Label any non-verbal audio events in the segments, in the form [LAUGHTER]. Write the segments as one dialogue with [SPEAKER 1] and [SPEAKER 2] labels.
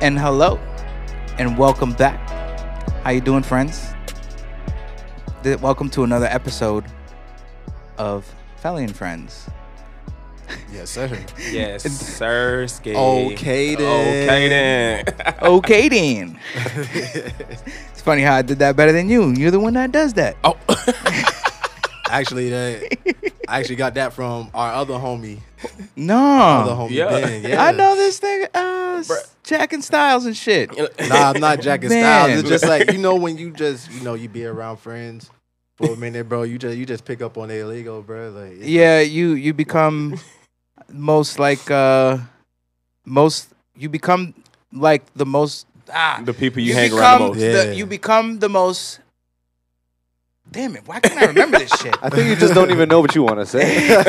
[SPEAKER 1] and hello and welcome back how you doing friends Th- welcome to another episode of Felly and friends
[SPEAKER 2] Yes,
[SPEAKER 1] [LAUGHS]
[SPEAKER 2] sir.
[SPEAKER 3] Yes, sir. Skate.
[SPEAKER 2] Okay then.
[SPEAKER 3] Okay then.
[SPEAKER 1] okay dean it's funny how i did that better than you you're the one that does that
[SPEAKER 2] oh, [LAUGHS] actually, that I actually got that from our other homie, other
[SPEAKER 1] no
[SPEAKER 2] homie
[SPEAKER 3] yeah.
[SPEAKER 2] Ben. Oh, Yeah.
[SPEAKER 1] Uh, [LAUGHS] i know this thing uh s- jack and styles and shit
[SPEAKER 2] Nah, I'm
[SPEAKER 3] [LAUGHS]
[SPEAKER 2] not Jack and
[SPEAKER 1] Man.
[SPEAKER 2] Styles. It's just like you know when you just you know you be around friends for a minute, bro. You just you just pick up on their lingo, bro. Like it's-
[SPEAKER 1] yeah you you become most like uh most you become like the most ah
[SPEAKER 3] the people you, hang around the most.
[SPEAKER 1] the-
[SPEAKER 2] Yeah.
[SPEAKER 1] you become the most damn it why can't i remember this
[SPEAKER 2] [LAUGHS]
[SPEAKER 1] shit
[SPEAKER 4] I think you just don't even know what you want
[SPEAKER 3] [LAUGHS]
[SPEAKER 4] to say.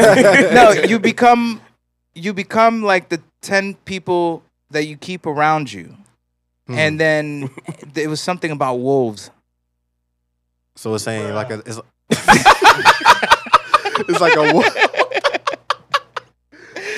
[SPEAKER 1] no you become you become like the 10 people that you keep around you
[SPEAKER 2] Hmm.
[SPEAKER 1] and
[SPEAKER 2] [LAUGHS]
[SPEAKER 1] then it was something about wolves
[SPEAKER 2] So it's saying like a it's, [LAUGHS] it's like a wolf.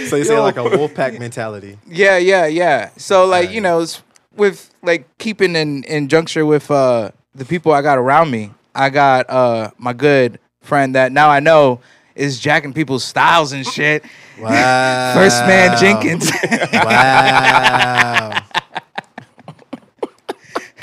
[SPEAKER 2] so you say like a wolf pack mentality.
[SPEAKER 1] Yeah, yeah, yeah. So like you
[SPEAKER 2] Right.
[SPEAKER 1] know, it's with like keeping in in juncture with uh the people I got around me, I got uh my good friend that now I know is jacking people's styles and shit.
[SPEAKER 2] Wow.
[SPEAKER 1] First man Jenkins.
[SPEAKER 2] [LAUGHS] Wow. [LAUGHS]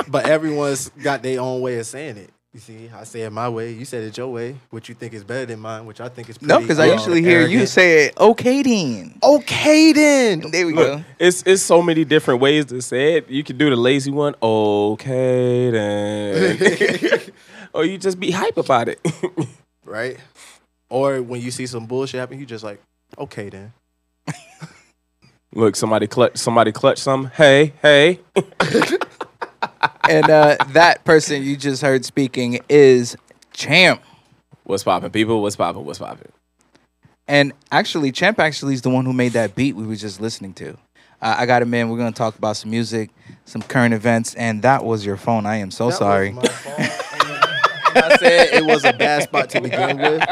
[SPEAKER 2] but everyone's got their own way of saying it. You see, I say it my way. You said it your way. What you think is better than mine, which I think is pretty,
[SPEAKER 1] no, because I
[SPEAKER 2] uh,
[SPEAKER 1] usually hear you
[SPEAKER 2] arrogant. [LAUGHS]
[SPEAKER 1] say it. Okay, Dean.
[SPEAKER 2] "Okay, then."
[SPEAKER 1] There we
[SPEAKER 3] Look,
[SPEAKER 1] go.
[SPEAKER 3] it's it's so many different ways to say it. You can do the lazy one,
[SPEAKER 2] [LAUGHS]
[SPEAKER 3] okay then, or you just be hype about it. [LAUGHS]
[SPEAKER 2] Right? Or when you see some bullshit happen, you just like, "Okay, then."
[SPEAKER 3] Look, somebody clutch, somebody clutch some. Hey, hey,
[SPEAKER 1] And uh, that person you just heard speaking is Champ.
[SPEAKER 3] what's poppin', people? What's poppin'? What's poppin'?
[SPEAKER 1] And actually, Champ actually is the one who made that beat we were just listening to. Uh, I got him in. We're going to talk about some music, some current events, and that was your phone. I am so
[SPEAKER 2] That was
[SPEAKER 1] Oh, sorry.
[SPEAKER 2] my fault, and- and I said it was a bad spot to begin with,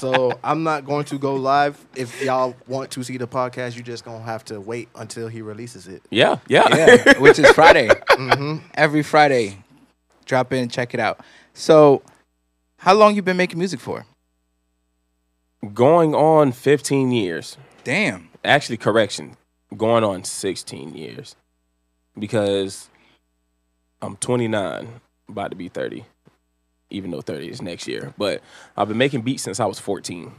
[SPEAKER 2] so I'm not going to go live. If y'all want to see the podcast, you just gonna have to wait until he releases it. Mm-hmm.
[SPEAKER 3] Yeah, yeah.
[SPEAKER 1] yeah, which is Friday. [LAUGHS] Every Friday, drop in, check it out. So, how long you been making music for?
[SPEAKER 3] [LAUGHS] Going on 15 years.
[SPEAKER 1] Damn.
[SPEAKER 3] actually correction going on 16 years because i'm 29 about to be 30 even though 30 is next year but i've been making beats since i was 14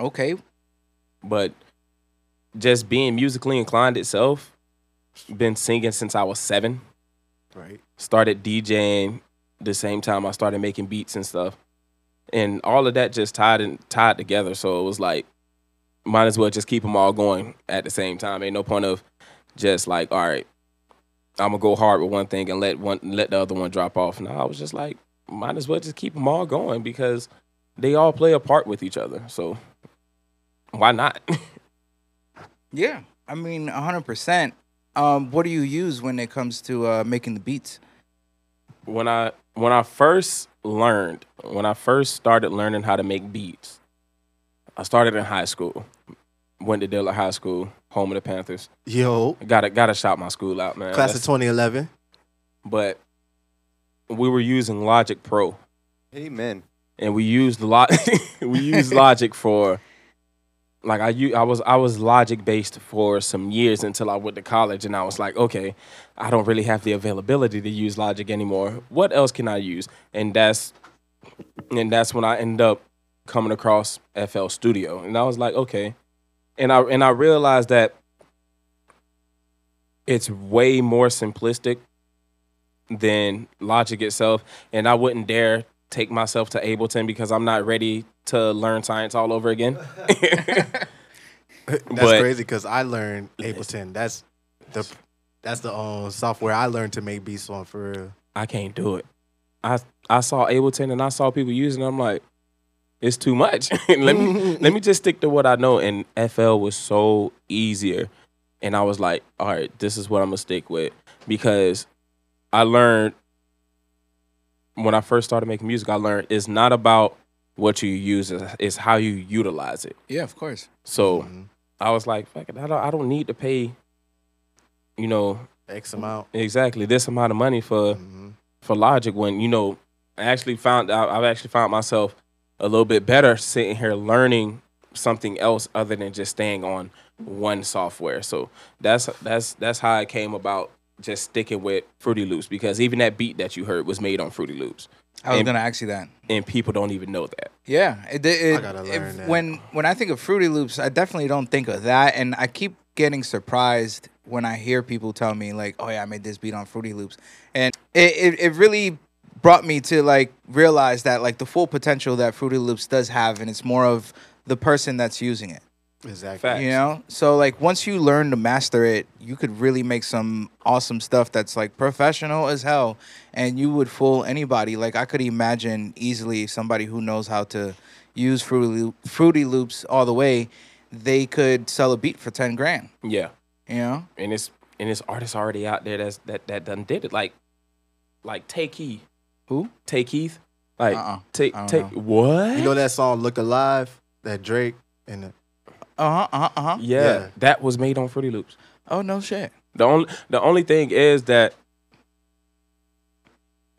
[SPEAKER 1] Okay.
[SPEAKER 3] but just being musically inclined itself been singing since i was seven
[SPEAKER 2] Right.
[SPEAKER 3] started djing the same time i started making beats and stuff and all of that just tied and tied together so it was like might as well just keep them all going at the same time. Ain't no point of just like, all right, I'm gonna go hard with one thing and let one let the other one drop off. No, I was just like, might as well just keep them all going because they all play a part with each other. So why not?
[SPEAKER 1] Yeah. I mean, 100%. Um, what do you use when it comes to uh, making the beats?
[SPEAKER 3] when I when I first learned, when I first started learning how to make beats, I started in high school. Went to Dillard High School, home of the Panthers.
[SPEAKER 2] Yo,
[SPEAKER 3] Gotta gotta shout my school out, man.
[SPEAKER 2] class
[SPEAKER 3] That's-
[SPEAKER 2] of 2011.
[SPEAKER 3] but we were using Logic Pro,
[SPEAKER 4] Amen.
[SPEAKER 3] and we used lot. [LAUGHS] we used Logic for like I u- I was I was Logic based for some years until I went to college, and I was like, okay, I don't really have the availability to use Logic anymore. What else can I use? And that's and that's when I end up coming across FL Studio, and I was like, okay, and I and I realized that it's way more simplistic than Logic itself, and I wouldn't dare take myself to Ableton because I'm not ready to learn science all over again.
[SPEAKER 2] That's
[SPEAKER 3] But-
[SPEAKER 2] crazy because I learned Ableton. That's the that's the um, software I learned to make beats on for real.
[SPEAKER 3] I can't do it. I I saw Ableton and I saw people using. It, I'm like, it's too much. [LAUGHS] let me
[SPEAKER 2] Mm-hmm.
[SPEAKER 3] let me just stick to what I know. And FL was so easier, and I was like, all right, this is what I'm gonna stick with because I learned when I first started making music. I learned it's not about what you use; it's- it's how you utilize it.
[SPEAKER 1] Yeah, of course.
[SPEAKER 3] So.
[SPEAKER 2] Mhm.
[SPEAKER 3] I was like, fuck it, I don't, I don't need to pay, you know,
[SPEAKER 2] X amount.
[SPEAKER 3] Exactly. This amount of money for
[SPEAKER 2] Mhm.
[SPEAKER 3] for Logic when you know I actually found out I've actually found myself a little bit better sitting here learning something else other than just staying on one software. So that's that's that's how I came about just sticking with Fruity Loops because even that beat that you heard was made on Fruity Loops
[SPEAKER 1] I was
[SPEAKER 3] And-
[SPEAKER 1] gonna ask you that.
[SPEAKER 3] and people don't even know that.
[SPEAKER 1] Yeah, it, it, it,
[SPEAKER 2] gotta
[SPEAKER 1] if-
[SPEAKER 2] learn that.
[SPEAKER 1] when when I think of Fruity Loops, I definitely don't think of that, and I keep getting surprised when I hear people tell me like, "Oh yeah, I made this beat on Fruity Loops," and it, it, it really brought me to like realize that like the full potential that Fruity Loops does have, and it's more of the person that's using it.
[SPEAKER 2] Exactly.
[SPEAKER 3] Fact.
[SPEAKER 1] You know, so like once you learn to master it, you could really make some awesome stuff that's like professional as hell, and you would fool anybody. Like I could imagine easily somebody who knows how to use Fruity, Loop, Fruity Loops all the way, they could sell a beat for ten grand.
[SPEAKER 3] Yeah.
[SPEAKER 1] You know,
[SPEAKER 3] And it's and it's artists already out there that's that that done did it. Like like Tay Keith.
[SPEAKER 1] Who?
[SPEAKER 3] Tay Keith. Like
[SPEAKER 1] Uh-uh.
[SPEAKER 3] take
[SPEAKER 1] I don't
[SPEAKER 3] take what?
[SPEAKER 2] You know that song "Look Alive" that Drake and the,
[SPEAKER 1] Uh huh. Uh huh. Uh-huh.
[SPEAKER 3] yeah,
[SPEAKER 2] Yeah.
[SPEAKER 3] That was made on Fruity Loops.
[SPEAKER 1] Oh no shit.
[SPEAKER 3] The only the only thing is that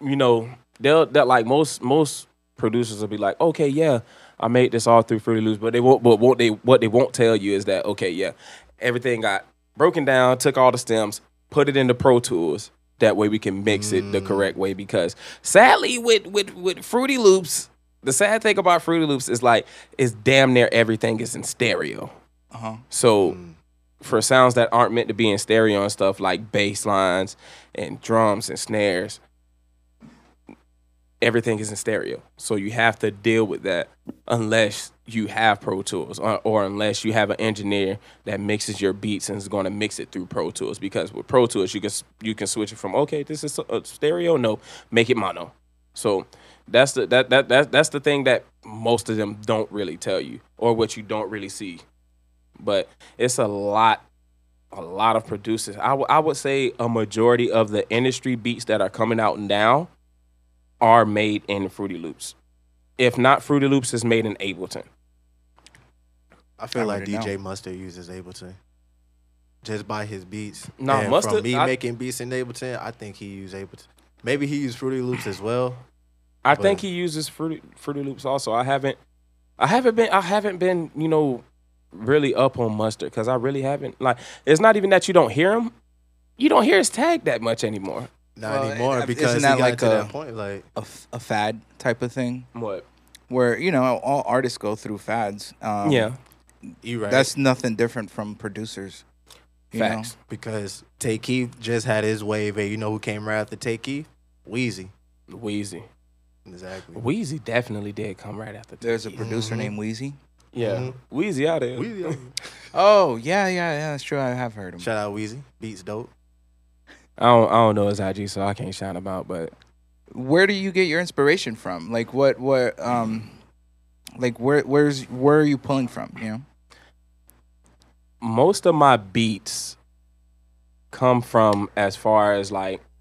[SPEAKER 3] you know they'll that like most most producers will be like, okay, yeah, I made this all through Fruity Loops, but they won't. But what they what they won't tell you is that okay, yeah, everything got broken down, took all the stems, put it into Pro Tools. That way we can mix it the correct way because sadly with with with Fruity Loops. The sad thing about Fruity Loops is like it's damn near everything is in stereo.
[SPEAKER 1] Uh huh.
[SPEAKER 3] So
[SPEAKER 2] Mm.
[SPEAKER 3] for sounds that aren't meant to be in stereo and stuff like bass lines and drums and snares, everything is in stereo. So you have to deal with that unless you have Pro Tools or, or unless you have an engineer that mixes your beats and is going to mix it through Pro Tools. Because with Pro Tools, you can s- you can switch it from okay, this is a stereo, no, make it mono. So that's the that, that that that's the thing that most of them don't really tell you or what you don't really see but it's a lot a lot of producers I would- I would say a majority of the industry beats that are coming out now are made in fruity loops if not fruity loops is made in ableton
[SPEAKER 2] I feel
[SPEAKER 1] I
[SPEAKER 2] like
[SPEAKER 1] already know.
[SPEAKER 2] DJ Mustard uses Ableton. Just by his beats.
[SPEAKER 3] Nah,
[SPEAKER 2] and
[SPEAKER 3] Mustard-
[SPEAKER 2] From me
[SPEAKER 3] I-
[SPEAKER 2] making beats in Ableton, I think he used Ableton. Maybe he used Fruity Loops as well.
[SPEAKER 3] i
[SPEAKER 2] But-
[SPEAKER 3] think he uses fruity, fruity loops also i haven't i haven't been i haven't been you know really up on mustard because i really haven't like it's not even that you don't hear him you don't hear his tag that much anymore
[SPEAKER 2] Not
[SPEAKER 1] Well,
[SPEAKER 2] anymore
[SPEAKER 1] it-
[SPEAKER 2] because
[SPEAKER 1] isn't
[SPEAKER 2] he
[SPEAKER 1] that
[SPEAKER 2] got
[SPEAKER 1] like
[SPEAKER 2] to
[SPEAKER 1] a-
[SPEAKER 2] that point. Like
[SPEAKER 1] A, f- a fad type of thing
[SPEAKER 3] what
[SPEAKER 1] where you know all artists go through fads. Um,
[SPEAKER 3] yeah
[SPEAKER 2] you right.
[SPEAKER 1] That's nothing different from producers. you know?
[SPEAKER 3] facts
[SPEAKER 2] because Tay Keith just had his wave, and you know who came right after Tay Keith? Wheezy.
[SPEAKER 3] Wheezy.
[SPEAKER 2] Exactly.
[SPEAKER 3] Wheezy definitely did come right after.
[SPEAKER 1] There's a producer
[SPEAKER 3] Mm-hmm.
[SPEAKER 1] named Wheezy.
[SPEAKER 3] Yeah. Mm-hmm.
[SPEAKER 2] Mhm.
[SPEAKER 3] Wheezy out there.
[SPEAKER 2] Wheezy.
[SPEAKER 1] Oh yeah, yeah, yeah. That's true. I have heard him.
[SPEAKER 2] Shout out Wheezy. Beats dope.
[SPEAKER 3] I don't, I don't know his IG, so I can't shout him out. But
[SPEAKER 1] Where do you get your inspiration from? Like what? What? Um, like where? Where's? Where are you pulling from? You know.
[SPEAKER 3] most of my beats come from as far as like [CLEARS THROAT]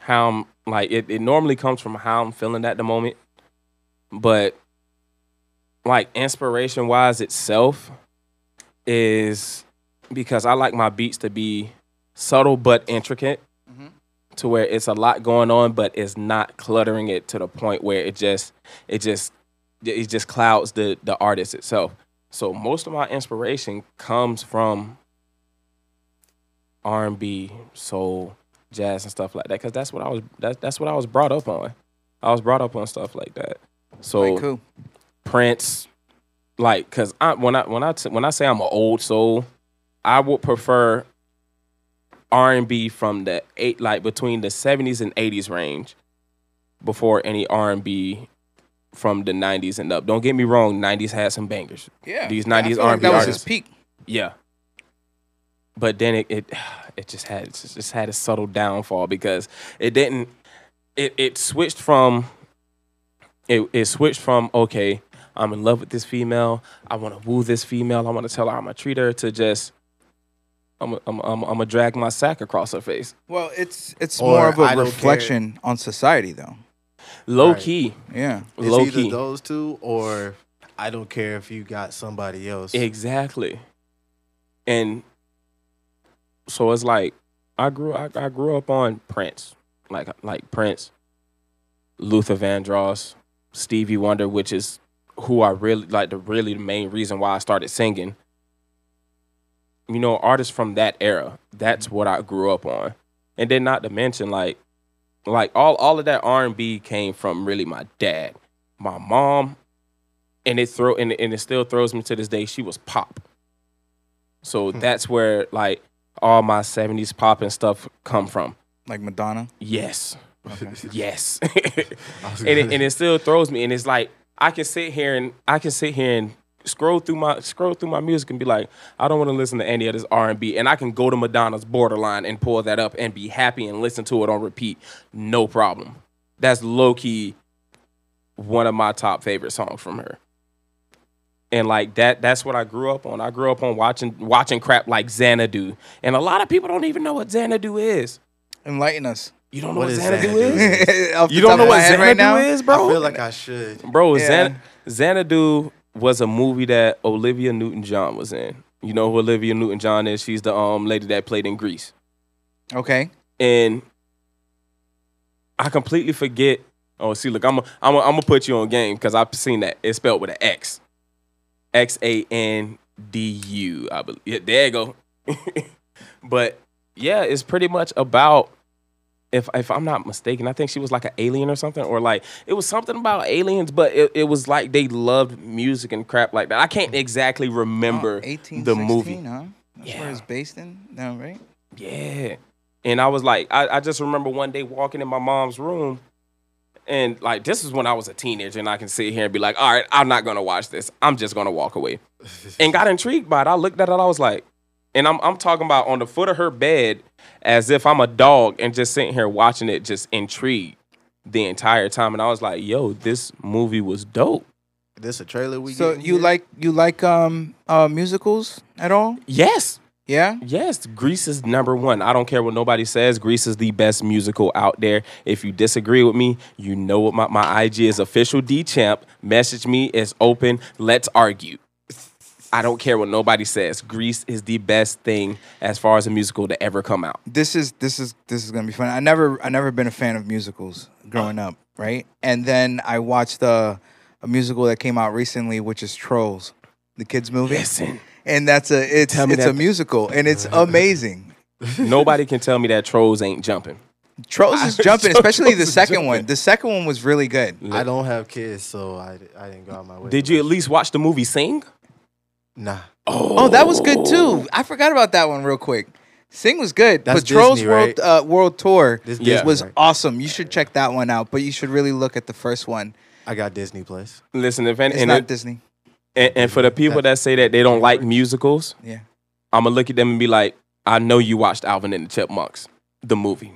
[SPEAKER 3] how I'm like it, it normally comes from how I'm feeling at the moment. But like inspiration wise itself is because I like my beats to be subtle but intricate.
[SPEAKER 2] Mm-hmm.
[SPEAKER 3] to where it's a lot going on, but it's not cluttering it to the point where it just it just it just clouds the the artist itself. So most of my inspiration comes from R and B, soul, jazz, and stuff like that, because that's what I was that's that's what I was brought up on. I was brought up on stuff like that. So
[SPEAKER 1] Like who?
[SPEAKER 3] Prince, like, cause I when I when I t- when I say I'm an old soul, I would prefer R and B from the eight like between the seventies and eighties range before any R and B from the nineties and up. Don't get me wrong, nineties had some bangers.
[SPEAKER 1] Yeah.
[SPEAKER 3] These
[SPEAKER 1] I
[SPEAKER 3] 90s
[SPEAKER 1] feel like
[SPEAKER 3] R&B
[SPEAKER 1] That was his
[SPEAKER 3] artists.
[SPEAKER 1] peak.
[SPEAKER 3] Yeah. But then it [SIGHS] it, it just had it just had a subtle downfall because it didn't it it switched from it it switched from okay I'm in love with this female I want to woo this female I want to tell her I'm gonna treat her to just I'm i I'm i I'm gonna drag my sack across her face
[SPEAKER 1] Well, it's it's
[SPEAKER 2] Or
[SPEAKER 1] more of
[SPEAKER 2] I
[SPEAKER 1] a
[SPEAKER 2] don't
[SPEAKER 1] reflection on society, though.
[SPEAKER 3] low
[SPEAKER 2] Right.
[SPEAKER 3] key
[SPEAKER 1] Yeah.
[SPEAKER 2] It's
[SPEAKER 3] low
[SPEAKER 2] either
[SPEAKER 3] key
[SPEAKER 2] those two or I don't
[SPEAKER 4] [LAUGHS]
[SPEAKER 2] care if you got somebody else.
[SPEAKER 3] Exactly. And so it's like I grew I, I grew up on Prince, like like Prince, Luther Vandross, Stevie Wonder, which is who I really like the really the main reason why I started singing. You know, artists from that era. That's what I grew up on, and then not to mention like like all all of that R and B came from really my dad, my mom, and it throw and, and it still throws me to this day. She was pop, so
[SPEAKER 2] Hmm.
[SPEAKER 3] that's where like all my seventies pop and stuff come from.
[SPEAKER 1] Like Madonna.
[SPEAKER 3] Yes, yes, [LAUGHS]
[SPEAKER 2] I was
[SPEAKER 3] and it,
[SPEAKER 2] gonna-
[SPEAKER 3] and it still throws me. And it's like I can sit here and I can sit here and scroll through my scroll through my music and be like, I don't want to listen to any of this R and B, and I can go to Madonna's Borderline and pull that up and be happy and listen to it on repeat, no problem. That's low key one of my top favorite songs from her. And like that, that's what I grew up on. I grew up on watching watching crap like Xanadu, and a lot of people don't even know what Xanadu is.
[SPEAKER 1] Enlighten us.
[SPEAKER 3] You don't know
[SPEAKER 2] What
[SPEAKER 3] what,
[SPEAKER 2] is
[SPEAKER 3] Xanadu
[SPEAKER 2] Xanadu?
[SPEAKER 1] [LAUGHS]
[SPEAKER 3] is?
[SPEAKER 1] Off the
[SPEAKER 3] Mm. You don't
[SPEAKER 1] top
[SPEAKER 3] know
[SPEAKER 1] of my
[SPEAKER 3] what
[SPEAKER 1] head
[SPEAKER 3] Xanadu
[SPEAKER 1] right now.
[SPEAKER 3] is,
[SPEAKER 2] I
[SPEAKER 3] [LAUGHS] bro?
[SPEAKER 2] feel like I should.
[SPEAKER 3] Bro,
[SPEAKER 1] Yeah.
[SPEAKER 3] Xan- Xanadu was a movie that Olivia Newton John was in. You know who Olivia Newton John is? She's the um lady that played in Greece.
[SPEAKER 1] Okay.
[SPEAKER 3] And I completely forget. Oh, see, look, I'm i I'm i am I'm gonna put you on game because I've seen that. It's spelled with an X. X A N D U, I believe. Yeah, there you go. [LAUGHS] but yeah, it's pretty much about if if I'm not mistaken, I think she was like an alien or something, or like it was something about aliens, but it, it was like they loved music and crap like that. I can't exactly remember.
[SPEAKER 1] Oh, 18,
[SPEAKER 3] the movie.
[SPEAKER 1] 16, Huh? That's
[SPEAKER 3] Yeah.
[SPEAKER 1] where it's based in. No, right?
[SPEAKER 3] Yeah. And I was like, I, I just remember one day walking in my mom's room. And like, this is when I was a teenager, and I can sit here and be like, all right, I'm not going to watch this. I'm just going to walk away. And got intrigued by it. I looked at it, I was like, and I'm, I'm talking about on the foot of her bed as if I'm a dog and just sitting here watching it, just intrigued the entire time. And I was like, yo, this movie was dope.
[SPEAKER 2] This a trailer we
[SPEAKER 1] so
[SPEAKER 2] getting
[SPEAKER 1] you
[SPEAKER 2] here?
[SPEAKER 1] like you like um uh musicals at all?
[SPEAKER 3] Yes.
[SPEAKER 1] Yeah.
[SPEAKER 3] Yes, Grease is number one. I don't care what nobody says. Grease is the best musical out there. If you disagree with me, you know what my, my IG is official D champ. Message me. It's open. Let's argue. I don't care what nobody says. Grease is the best thing as far as a musical to ever come out.
[SPEAKER 1] This is this is this is gonna be fun. I never I never been a fan of musicals growing up, right? And then I watched a, a musical that came out recently, which is Trolls, the kids movie, [LAUGHS]
[SPEAKER 3] Listen,
[SPEAKER 1] and that's a it's
[SPEAKER 3] Tell me
[SPEAKER 1] it's
[SPEAKER 3] that-
[SPEAKER 1] a musical and
[SPEAKER 2] [LAUGHS]
[SPEAKER 1] it's amazing.
[SPEAKER 3] nobody can tell me that trolls ain't jumping.
[SPEAKER 1] Trolls is jumping, especially
[SPEAKER 2] Trolls
[SPEAKER 1] the
[SPEAKER 2] is
[SPEAKER 1] second one.
[SPEAKER 2] jumping.
[SPEAKER 1] The second one was really good.
[SPEAKER 2] I don't have kids, so I, I didn't go out my way.
[SPEAKER 3] Did
[SPEAKER 2] to
[SPEAKER 3] you at
[SPEAKER 2] watch-
[SPEAKER 3] least watch the movie Sing?
[SPEAKER 2] Nah.
[SPEAKER 1] Oh, that was good too. I forgot about that one real quick. Sing was good,
[SPEAKER 2] That's
[SPEAKER 1] but Trolls
[SPEAKER 2] Disney,
[SPEAKER 1] World uh, World Tour
[SPEAKER 2] This
[SPEAKER 3] Yeah.
[SPEAKER 2] Disney,
[SPEAKER 1] was
[SPEAKER 2] right?
[SPEAKER 1] awesome. You should check that one out, but you should really look at the first one.
[SPEAKER 2] I got Disney Plus.
[SPEAKER 3] Listen, if any,
[SPEAKER 1] It's
[SPEAKER 3] and,
[SPEAKER 1] not
[SPEAKER 3] it-
[SPEAKER 1] Disney.
[SPEAKER 3] and, and for the people that say that they don't like musicals,
[SPEAKER 1] Yeah.
[SPEAKER 3] I'm gonna look at them and be like, I know you watched Alvin and the Chipmunks, the movie.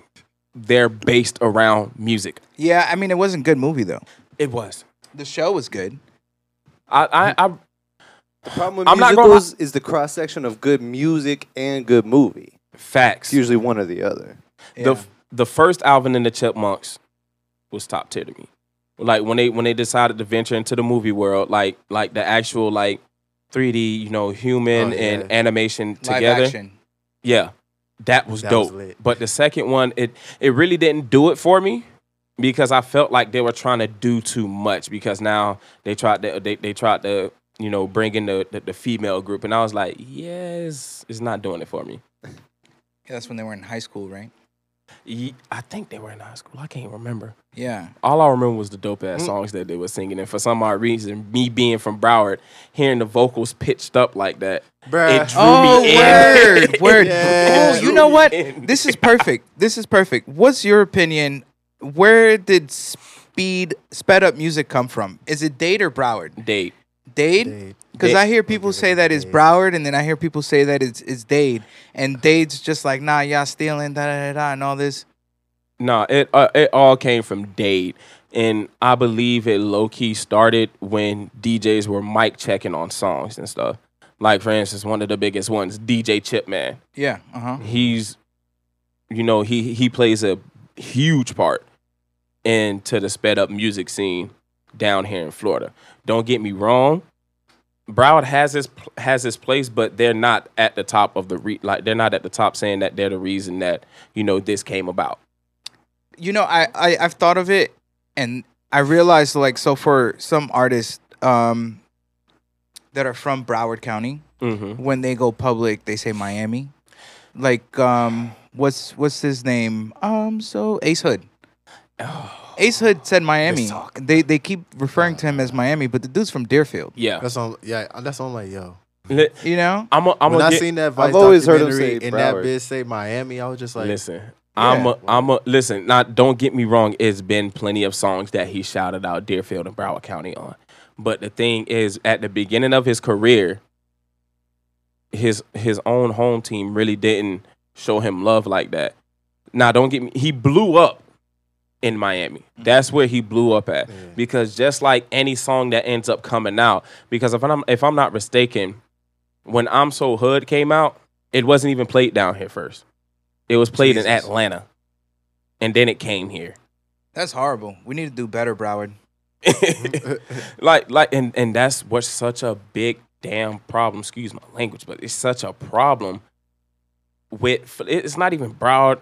[SPEAKER 3] They're based around music.
[SPEAKER 1] Yeah, I mean it wasn't a good movie though.
[SPEAKER 3] It was.
[SPEAKER 1] The show was good.
[SPEAKER 3] I, I, I
[SPEAKER 4] The problem with
[SPEAKER 3] I'm not gonna-
[SPEAKER 4] musicals is the cross section of good music and good movie.
[SPEAKER 3] facts.
[SPEAKER 4] It's usually one or the other.
[SPEAKER 1] Yeah.
[SPEAKER 3] The the first Alvin and the Chipmunks was top tier to me. Like when they when they decided to venture into the movie world, like like the actual like 3D, you know, human
[SPEAKER 2] Oh, yeah.
[SPEAKER 3] and animation
[SPEAKER 1] Live
[SPEAKER 3] together.
[SPEAKER 1] action.
[SPEAKER 3] Yeah, that was
[SPEAKER 2] That was
[SPEAKER 3] dope.
[SPEAKER 2] lit.
[SPEAKER 3] but the second one, it it really didn't do it for me because I felt like they were trying to do too much. Because now they tried to they, they tried to you know bring in the, the the female group, and I was like, yes, it's not doing it for me.
[SPEAKER 1] Yeah, that's when they were in high school, right?
[SPEAKER 3] Ye- I think they were in high school. I can't remember.
[SPEAKER 1] Yeah.
[SPEAKER 3] All I remember was the dope ass
[SPEAKER 2] Mm.
[SPEAKER 3] songs that they were singing, and for some odd reason, me being from Broward, hearing the vocals pitched up like that, it drew
[SPEAKER 2] Bruh.
[SPEAKER 1] Oh,
[SPEAKER 3] me in. [LAUGHS]
[SPEAKER 1] word, word.
[SPEAKER 2] Yeah.
[SPEAKER 1] Oh, you know what?
[SPEAKER 3] In.
[SPEAKER 1] This is perfect. This is perfect. What's your opinion? Where did speed sped up music come from? Is it Dade or Broward?
[SPEAKER 3] Date.
[SPEAKER 1] Dade?
[SPEAKER 2] Dade.
[SPEAKER 1] Because
[SPEAKER 3] Dade.
[SPEAKER 1] I hear people say that it's Broward, and then I hear people say that it's it's Dade, and Dade's just like, nah, y'all stealing, da da da, da and all this.
[SPEAKER 3] No, it uh, it all came from Dade, and I believe it low key started when DJs were mic checking on songs and stuff. Like for instance, one of the biggest ones, DJ Chipman.
[SPEAKER 1] Yeah, uh huh.
[SPEAKER 3] He's, you know, he he plays a huge part into the sped up music scene down here in Florida. Don't get me wrong, Broward has his pl- has his place, but they're not at the top of the re- like they're not at the top saying that they're the reason that you know this came about.
[SPEAKER 1] you know I, I i've thought of it and i realized like so for some artists um that are from broward county
[SPEAKER 3] Mm-hmm.
[SPEAKER 1] when they go public they say miami like um what's what's his name um so ace hood ace hood said miami they they keep referring to him as miami but the dude's from deerfield
[SPEAKER 3] Yeah,
[SPEAKER 2] That's on. Yeah, that's on. Like yo,
[SPEAKER 3] Li-
[SPEAKER 1] you know
[SPEAKER 3] I'm a, I'm
[SPEAKER 2] when
[SPEAKER 3] gonna
[SPEAKER 2] I
[SPEAKER 3] get-
[SPEAKER 2] seen that Vice
[SPEAKER 4] always heard him
[SPEAKER 2] documentary
[SPEAKER 4] say
[SPEAKER 2] and that
[SPEAKER 4] Broward.
[SPEAKER 2] bitch say Miami, I was just [LAUGHS]
[SPEAKER 3] [LAUGHS]
[SPEAKER 2] like,
[SPEAKER 3] listen. I'm
[SPEAKER 2] Yeah.
[SPEAKER 3] a, I'm a listen. Not don't get me wrong. It's been plenty of songs that he shouted out Deerfield and Broward County on, but the thing is, at the beginning of his career, his his own home team really didn't show him love like that. Now, don't get me. He blew up in Miami. That's where he blew up at.
[SPEAKER 2] Yeah.
[SPEAKER 3] Because just like any song that ends up coming out, because if I'm if I'm not mistaken, when I'm So Hood came out, it wasn't even played down here first. It was played in
[SPEAKER 1] Jesus.
[SPEAKER 3] Atlanta, and then it came here.
[SPEAKER 1] that's horrible we need to do better broward Oh,
[SPEAKER 2] Mm-hmm.
[SPEAKER 3] [LAUGHS] like like and and that's what's such a big damn problem excuse my language but it's such a problem with it's not even broward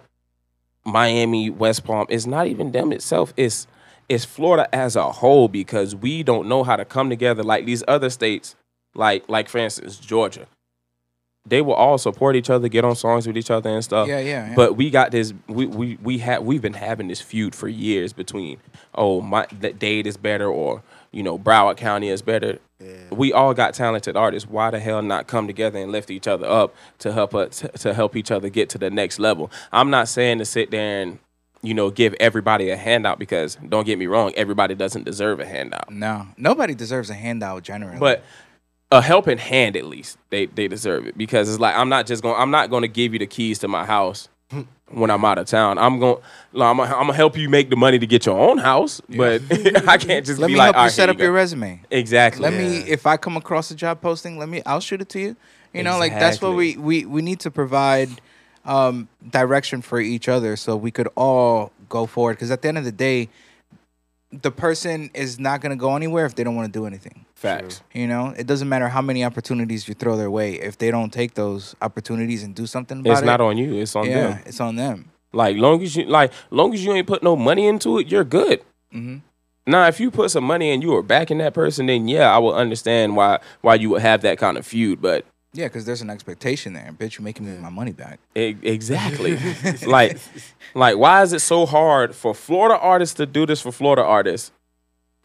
[SPEAKER 3] miami west palm it's not even them itself it's it's florida as a whole because we don't know how to come together like these other states like like for instance georgia they will all support each other get on songs with each other and stuff
[SPEAKER 1] yeah yeah, yeah.
[SPEAKER 3] Uh, but we got this. We we we have we've been having this feud for years between oh my that Dade is better or you know Broward County is better.
[SPEAKER 2] yeah.
[SPEAKER 3] We all got talented artists. Why the hell not come together and lift each other up to help us to help each other get to the next level? I'm not saying to sit there and you know give everybody a handout because don't get me wrong, everybody doesn't deserve a handout,
[SPEAKER 1] no nobody deserves a handout generally
[SPEAKER 3] but a helping hand at least they they deserve it because it's like I'm not just going I'm not going to give you the keys to my house when I'm out of town. I'm going I'm gonna- I'm gonna help you make the money to get your own house, but [LAUGHS] I can't just
[SPEAKER 1] let
[SPEAKER 3] be
[SPEAKER 1] me
[SPEAKER 3] like
[SPEAKER 1] help
[SPEAKER 3] "All
[SPEAKER 1] you
[SPEAKER 3] right,
[SPEAKER 1] set
[SPEAKER 3] here
[SPEAKER 1] up your
[SPEAKER 3] go."
[SPEAKER 1] resume
[SPEAKER 3] exactly.
[SPEAKER 1] let me if i come across a job posting let me i'll shoot it to you you know like that's what we
[SPEAKER 3] Exactly.
[SPEAKER 1] we we need to provide um direction for each other so we could all go forward because at the end of the day the person is not going to go anywhere if they don't want to do anything
[SPEAKER 3] facts.
[SPEAKER 1] you know it doesn't matter how many opportunities you throw their way if they don't take those opportunities and do something about
[SPEAKER 3] It's
[SPEAKER 1] it
[SPEAKER 3] not on you. It's on
[SPEAKER 1] yeah
[SPEAKER 3] them.
[SPEAKER 1] it's on them
[SPEAKER 3] Like long as you like long as you ain't put no money into it, you're good.
[SPEAKER 1] Mhm.
[SPEAKER 3] Now, if you put some money and you were backing that person, then yeah, I will understand why why you would have that kind of feud. But
[SPEAKER 1] yeah because there's an expectation there bitch you're making me my money back
[SPEAKER 3] E-
[SPEAKER 1] [LAUGHS]
[SPEAKER 3] Exactly. like, like, why is it so hard for Florida artists to do this for Florida artists?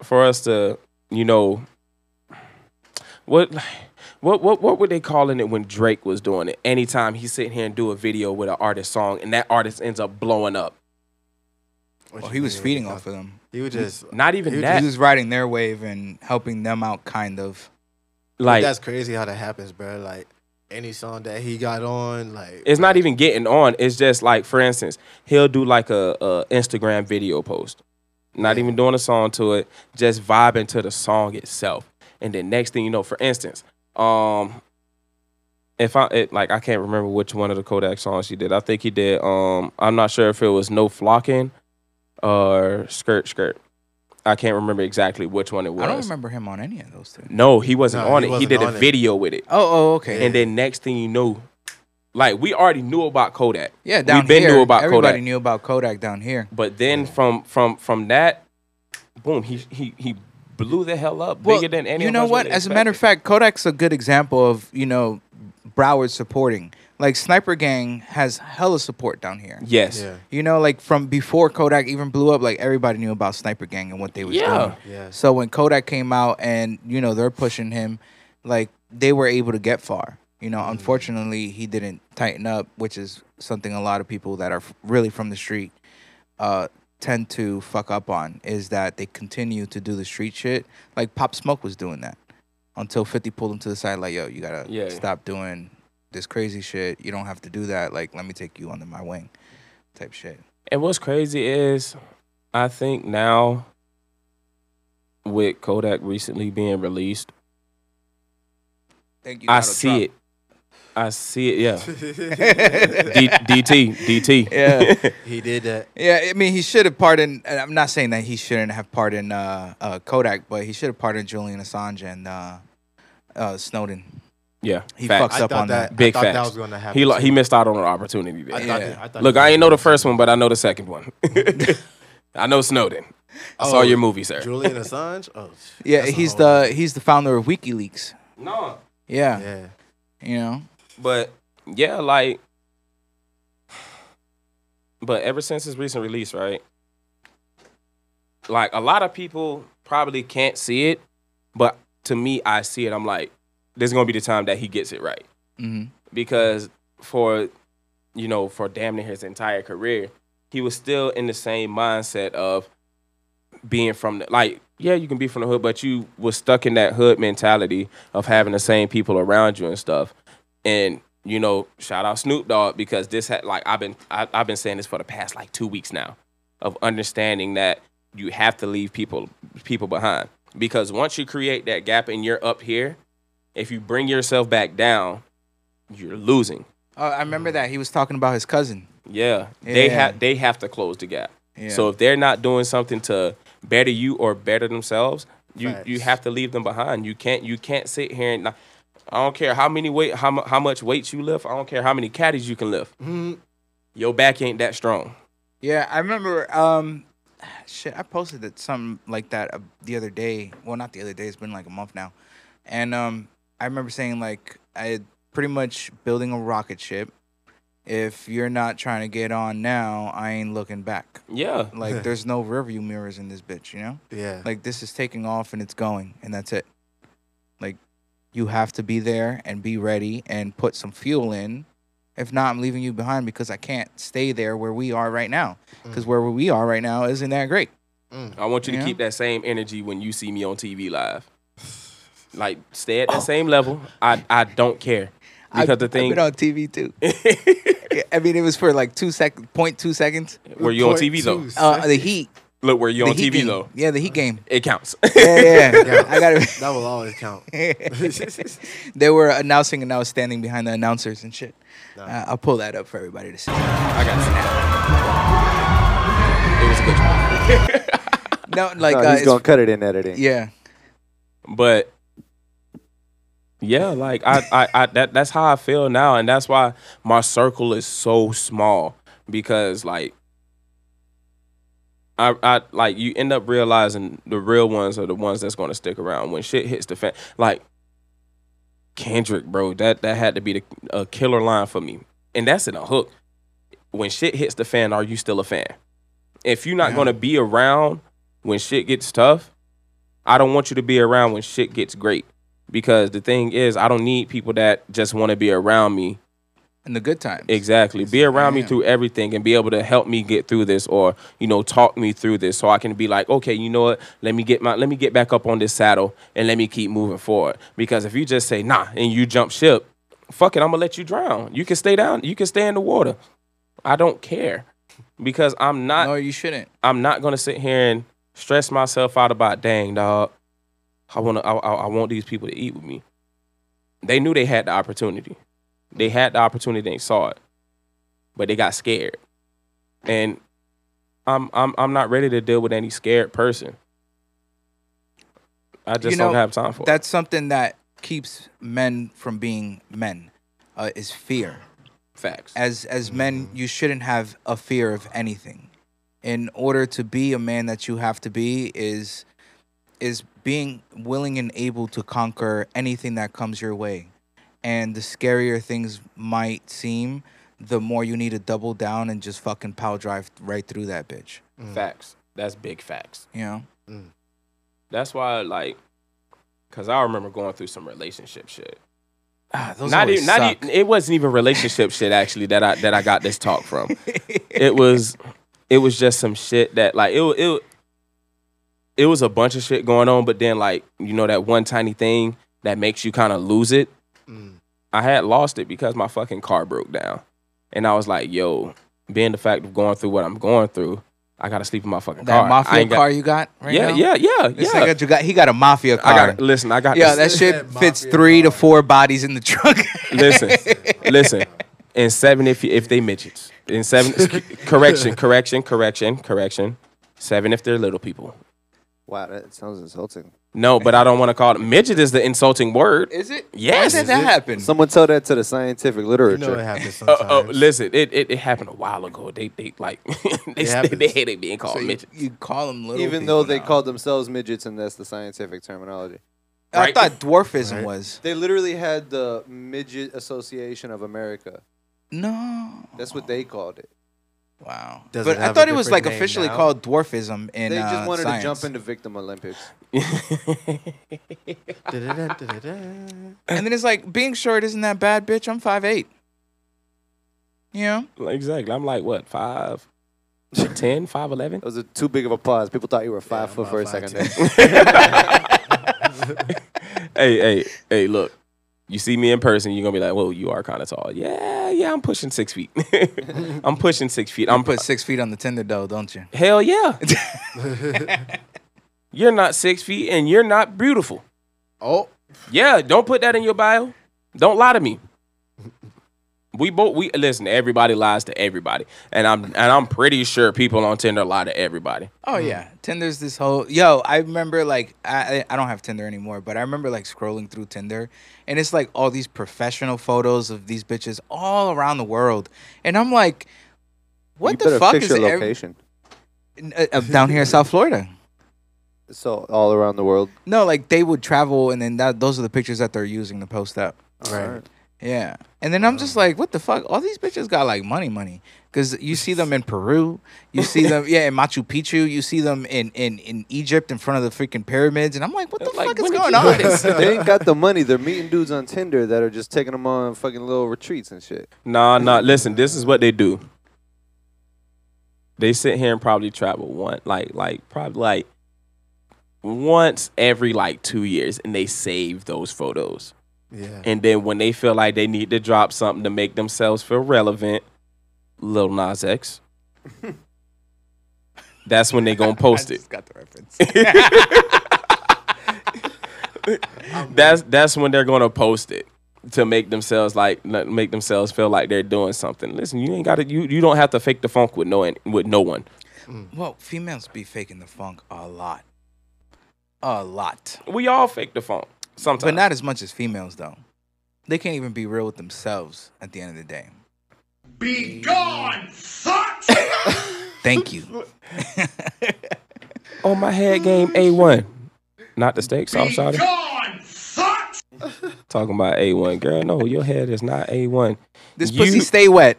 [SPEAKER 3] For us to, you know, what, what, what, what were they calling it when Drake was doing it? Anytime he sit here and do a video with an artist song, and that artist ends up blowing up.
[SPEAKER 2] What
[SPEAKER 1] well
[SPEAKER 2] you
[SPEAKER 1] he was
[SPEAKER 2] mean?
[SPEAKER 1] feeding off of them
[SPEAKER 2] He was just
[SPEAKER 3] Not even
[SPEAKER 2] Dude,
[SPEAKER 3] that.
[SPEAKER 1] he was riding their wave and helping them out kind of
[SPEAKER 3] Like,
[SPEAKER 2] that's crazy how that happens, bro. Like any song that he got on, like
[SPEAKER 3] it's not even getting on. It's just like, for instance, he'll do like a, a Instagram video post, not even doing a song to it, just vibing to the song itself. And then next thing you know, for instance, um, if I it, like, I can't remember which one of the Kodak songs he did. I think he did. Um, I'm not sure if it was No Flocking or Skirt Skirt. I can't remember exactly which one it was.
[SPEAKER 1] I don't remember him on any of those two.
[SPEAKER 3] No, he wasn't
[SPEAKER 2] No,
[SPEAKER 3] on
[SPEAKER 2] he
[SPEAKER 3] it.
[SPEAKER 2] wasn't
[SPEAKER 3] he did
[SPEAKER 2] on
[SPEAKER 3] a
[SPEAKER 2] it.
[SPEAKER 3] video with it.
[SPEAKER 1] Oh, oh, okay.
[SPEAKER 3] And then next thing you know, like we already knew about Kodak.
[SPEAKER 1] yeah, down
[SPEAKER 3] we been
[SPEAKER 1] here,
[SPEAKER 3] knew about
[SPEAKER 1] everybody
[SPEAKER 3] Kodak.
[SPEAKER 1] knew about Kodak down here.
[SPEAKER 3] But
[SPEAKER 1] Oh.
[SPEAKER 3] then from from from that, boom, he he he blew the hell up, bigger than any.
[SPEAKER 1] you
[SPEAKER 3] of
[SPEAKER 1] know
[SPEAKER 3] us
[SPEAKER 1] what?
[SPEAKER 3] would've
[SPEAKER 1] As a matter of
[SPEAKER 3] expected.
[SPEAKER 1] fact, Kodak's a good example of you know Broward supporting. Like Sniper Gang has hella support down here.
[SPEAKER 3] yes,
[SPEAKER 2] yeah,
[SPEAKER 1] You know, like from before Kodak even blew up, like everybody knew about Sniper Gang and what they was
[SPEAKER 3] Yeah.
[SPEAKER 1] doing.
[SPEAKER 2] yeah.
[SPEAKER 1] So when Kodak came out and you know they're pushing him, like they were able to get far. You know,
[SPEAKER 3] Mm-hmm.
[SPEAKER 1] unfortunately he didn't tighten up, which is something a lot of people that are f- really from the street uh, tend to fuck up on. Is that they continue to do the street shit. Like Pop Smoke was doing that until Fifty pulled him to the side, like, "Yo, you gotta
[SPEAKER 3] Yeah.
[SPEAKER 1] stop doing this crazy shit. You don't have to do that. Like, let me take you under my wing." Type shit.
[SPEAKER 3] And what's crazy is, I think now, with Kodak recently being released,
[SPEAKER 1] Thank you.
[SPEAKER 3] I
[SPEAKER 1] Donald
[SPEAKER 3] see
[SPEAKER 1] Trump.
[SPEAKER 3] it. I see it.
[SPEAKER 1] [LAUGHS]
[SPEAKER 3] Yeah. D- DT DT.
[SPEAKER 1] Yeah.
[SPEAKER 2] [LAUGHS] he did that.
[SPEAKER 1] Yeah, I mean, he should have pardoned. and I'm not saying that he shouldn't have pardoned uh, uh, Kodak, but he should have pardoned Julian Assange and uh, uh, Snowden.
[SPEAKER 3] [LAUGHS] Yeah,
[SPEAKER 1] He
[SPEAKER 3] facts.
[SPEAKER 1] fucks
[SPEAKER 2] I
[SPEAKER 1] up
[SPEAKER 2] thought
[SPEAKER 1] on
[SPEAKER 2] that,
[SPEAKER 1] that.
[SPEAKER 3] Big
[SPEAKER 2] I thought that
[SPEAKER 3] facts.
[SPEAKER 2] was going to happen.
[SPEAKER 3] He lo-
[SPEAKER 2] too.
[SPEAKER 3] he missed out on an opportunity there.
[SPEAKER 2] I thought
[SPEAKER 1] Yeah.
[SPEAKER 2] that- I thought
[SPEAKER 3] Look,
[SPEAKER 2] that-
[SPEAKER 3] I ain't know the first one, but I know the
[SPEAKER 1] [LAUGHS]
[SPEAKER 3] second one. [LAUGHS] I know Snowden. I saw
[SPEAKER 2] Oh,
[SPEAKER 3] your movie, sir.
[SPEAKER 2] Julian Assange. Oh, sh-
[SPEAKER 1] Yeah,
[SPEAKER 2] that's a
[SPEAKER 1] he's
[SPEAKER 2] whole-
[SPEAKER 1] the he's the founder of WikiLeaks.
[SPEAKER 3] No,
[SPEAKER 1] Yeah,
[SPEAKER 2] Yeah,
[SPEAKER 1] you know.
[SPEAKER 3] but yeah, like, but ever since his recent release, right? Like a lot of people probably can't see it, but to me, I see it. I'm like, there's gonna be the time that he gets it right.
[SPEAKER 1] hmm
[SPEAKER 3] because for you know for damn near his entire career he was still in the same mindset of being from the like yeah you can be from the hood but you was stuck in that hood mentality of having the same people around you and stuff and you know shout out snoop dogg because this had like i've been I, i've been saying this for the past like two weeks now of understanding that you have to leave people people behind because once you create that gap and you're up here if you bring yourself back down you're losing.
[SPEAKER 1] Oh, I remember that he was talking about his cousin.
[SPEAKER 3] Yeah, they
[SPEAKER 1] Yeah.
[SPEAKER 3] have they have to close the gap.
[SPEAKER 1] Yeah.
[SPEAKER 3] So if they're not doing something to better you or better themselves, you you
[SPEAKER 2] Facts.
[SPEAKER 3] have to leave them behind. You can't you can't sit here and not, I don't care how many weight how mu- how much weight you lift. I don't care how many caddies you can lift.
[SPEAKER 1] Mm-hmm.
[SPEAKER 2] Mhm.
[SPEAKER 3] Your back ain't that strong.
[SPEAKER 1] Yeah, I remember. Um, shit, I posted that something like that uh, the other day. Well, not the other day. It's been like a month now, and um, I remember saying like I pretty much building a rocket ship. If you're not trying to get on now, I ain't looking back.
[SPEAKER 3] Yeah,
[SPEAKER 1] Like there's no rearview mirrors in this bitch, you know.
[SPEAKER 2] yeah.
[SPEAKER 1] Like this is taking off and it's going, and that's it. Like you have to be there and be ready and put some fuel in. If not, I'm leaving you behind because I can't stay there where we are right now.
[SPEAKER 3] Mm.
[SPEAKER 1] Because where we are right now isn't that great.
[SPEAKER 3] I want you to
[SPEAKER 1] Yeah.
[SPEAKER 3] keep that same energy when you see me on TV live. Like stay at that same level. I I don't care because
[SPEAKER 1] I've,
[SPEAKER 3] the thing
[SPEAKER 1] I've been on TV too. I mean, it was for like two seconds, point two seconds.
[SPEAKER 3] [LAUGHS] where you on TV though. [LAUGHS]
[SPEAKER 1] Uh, the Heat.
[SPEAKER 3] Look where you
[SPEAKER 1] the
[SPEAKER 3] on
[SPEAKER 1] heat
[SPEAKER 3] TV
[SPEAKER 1] game.
[SPEAKER 3] though.
[SPEAKER 1] Yeah, the Heat
[SPEAKER 3] [LAUGHS]
[SPEAKER 1] game.
[SPEAKER 3] It counts.
[SPEAKER 1] Yeah, yeah.
[SPEAKER 2] Yeah.
[SPEAKER 1] I got
[SPEAKER 2] That will always count.
[SPEAKER 3] [LAUGHS]
[SPEAKER 1] it. [LAUGHS] they were announcing, and I was standing behind the announcers and shit. Uh, I'll pull that up for everybody to see.
[SPEAKER 3] I got snapped. It was a good job.
[SPEAKER 1] No, like
[SPEAKER 4] [LAUGHS] no,
[SPEAKER 1] uh,
[SPEAKER 4] he's
[SPEAKER 1] it's-
[SPEAKER 4] gonna cut it in editing.
[SPEAKER 1] yeah.
[SPEAKER 3] But yeah, like I, I, I that that's how I feel now, and that's why my circle is so small because like I, I like you end up realizing the real ones are the ones that's gonna stick around when shit hits the fan. Like Kendrick, bro, that that had to be the, a killer line for me, and that's in a hook. When shit hits the fan, are you still a fan? If you're not
[SPEAKER 1] Yeah.
[SPEAKER 3] gonna be around when shit gets tough, I don't want you to be around when shit gets great. Because the thing is, I don't need people that just want to be around me.
[SPEAKER 1] in the good times.
[SPEAKER 3] Exactly. Be around me
[SPEAKER 1] Yeah.
[SPEAKER 3] through everything and be able to help me get through this or, you know, talk me through this so I can be like, okay, you know what? Let me get my let me get back up on this saddle and let me keep moving forward. Because if you just say nah and you jump ship, fuck it, I'm gonna let you drown. You can stay down, you can stay in the water. I don't care. Because I'm not
[SPEAKER 1] no, you shouldn't.
[SPEAKER 3] I'm not gonna sit here and stress myself out about dang dog. I wanna I, I, I want these people to eat with me. They knew they had the opportunity. They had the opportunity. They saw it, but they got scared. And I'm I'm I'm not ready to deal with any scared person. I just
[SPEAKER 1] You know,
[SPEAKER 3] don't have time for it.
[SPEAKER 1] That's something that keeps men from being men. Uh, is fear.
[SPEAKER 3] Facts.
[SPEAKER 1] As as men, you shouldn't have a fear of anything. In order to be a man that you have to be is is being willing and able to conquer anything that comes your way. And the scarier things might seem, the more you need to double down and just fucking power drive right through that bitch.
[SPEAKER 3] Facts. That's big facts.
[SPEAKER 1] You know?
[SPEAKER 3] That's why like, cause I remember going through some relationship shit.
[SPEAKER 1] Ah, those
[SPEAKER 3] not
[SPEAKER 1] always
[SPEAKER 3] even, not e-,
[SPEAKER 1] suck. [LAUGHS]
[SPEAKER 3] even, it wasn't even relationship shit actually that I that I got this talk from. It was it was just some shit that like it wa- it wa- it was a bunch of shit going on, but then like you know that one tiny thing that makes you kind of lose it.
[SPEAKER 2] Mm.
[SPEAKER 3] I had lost it because my fucking car broke down, and I was like, yo, being the fact of going through what I'm going through, I gotta sleep in my fucking
[SPEAKER 1] That
[SPEAKER 3] car. I
[SPEAKER 1] mafia
[SPEAKER 3] ain't got-
[SPEAKER 1] car you got right
[SPEAKER 3] yeah,
[SPEAKER 1] now?
[SPEAKER 3] yeah, yeah, yeah,
[SPEAKER 1] This nigga you got he got a mafia
[SPEAKER 3] I
[SPEAKER 1] car. [LAUGHS]
[SPEAKER 3] got listen. I got
[SPEAKER 1] Yo,
[SPEAKER 3] this-
[SPEAKER 1] that shit
[SPEAKER 2] Mafia
[SPEAKER 1] fits three to
[SPEAKER 2] car.
[SPEAKER 1] four bodies in the [LAUGHS] trunk.
[SPEAKER 3] listen, listen. In seven, if you, if they midgets. In [LAUGHS] seven, correction, correction, correction, correction. Seven if they're little people.
[SPEAKER 4] Wow, that sounds insulting.
[SPEAKER 3] No, but I don't want to call it midget is the insulting word.
[SPEAKER 1] Is it?
[SPEAKER 3] Yes.
[SPEAKER 1] When
[SPEAKER 3] Is
[SPEAKER 1] did that
[SPEAKER 3] it?
[SPEAKER 1] happen?
[SPEAKER 4] Someone tell that to the scientific
[SPEAKER 2] You
[SPEAKER 4] literature.
[SPEAKER 2] know it happens
[SPEAKER 3] Uh,
[SPEAKER 2] sometimes.
[SPEAKER 3] uh,
[SPEAKER 2] [LAUGHS]
[SPEAKER 3] listen, it, it, it happened a while ago. They they like [LAUGHS] they they,
[SPEAKER 2] happens.
[SPEAKER 3] they hated being called
[SPEAKER 1] So you,
[SPEAKER 3] midget.
[SPEAKER 1] you call them little.
[SPEAKER 4] Even though
[SPEAKER 1] people
[SPEAKER 4] they
[SPEAKER 1] now.
[SPEAKER 4] call themselves midgets, and that's the scientific terminology.
[SPEAKER 1] I
[SPEAKER 3] Right.
[SPEAKER 1] thought dwarfism
[SPEAKER 2] Right.
[SPEAKER 1] was.
[SPEAKER 4] They literally had the Midget Association of America.
[SPEAKER 1] No.
[SPEAKER 4] That's what they called it.
[SPEAKER 1] Wow.
[SPEAKER 2] Does
[SPEAKER 1] but
[SPEAKER 2] it
[SPEAKER 1] I
[SPEAKER 2] have a
[SPEAKER 1] thought it was
[SPEAKER 2] different
[SPEAKER 1] like
[SPEAKER 2] name
[SPEAKER 1] officially
[SPEAKER 2] now?
[SPEAKER 1] called dwarfism in
[SPEAKER 4] They just
[SPEAKER 1] uh,
[SPEAKER 4] wanted
[SPEAKER 1] science.
[SPEAKER 4] to jump into Victim Olympics.
[SPEAKER 1] And then it's like being short isn't that bad, bitch. I'm 5'8". You know?
[SPEAKER 3] exactly. I'm [LAUGHS] like what five, ten, five, eleven.
[SPEAKER 4] That was a too big of a pause. People thought you were five
[SPEAKER 2] I'm
[SPEAKER 4] foot
[SPEAKER 2] about
[SPEAKER 4] for a
[SPEAKER 2] five
[SPEAKER 4] second
[SPEAKER 2] ten.
[SPEAKER 4] there.
[SPEAKER 3] hey, hey, hey, look. You see me in person, you're gonna be like, "Whoa, you are kind of tall." Yeah, yeah, I'm pushing six feet. [LAUGHS] I'm pushing six feet. I'm
[SPEAKER 1] You put six feet on the Tinder though, don't you?
[SPEAKER 3] hell yeah.
[SPEAKER 2] [LAUGHS]
[SPEAKER 3] You're not six feet, and you're not beautiful.
[SPEAKER 2] oh,
[SPEAKER 3] Yeah, don't put that in your bio. Don't lie to me. We both we listen. Everybody lies to everybody, and I'm and I'm pretty sure people on Tinder lie to everybody.
[SPEAKER 1] Oh
[SPEAKER 4] Mm.
[SPEAKER 1] yeah, Tinder's this whole yo. I remember like I I I don't have Tinder anymore, but I remember like scrolling through Tinder, and it's like all these professional photos of these bitches all around the world, and I'm like,
[SPEAKER 4] you
[SPEAKER 1] [LAUGHS] what
[SPEAKER 4] better
[SPEAKER 1] the fuck
[SPEAKER 4] fix
[SPEAKER 1] is
[SPEAKER 4] your
[SPEAKER 1] every-
[SPEAKER 4] location.
[SPEAKER 1] uh, uh, down here in South
[SPEAKER 4] [LAUGHS]
[SPEAKER 1] Florida?
[SPEAKER 4] So all around the world.
[SPEAKER 1] No, like they would travel, and then that those are the pictures that they're using to post up.
[SPEAKER 2] right.
[SPEAKER 1] Yeah. And then I'm just
[SPEAKER 3] Um,
[SPEAKER 1] like, what the fuck? All these bitches got like money, money. Cause you see them in Peru, you see
[SPEAKER 3] [LAUGHS]
[SPEAKER 1] them, yeah, in Machu Picchu, you see them in in, in Egypt in front of the freaking pyramids, and I'm like, what the
[SPEAKER 3] Like,
[SPEAKER 1] fuck is
[SPEAKER 3] when did
[SPEAKER 1] going
[SPEAKER 3] you
[SPEAKER 1] on? [LAUGHS]
[SPEAKER 3] do [LAUGHS] this?
[SPEAKER 4] they ain't got the money. They're meeting dudes on Tinder that are just taking them on fucking little retreats and shit.
[SPEAKER 3] Nah, nah. Listen, this is what they do. They sit here and probably travel one, like, like probably like once every like two years, and they save those photos.
[SPEAKER 2] Yeah.
[SPEAKER 3] And then when they feel like they need to drop something to make themselves feel relevant, Lil Nas X. That's when they gonna post
[SPEAKER 1] I [LAUGHS]
[SPEAKER 3] it.
[SPEAKER 1] just got the reference.
[SPEAKER 3] [LAUGHS] That's that's when they're gonna post it to make themselves like not- make themselves feel like they're doing something. Listen, you ain't got to you you don't have to fake the funk with no with no one.
[SPEAKER 1] well, females be faking the funk a lot. A lot.
[SPEAKER 3] We all fake the funk sometimes.
[SPEAKER 1] But not as much as females though. They can't even be real with themselves at the end of the day. Be gone, fuck! [LAUGHS] Thank
[SPEAKER 3] [LAUGHS]
[SPEAKER 1] you.
[SPEAKER 3] on Oh, my head game a one. Not the steak sauce, shawty. Talking about a one, girl. No, your head is not a one.
[SPEAKER 1] This
[SPEAKER 3] You-
[SPEAKER 1] pussy stay wet.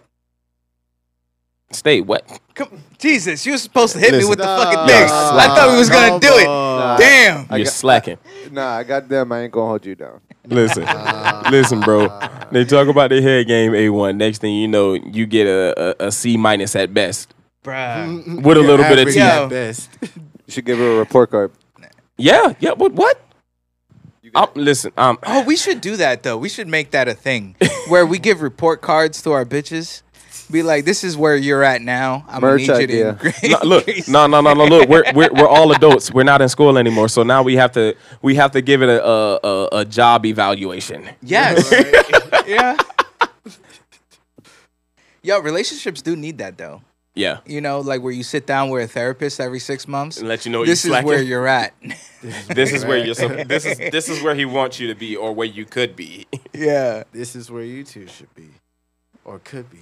[SPEAKER 3] Stay wet.
[SPEAKER 1] Come, Jesus, you were supposed to hit me
[SPEAKER 3] Listen.
[SPEAKER 1] with the
[SPEAKER 2] Nah,
[SPEAKER 1] fucking thing.
[SPEAKER 4] nah,
[SPEAKER 1] I thought we was gonna do it.
[SPEAKER 2] nah.
[SPEAKER 1] Damn.
[SPEAKER 4] I
[SPEAKER 3] You're
[SPEAKER 4] got-
[SPEAKER 3] slacking.
[SPEAKER 4] Nah, I got them. I ain't gonna hold you down.
[SPEAKER 1] [LAUGHS]
[SPEAKER 3] Listen,
[SPEAKER 1] Uh,
[SPEAKER 3] listen, bro. They talk about their head game a one. Next thing you know, you get a, a, a C minus at best
[SPEAKER 1] Bruh.
[SPEAKER 3] with a
[SPEAKER 2] You're
[SPEAKER 3] little bit of
[SPEAKER 2] average
[SPEAKER 3] tea.
[SPEAKER 1] Yeah.
[SPEAKER 2] at best.
[SPEAKER 4] You should give her a report card.
[SPEAKER 3] Yeah, yeah. What? What? I'm, listen,
[SPEAKER 1] [LAUGHS]
[SPEAKER 3] um,
[SPEAKER 1] Oh, we should do that though. We should make that a
[SPEAKER 3] [LAUGHS]
[SPEAKER 1] thing where we give report cards to our bitches. Be like, this is where you're at now. I'm
[SPEAKER 4] Merch
[SPEAKER 1] gonna need you
[SPEAKER 4] idea.
[SPEAKER 1] to increase.
[SPEAKER 3] no, look, no, no, no, no. Look, we're, we're we're all adults. We're not in school anymore. So now we have to we have to give it a a, a, a job evaluation.
[SPEAKER 1] [LAUGHS] Yes. [LAUGHS] yeah. Yo, relationships do need that though.
[SPEAKER 3] Yeah,
[SPEAKER 1] You know, like where you sit down with a therapist every six months.
[SPEAKER 3] and let you know
[SPEAKER 1] this
[SPEAKER 3] you
[SPEAKER 1] is
[SPEAKER 3] slacking.
[SPEAKER 1] where you're at.
[SPEAKER 3] [LAUGHS]
[SPEAKER 1] [LAUGHS]
[SPEAKER 3] this is where you're. [LAUGHS] sup- This is this is where he wants you to be, or where you could be. [LAUGHS]
[SPEAKER 1] yeah.
[SPEAKER 2] [LAUGHS] This is where you two should be, or could be.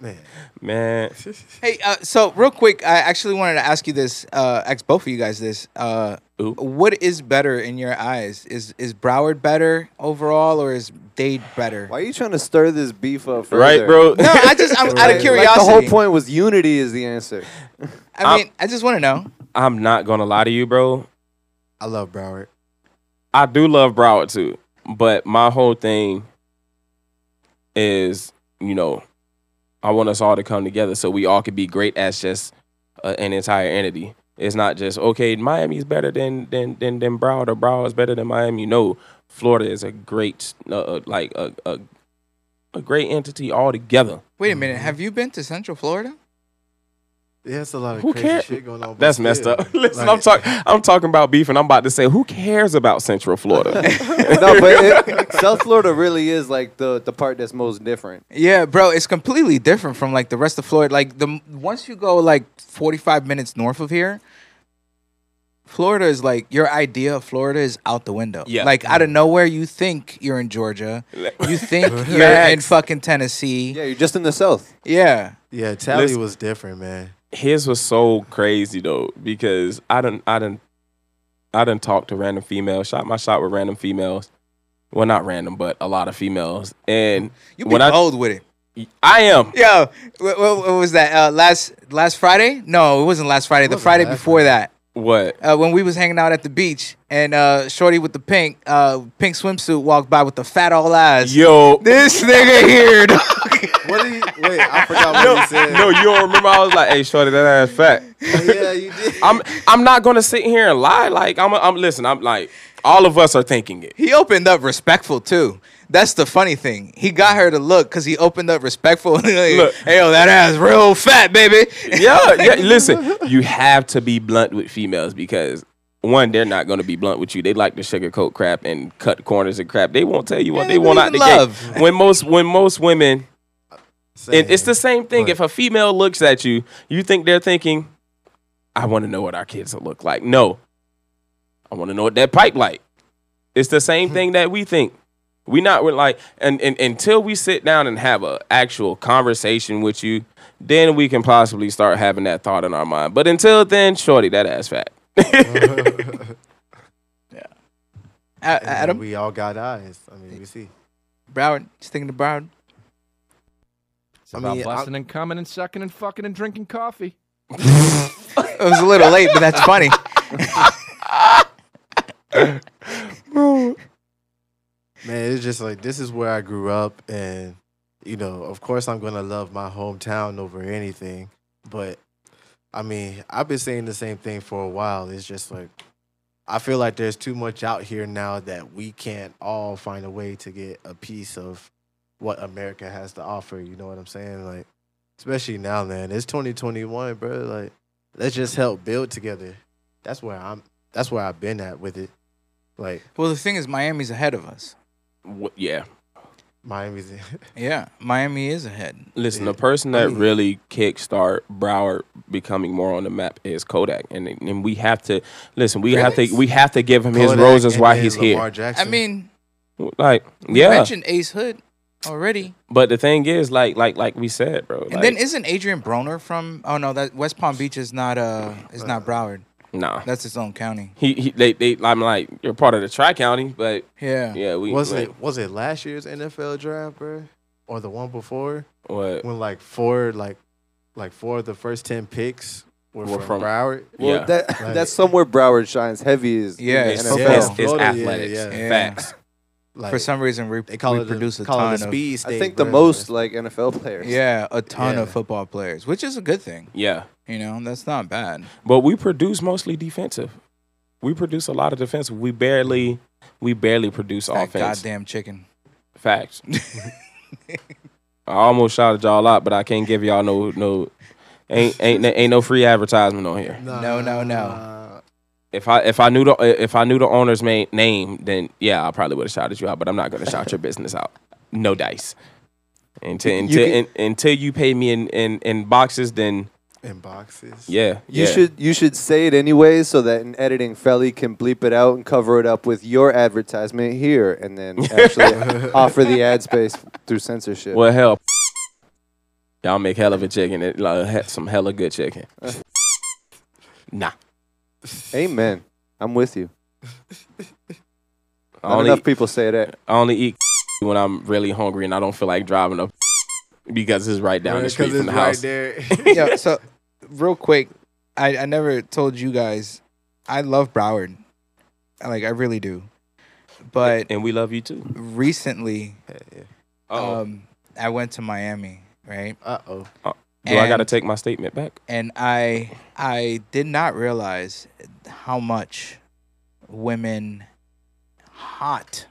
[SPEAKER 2] Man, [LAUGHS]
[SPEAKER 3] Man,
[SPEAKER 1] Hey, uh, so real quick, I actually wanted to ask you this, uh, ask both of you guys this. Uh,
[SPEAKER 3] Ooh.
[SPEAKER 1] what is better in your eyes? Is is Broward better overall, or is Dade better?
[SPEAKER 4] Why are you trying to stir this beef up? Further?
[SPEAKER 3] right, bro?
[SPEAKER 1] No, I just
[SPEAKER 4] [LAUGHS]
[SPEAKER 1] I'm out
[SPEAKER 4] Like-
[SPEAKER 1] of
[SPEAKER 4] like
[SPEAKER 1] curiosity.
[SPEAKER 4] the whole point was unity is the answer.
[SPEAKER 1] I mean, I just want to know.
[SPEAKER 3] [LAUGHS] I'm not gonna lie to you, bro.
[SPEAKER 2] I love Broward.
[SPEAKER 3] I do love Broward too, but my whole thing is, you know, I want us all to come together so we all could be great as just uh, an entire entity. It's not just okay. Miami's better than than than than Broward, or Broward's better than Miami. No, Florida is a great, uh, like a, a a great entity altogether.
[SPEAKER 1] Wait a minute.
[SPEAKER 4] Mm-hmm.
[SPEAKER 1] Have you been to Central Florida?
[SPEAKER 2] Yeah, it's a lot of
[SPEAKER 3] Who
[SPEAKER 2] crazy
[SPEAKER 3] cares?
[SPEAKER 2] shit going on. but
[SPEAKER 3] That's messed
[SPEAKER 2] still,
[SPEAKER 3] up. [LAUGHS] Listen,
[SPEAKER 2] like,
[SPEAKER 3] I'm talking. I'm talking about beef, and I'm about to say, who cares about Central Florida? [LAUGHS]
[SPEAKER 4] [LAUGHS] no, but it, South Florida really is like the the part that's most different.
[SPEAKER 1] Yeah, bro, it's completely different from like the rest of Florida. Like the once you go like 45 minutes north of here, Florida is like your idea of Florida is out the window.
[SPEAKER 3] Yeah.
[SPEAKER 1] Like out of nowhere, you think you're in Georgia. You think you're in
[SPEAKER 3] Facts.
[SPEAKER 1] fucking Tennessee.
[SPEAKER 4] Yeah, you're just in the south.
[SPEAKER 1] Yeah.
[SPEAKER 2] Yeah, Tally
[SPEAKER 3] Listen-
[SPEAKER 2] was different, man.
[SPEAKER 3] his was so crazy though because I done I done I done talked to random females, shot my shot with random females. Well, not random, but a lot of females, and
[SPEAKER 1] You
[SPEAKER 3] When I-
[SPEAKER 1] been cold with it.
[SPEAKER 3] I am.
[SPEAKER 1] Yo, what, what, what was that? Uh, last last Friday? No, it wasn't last Friday. The
[SPEAKER 2] wasn't
[SPEAKER 1] Friday
[SPEAKER 2] last
[SPEAKER 1] before
[SPEAKER 2] Friday.
[SPEAKER 1] that.
[SPEAKER 3] What?
[SPEAKER 1] uh, when we was hanging out at the beach and uh, Shorty with the pink uh, pink swimsuit walked by with the fat all eyes.
[SPEAKER 3] Yo.
[SPEAKER 1] This nigga here. dog.
[SPEAKER 2] What did he? Wait, I forgot what he said.
[SPEAKER 3] No, you don't remember. I was like, "Hey, shorty, that ass fat."
[SPEAKER 2] yeah, you did.
[SPEAKER 3] I'm, I'm not gonna sit here and lie. Like, I'm, I'm. Listen, I'm like, all of us are thinking it.
[SPEAKER 1] he opened up respectful too. That's the funny thing. He got her to look because he opened up respectful. [LAUGHS] like,
[SPEAKER 3] Look.
[SPEAKER 1] hey, yo, that ass real fat, baby.
[SPEAKER 3] Yeah, yeah. Listen, you have to be blunt with females because one, they're not gonna be blunt with you. They like to sugarcoat crap and cut corners and crap. They won't tell you what
[SPEAKER 1] Yeah,
[SPEAKER 3] they
[SPEAKER 1] they
[SPEAKER 3] want out the
[SPEAKER 1] believe in
[SPEAKER 3] gate. When most, when most women, and it's the same thing.
[SPEAKER 2] Right.
[SPEAKER 3] If a female looks at you, you think they're thinking, "I want to know what our kids will look like." No, I want to know what that pipe like. It's the same thing that we think. We not we're like and, and until we sit down and have a actual conversation with you, then we can possibly start having that thought in our mind. But until then, shorty, that ass fat. [LAUGHS]
[SPEAKER 2] Uh-huh.
[SPEAKER 1] A-
[SPEAKER 2] And
[SPEAKER 1] Adam
[SPEAKER 2] We all got eyes. I mean, we see.
[SPEAKER 1] Broward, just thinking of Broward.
[SPEAKER 5] It's
[SPEAKER 2] I
[SPEAKER 5] about
[SPEAKER 2] mean, I-
[SPEAKER 5] busting and coming and sucking and fucking and drinking coffee.
[SPEAKER 1] It was a little late, but that's funny.
[SPEAKER 2] Man, it's just like this is where I grew up, and you know, of course, I'm gonna love my hometown over anything. But I mean, I've been saying the same thing for a while. It's just like I feel like there's too much out here now that we can't all find a way to get a piece of what America has to offer. You know what I'm saying? Like, especially now, man. It's 2021, bro. Like, let's just help build together. That's where I'm. That's where I've been at with it. Like
[SPEAKER 1] Well, the thing is, Miami's ahead of us.
[SPEAKER 3] Wh- yeah.
[SPEAKER 2] Miami's. [LAUGHS]
[SPEAKER 1] Yeah, Miami is ahead.
[SPEAKER 3] Listen,
[SPEAKER 2] Yeah.
[SPEAKER 3] the person that
[SPEAKER 2] Yeah.
[SPEAKER 3] really kickstart Broward becoming more on the map is Kodak, and and we have to listen. We have to
[SPEAKER 1] Really?
[SPEAKER 3] we have to give him his
[SPEAKER 2] Kodak
[SPEAKER 3] roses
[SPEAKER 2] and
[SPEAKER 3] while
[SPEAKER 2] then
[SPEAKER 3] he's
[SPEAKER 2] Lamar
[SPEAKER 3] here.
[SPEAKER 1] I
[SPEAKER 2] Jackson.
[SPEAKER 1] mean,
[SPEAKER 3] Like
[SPEAKER 1] we
[SPEAKER 3] yeah,
[SPEAKER 1] mentioned Ace Hood already.
[SPEAKER 3] but the thing is, like like like we said, bro.
[SPEAKER 1] And
[SPEAKER 3] like,
[SPEAKER 1] then isn't Adrian Broner from? Oh no, that West Palm Beach is not uh is not Broward.
[SPEAKER 3] nah.
[SPEAKER 1] That's its own county.
[SPEAKER 3] He, he they, they I'm like you're part of the tri county, but
[SPEAKER 1] Yeah.
[SPEAKER 3] yeah, we
[SPEAKER 2] was
[SPEAKER 3] like,
[SPEAKER 2] it was it last year's NFL draft, bro, or the one before
[SPEAKER 3] what
[SPEAKER 2] when like four like like four of the first ten picks were,
[SPEAKER 3] Were
[SPEAKER 2] from,
[SPEAKER 3] from-
[SPEAKER 2] Broward?
[SPEAKER 4] Well,
[SPEAKER 3] Yeah.
[SPEAKER 4] that
[SPEAKER 2] Right.
[SPEAKER 4] that's somewhere Broward shines heavy is
[SPEAKER 1] Yeah,
[SPEAKER 4] in
[SPEAKER 3] it's,
[SPEAKER 4] the
[SPEAKER 1] so
[SPEAKER 4] NFL.
[SPEAKER 3] it's,
[SPEAKER 1] fast.
[SPEAKER 3] it's
[SPEAKER 2] Florida, yeah,
[SPEAKER 3] athletics
[SPEAKER 2] yeah.
[SPEAKER 1] Yeah.
[SPEAKER 3] facts.
[SPEAKER 2] Like,
[SPEAKER 1] For some reason, we,
[SPEAKER 2] they call
[SPEAKER 1] we
[SPEAKER 2] it
[SPEAKER 1] produce
[SPEAKER 2] a,
[SPEAKER 1] a
[SPEAKER 2] call
[SPEAKER 1] ton
[SPEAKER 2] it a speed state,
[SPEAKER 4] I think the
[SPEAKER 2] bro.
[SPEAKER 4] most like NFL players.
[SPEAKER 1] of yeah, a ton of
[SPEAKER 2] Yeah.
[SPEAKER 1] football players, which is a good thing.
[SPEAKER 3] yeah.
[SPEAKER 1] You know, that's not bad.
[SPEAKER 3] But we produce mostly defensive. We produce a lot of defensive. We barely we barely produce
[SPEAKER 1] That
[SPEAKER 3] offense.
[SPEAKER 1] goddamn chicken. [LAUGHS]
[SPEAKER 3] Facts. I almost shouted y'all out, but I can't give y'all no no ain't ain't ain't no free advertisement on here.
[SPEAKER 1] No, no, no.
[SPEAKER 2] Nah.
[SPEAKER 3] If I if I knew the if I knew the owner's main name, then yeah, I probably would have shouted you out. But I'm not gonna shout your business out. No dice. Until until un- until you pay me in, in, in boxes, then
[SPEAKER 2] in boxes.
[SPEAKER 3] yeah,
[SPEAKER 4] You
[SPEAKER 3] yeah.
[SPEAKER 4] should you should say it anyway so that in editing Felly can bleep it out and cover it up with your advertisement here and
[SPEAKER 3] [LAUGHS]
[SPEAKER 4] then actually offer the ad space through censorship.
[SPEAKER 3] Well, hell, y'all make hell of a chicken. It like, had some hella good chicken. nah,
[SPEAKER 4] Amen. I'm with you.
[SPEAKER 3] I
[SPEAKER 4] Not
[SPEAKER 3] only,
[SPEAKER 4] enough people say that.
[SPEAKER 3] I only eat [LAUGHS] when I'm really hungry and I don't feel like driving up [LAUGHS] because it's right down the
[SPEAKER 2] Because
[SPEAKER 3] street
[SPEAKER 2] it's
[SPEAKER 3] from the
[SPEAKER 2] right
[SPEAKER 3] house. [LAUGHS]
[SPEAKER 2] there. [LAUGHS]
[SPEAKER 1] yeah. So, real quick, I, I never told you guys, I love Broward. I- Like I really do. But
[SPEAKER 3] And we love you too.
[SPEAKER 1] recently,
[SPEAKER 3] Oh,
[SPEAKER 1] um, I went to Miami, right?
[SPEAKER 2] uh oh.
[SPEAKER 3] do I got to
[SPEAKER 1] and-
[SPEAKER 3] take my statement back?
[SPEAKER 1] and I I did not realize how much women, hot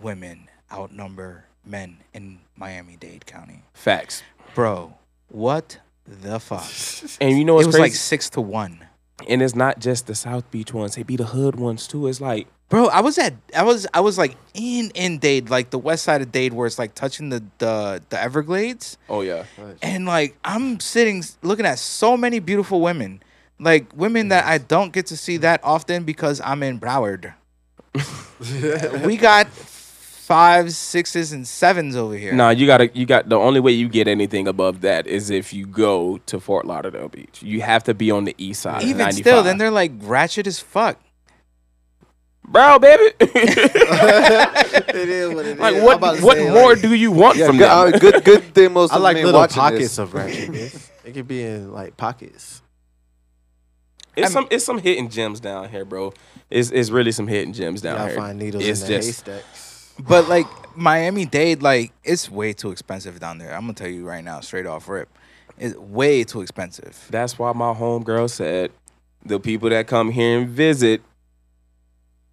[SPEAKER 1] women, outnumber men in Miami Dade County.
[SPEAKER 3] Facts.
[SPEAKER 1] Bro, what the fuck?
[SPEAKER 2] [LAUGHS]
[SPEAKER 3] And [LAUGHS] you know
[SPEAKER 1] it
[SPEAKER 3] what's
[SPEAKER 1] was like
[SPEAKER 3] crazy?
[SPEAKER 1] six to one.
[SPEAKER 3] and it's not just the South Beach ones; they be the hood ones too. It's like
[SPEAKER 1] Bro, I was at I was I was like in in Dade, like the west side of Dade, where it's like touching the the the Everglades.
[SPEAKER 3] oh yeah,
[SPEAKER 1] and like I'm sitting s- looking at so many beautiful women like women that I don't get to see that often because I'm in Broward. we got fives, sixes, and sevens over here.
[SPEAKER 3] No, you gotta you got the only way you get anything above that is if you go to Fort Lauderdale Beach. You have to be on the east side.
[SPEAKER 1] Even
[SPEAKER 3] of 95.
[SPEAKER 1] still, then they're like ratchet as fuck.
[SPEAKER 3] bro, baby. [LAUGHS]
[SPEAKER 2] it is what it is.
[SPEAKER 3] like
[SPEAKER 2] I'm
[SPEAKER 3] what
[SPEAKER 2] about to
[SPEAKER 3] what
[SPEAKER 2] say,
[SPEAKER 3] more
[SPEAKER 2] like,
[SPEAKER 3] do you [LAUGHS] want
[SPEAKER 4] Yeah,
[SPEAKER 3] from
[SPEAKER 4] good,
[SPEAKER 3] them?
[SPEAKER 4] uh, good, good thing most
[SPEAKER 2] I
[SPEAKER 4] of
[SPEAKER 2] like
[SPEAKER 4] them
[SPEAKER 2] little
[SPEAKER 4] ain't watching
[SPEAKER 2] pockets
[SPEAKER 4] this.
[SPEAKER 2] of
[SPEAKER 4] [LAUGHS]
[SPEAKER 2] ratchetness. it could be in like pockets.
[SPEAKER 3] It's
[SPEAKER 1] I'm-
[SPEAKER 3] some it's some hidden gems down here, bro. It's it's really some hidden gems down
[SPEAKER 2] Y'all
[SPEAKER 3] here.
[SPEAKER 2] find needles
[SPEAKER 3] it's
[SPEAKER 2] in the
[SPEAKER 3] just
[SPEAKER 2] haystacks.
[SPEAKER 1] But like Miami Dade, like it's way too expensive down there. I'm gonna tell you right now, straight off rip, it's way too expensive.
[SPEAKER 3] that's why my homegirl said the people that come here and visit,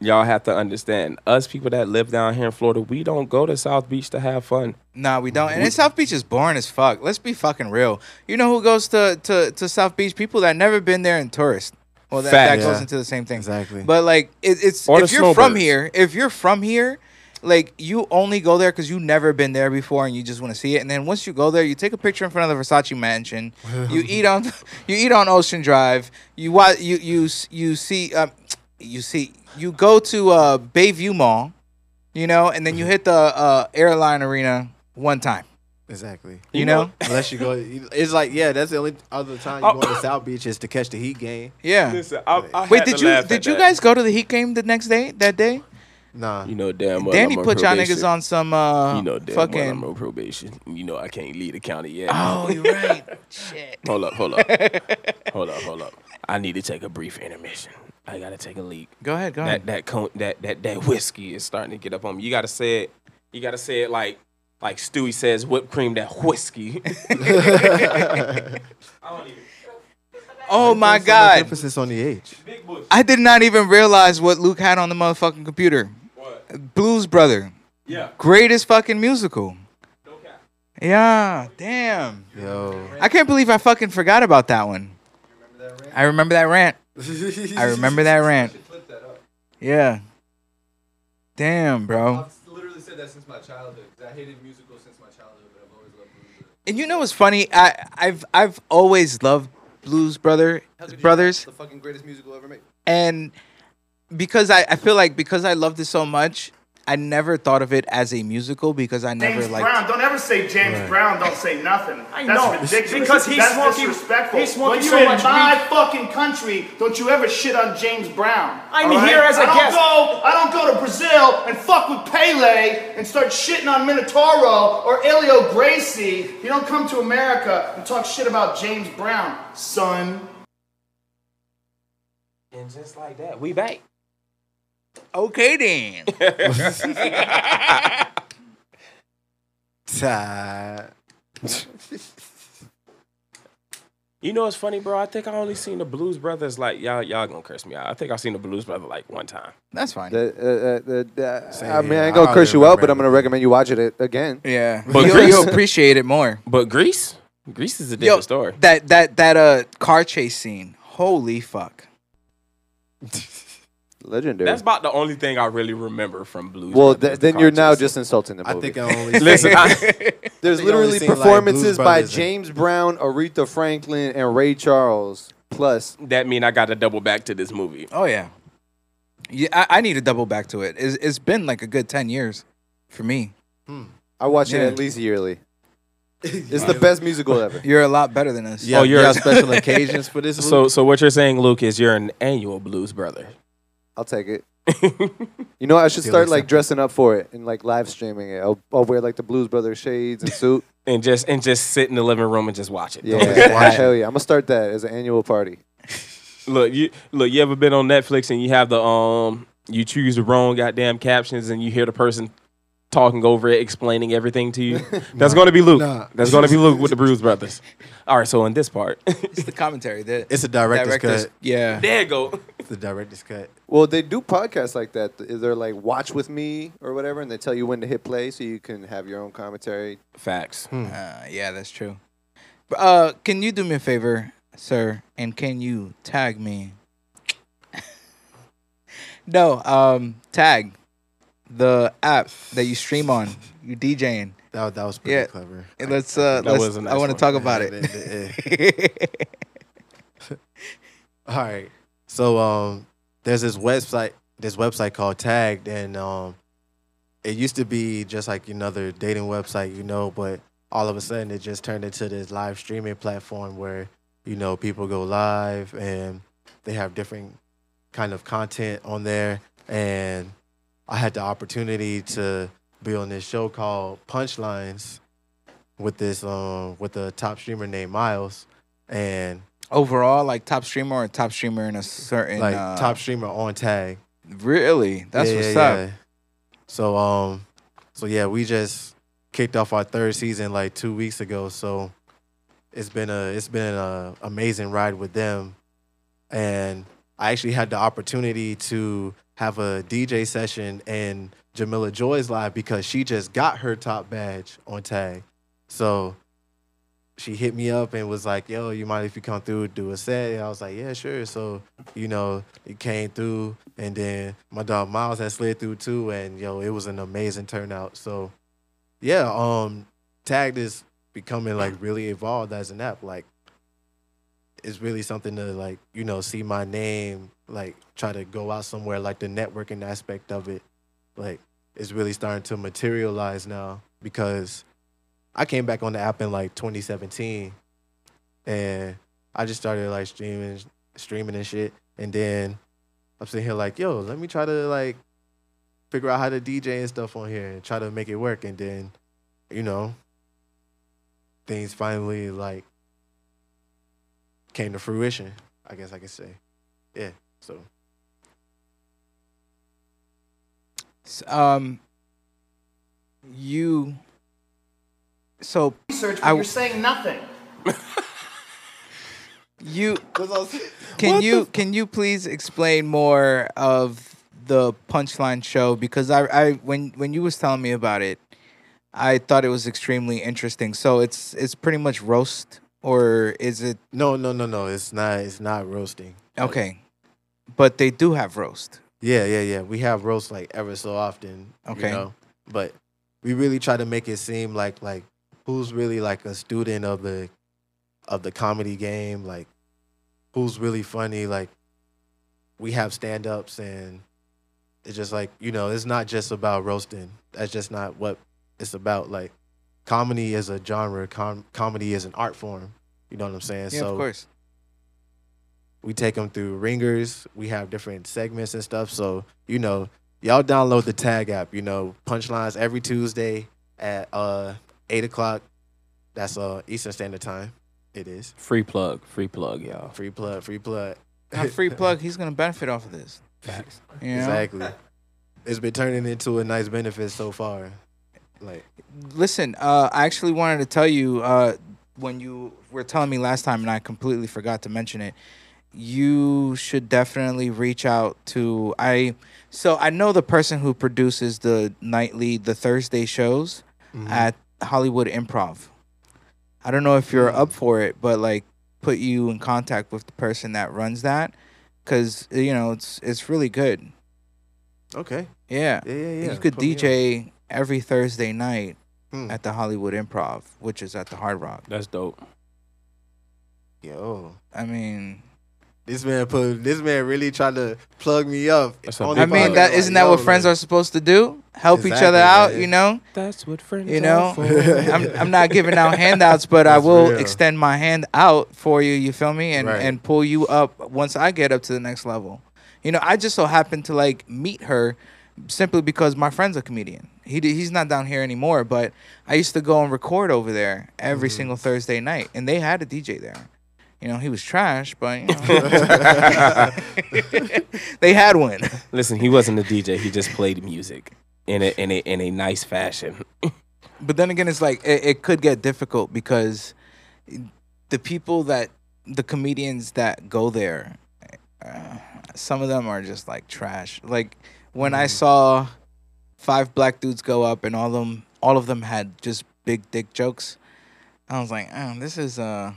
[SPEAKER 3] y'all have to understand. Us people that live down here in Florida, we don't go to South Beach to have fun.
[SPEAKER 1] Nah, we don't. And then South Beach is boring as fuck. Let's be fucking real. You know who goes to to, to South Beach? People that never been there and tourists. Well, that, that
[SPEAKER 3] Facts.
[SPEAKER 1] goes
[SPEAKER 2] Yeah.
[SPEAKER 1] into the same thing.
[SPEAKER 2] Exactly.
[SPEAKER 1] But like, it, it's
[SPEAKER 3] Or the
[SPEAKER 1] if you're from
[SPEAKER 3] snowbirds.
[SPEAKER 1] here, if you're from here, like you only go there because you never been there before and you just want to see it. And then once you go there, you take a picture in front of the Versace mansion.
[SPEAKER 3] [LAUGHS]
[SPEAKER 1] you eat on, [LAUGHS] you eat on Ocean Drive. You watch, you you s- you see, um, you see, you go to uh, Bayview Mall, you know, and then you
[SPEAKER 3] Mm-hmm.
[SPEAKER 1] hit the uh, airline arena one time.
[SPEAKER 2] exactly.
[SPEAKER 1] You, know?
[SPEAKER 2] Unless you go, it's like yeah, that's the only other time you go
[SPEAKER 3] Oh.
[SPEAKER 2] to South Beach is to catch the heat game.
[SPEAKER 1] yeah.
[SPEAKER 3] Listen, I, I
[SPEAKER 1] Wait,
[SPEAKER 3] had
[SPEAKER 1] did
[SPEAKER 3] to
[SPEAKER 1] you
[SPEAKER 3] laugh at
[SPEAKER 1] did you
[SPEAKER 3] that.
[SPEAKER 1] guys go to the Heat game the next day? That day,
[SPEAKER 2] Nah, [LAUGHS]
[SPEAKER 3] You [LAUGHS] know damn well.
[SPEAKER 1] Danny
[SPEAKER 3] I'm
[SPEAKER 1] put y'all
[SPEAKER 3] probation.
[SPEAKER 1] niggas on some uh,
[SPEAKER 3] You know damn well
[SPEAKER 1] fucking.
[SPEAKER 3] I'm on probation. You know I can't leave the county yet.
[SPEAKER 1] Oh, you're right. [LAUGHS] Shit.
[SPEAKER 3] Hold
[SPEAKER 1] [LAUGHS]
[SPEAKER 3] up, hold up, hold up, hold up. I need to take a brief intermission. I gotta take a leak.
[SPEAKER 1] Go ahead, go
[SPEAKER 3] that
[SPEAKER 1] ahead.
[SPEAKER 3] that con- that that that whiskey is starting to get up on me. You gotta say it. You gotta say it like like Stewie says, whipped cream that whiskey. [LAUGHS]
[SPEAKER 1] Oh my
[SPEAKER 2] So much
[SPEAKER 1] god.
[SPEAKER 2] emphasis on the H.
[SPEAKER 1] I did not even realize what Luke had on the motherfucking computer. Blues Brother.
[SPEAKER 3] Yeah.
[SPEAKER 1] Greatest fucking musical. Yeah, damn.
[SPEAKER 2] Yo,
[SPEAKER 1] I can't believe I fucking forgot about that one. I remember that rant. I remember that rant. Yeah. Damn, bro.
[SPEAKER 6] literally said that since my childhood because I hated musicals since my childhood, but I've always loved movies.
[SPEAKER 1] And you know what's funny? I, I've I've always loved Blues Brother Brothers.
[SPEAKER 6] The fucking greatest musical ever made.
[SPEAKER 1] and because I, I feel like because I loved it so much, I never thought of it as a musical because I never
[SPEAKER 7] James
[SPEAKER 1] liked.
[SPEAKER 7] Brown. Don't ever say James Brown. Don't say nothing.
[SPEAKER 8] I
[SPEAKER 7] That's
[SPEAKER 8] know,
[SPEAKER 7] ridiculous.
[SPEAKER 8] because he's
[SPEAKER 7] That's
[SPEAKER 8] smoking-
[SPEAKER 7] disrespectful.
[SPEAKER 8] he's smoking
[SPEAKER 7] when you
[SPEAKER 8] so
[SPEAKER 7] in
[SPEAKER 8] much
[SPEAKER 7] my
[SPEAKER 8] weed.
[SPEAKER 7] fucking country, don't you ever shit on James Brown.
[SPEAKER 8] I'm
[SPEAKER 7] all
[SPEAKER 8] here as a
[SPEAKER 7] I don't
[SPEAKER 8] guest.
[SPEAKER 7] Go, I don't go to Brazil and fuck with Pele and start shitting on Minotauro or Elio Gracie. You don't come to America and talk shit about James Brown, son.
[SPEAKER 3] And just like that, we back.
[SPEAKER 1] Okay then.
[SPEAKER 2] Tired.
[SPEAKER 3] You know what's funny, bro? I think I only seen the Blues Brothers like y'all y'all gonna curse me out. I think I seen the Blues Brothers like one time.
[SPEAKER 1] That's fine.
[SPEAKER 4] That- uh, uh, that-
[SPEAKER 2] Same
[SPEAKER 4] I mean,
[SPEAKER 2] here.
[SPEAKER 4] I ain't
[SPEAKER 2] I
[SPEAKER 4] gonna
[SPEAKER 2] don't
[SPEAKER 4] curse
[SPEAKER 2] even
[SPEAKER 4] you out, but I'm
[SPEAKER 2] remember
[SPEAKER 4] gonna recommend you watch it a- again.
[SPEAKER 1] yeah, you'll,
[SPEAKER 3] But
[SPEAKER 1] you'll
[SPEAKER 3] Grease-
[SPEAKER 1] appreciate it more.
[SPEAKER 3] But Greece, Greece is a different
[SPEAKER 1] Yo,
[SPEAKER 3] story.
[SPEAKER 1] that that that uh car chase scene. Holy fuck!
[SPEAKER 4] Legendary.
[SPEAKER 3] That's about the only thing I really remember from Blues.
[SPEAKER 4] well,
[SPEAKER 3] Brothers,
[SPEAKER 4] th-
[SPEAKER 3] the
[SPEAKER 4] then you're
[SPEAKER 3] car
[SPEAKER 4] now
[SPEAKER 3] chase.
[SPEAKER 4] just insulting the
[SPEAKER 2] I
[SPEAKER 4] movie.
[SPEAKER 2] think I only
[SPEAKER 3] [LAUGHS]
[SPEAKER 4] [LAUGHS]
[SPEAKER 3] listen.
[SPEAKER 2] [LAUGHS]
[SPEAKER 3] I,
[SPEAKER 4] There's
[SPEAKER 2] think I only
[SPEAKER 4] literally
[SPEAKER 2] seen, like, Blues
[SPEAKER 4] performances by
[SPEAKER 2] Brothers and-
[SPEAKER 4] James Brown, Aretha Franklin, and Ray Charles. Plus,
[SPEAKER 3] that mean I got to double back to this movie.
[SPEAKER 1] Oh yeah, yeah. I, I need to double back to it. It's, it's been like a good ten years for me.
[SPEAKER 4] I watch
[SPEAKER 1] Yeah.
[SPEAKER 4] it at least yearly. It's the best musical ever.
[SPEAKER 1] You're a lot better than us.
[SPEAKER 2] Yeah,
[SPEAKER 3] [LAUGHS] Oh,
[SPEAKER 2] oh,
[SPEAKER 3] you're-
[SPEAKER 2] you're special occasions for this.
[SPEAKER 3] So
[SPEAKER 2] Luke?
[SPEAKER 3] so what you're saying, Luke, is you're an annual Blues Brother. [LAUGHS]
[SPEAKER 4] I'll take it. You know, I should
[SPEAKER 2] Feel
[SPEAKER 4] start like
[SPEAKER 2] accepted.
[SPEAKER 4] dressing up for it and like live streaming it. I'll, I'll wear like the Blues Brothers shades and
[SPEAKER 3] [LAUGHS]
[SPEAKER 4] suit.
[SPEAKER 3] and just and just sit in the living room and just watch it.
[SPEAKER 4] Yeah, hell yeah! I'm gonna start that as an annual party.
[SPEAKER 3] Look, you look. You ever been on Netflix and you have the um, you choose the wrong goddamn captions and you hear the person talking over it, explaining everything
[SPEAKER 1] [LAUGHS]
[SPEAKER 3] to you. That's gonna be Luke.
[SPEAKER 2] Nah.
[SPEAKER 3] That's gonna be Luke with the Bruise Brothers. All right, so in this part, [LAUGHS]
[SPEAKER 1] It's the commentary. The
[SPEAKER 2] it's a director's,
[SPEAKER 1] director's-
[SPEAKER 2] cut.
[SPEAKER 1] Yeah.
[SPEAKER 3] there you go.
[SPEAKER 2] It's the director's cut.
[SPEAKER 4] Well, they do podcasts like that. Th- They're like watch with me or whatever, and they tell you when to hit play so you can have your own commentary.
[SPEAKER 3] Facts.
[SPEAKER 2] Hmm.
[SPEAKER 1] Uh, yeah, that's true. But, Uh, can you do me a favor, sir? And can you tag me? [LAUGHS] no, um, tag the app that you stream on. You DJing.
[SPEAKER 2] That, wa- that was pretty
[SPEAKER 1] Yeah.
[SPEAKER 2] clever.
[SPEAKER 1] And let's uh,
[SPEAKER 3] That
[SPEAKER 1] let's.
[SPEAKER 2] [LAUGHS]
[SPEAKER 3] was a nice
[SPEAKER 1] I want to
[SPEAKER 3] one.
[SPEAKER 1] talk about
[SPEAKER 2] Yeah,
[SPEAKER 1] it.
[SPEAKER 2] yeah, yeah. All right. So um, there's this website, this website called Tagged, and um, it used to be just like another dating website, you know, but all of a sudden it just turned into this live streaming platform where you know people go live and they have different kind of content on there. And I had the opportunity to be on this show called Punchlines with this um with a top streamer named Miles, and
[SPEAKER 1] [LAUGHS] Overall, like top streamer or top streamer in a certain
[SPEAKER 2] like
[SPEAKER 1] uh,
[SPEAKER 2] top streamer on tag.
[SPEAKER 1] Really, that's
[SPEAKER 2] Yeah,
[SPEAKER 1] what's
[SPEAKER 2] yeah,
[SPEAKER 1] up.
[SPEAKER 2] yeah. So um, so yeah, we just kicked off our third season like two weeks ago. So it's been a it's been an uh, amazing ride with them, and I actually had the opportunity to have a DJ session in Jamila Joy's live because she just got her top badge on tag. So she hit me up and was like, "Yo, you mind if you come through do a set?" And I was like, "Yeah, sure." So you know, it came through, and then my dog Miles had slid through too, and yo, it was an amazing turnout. So yeah, um, Tagged is becoming like really evolved as an app. Like, it's really something to like you know see my name like try to go out somewhere. Like the networking aspect of it, like it's really starting to materialize now because I came back on the app in like 2017, and I just started like streaming, streaming and shit. And then I'm sitting here like, yo, let me try to like figure out how to DJ and stuff on here and try to make it work. And then, you know, things finally like came to fruition. I guess I could say, yeah. So
[SPEAKER 1] S- Um, you. So
[SPEAKER 7] Research, but
[SPEAKER 1] I-
[SPEAKER 7] you're saying nothing.
[SPEAKER 1] you can you can you please explain more of the punchline show because I, I when when you was telling me about it, I thought it was extremely interesting. So it's it's pretty much roast or is it
[SPEAKER 2] no, no, no, no. It's not. It's not roasting.
[SPEAKER 1] okay? But they do have roast.
[SPEAKER 2] Yeah, yeah, yeah. We have roasts like ever so often.
[SPEAKER 1] Okay.
[SPEAKER 2] You know? But we really try to make it seem like like who's really like a student of the of the comedy game, like who's really funny, like we have stand ups and it's just like, you know, it's not just about roasting. That's just not what it's about. Like comedy is a genre, com- comedy is an art form. You know what I'm saying?
[SPEAKER 1] Yeah,
[SPEAKER 2] so
[SPEAKER 1] of course.
[SPEAKER 2] we take them through ringers. We have different segments and stuff. So you know, y'all download the tag app. You know, punchlines every Tuesday at uh eight o'clock. That's uh Eastern Standard Time. It is
[SPEAKER 3] [LAUGHS] Free plug, free plug, y'all.
[SPEAKER 2] free plug, free
[SPEAKER 1] Not
[SPEAKER 2] plug.
[SPEAKER 1] Oh.
[SPEAKER 2] [LAUGHS]
[SPEAKER 1] free plug. He's gonna benefit off of this.
[SPEAKER 3] Facts.
[SPEAKER 1] You know?
[SPEAKER 2] Exactly. It's been turning into a nice benefit so far. Like
[SPEAKER 1] Listen, uh, I actually wanted to tell you uh, when you were telling me last time, and I completely forgot to mention it. You should definitely reach out to I. So I know the person who produces the nightly, the Thursday shows
[SPEAKER 2] Mm-hmm.
[SPEAKER 1] at Hollywood Improv. I don't know if you're up for it, but like, put you in contact with the person that runs that, because you know it's it's really good.
[SPEAKER 2] okay,
[SPEAKER 1] Yeah.
[SPEAKER 2] yeah, yeah, yeah.
[SPEAKER 1] you could
[SPEAKER 2] Put me
[SPEAKER 1] DJ every Thursday night
[SPEAKER 2] Hmm.
[SPEAKER 1] at the Hollywood Improv, which is at the Hard Rock.
[SPEAKER 3] That's dope.
[SPEAKER 2] on. Yo,
[SPEAKER 1] I mean,
[SPEAKER 2] this man put this man really tried to plug me up.
[SPEAKER 3] That's a
[SPEAKER 2] on
[SPEAKER 3] big
[SPEAKER 2] the
[SPEAKER 1] I mean
[SPEAKER 2] podcast.
[SPEAKER 1] that isn't that
[SPEAKER 2] Yo,
[SPEAKER 1] what friends
[SPEAKER 2] like-
[SPEAKER 1] are supposed to do? Help each other
[SPEAKER 2] Exactly,
[SPEAKER 1] out,
[SPEAKER 2] man.
[SPEAKER 1] you know.
[SPEAKER 3] That's what friends.
[SPEAKER 1] You know,
[SPEAKER 2] [LAUGHS] for.
[SPEAKER 1] [LAUGHS] I'm I'm not giving out handouts, but I
[SPEAKER 2] That's
[SPEAKER 1] will
[SPEAKER 2] real.
[SPEAKER 1] extend my hand out for you. You feel me? And
[SPEAKER 2] Right.
[SPEAKER 1] and pull you up once I get up to the next level. You know, I just so happened to like meet her simply because my friend's a comedian. He d- he's not down here anymore, but I used to go and record over there every
[SPEAKER 2] Mm-hmm.
[SPEAKER 1] single Thursday night, and they had a DJ there. You know, he was trash, but you
[SPEAKER 2] [LAUGHS]
[SPEAKER 1] know. [LAUGHS] they had one.
[SPEAKER 3] Listen, he wasn't a DJ. He just played music in a in a in a nice fashion.
[SPEAKER 1] But then again, it's like it, it could get difficult because the people that the comedians that go there, uh, some of them are just like trash. Like when I saw five black dudes go up and all them all of them had just big dick jokes, I was like, oh, this is uh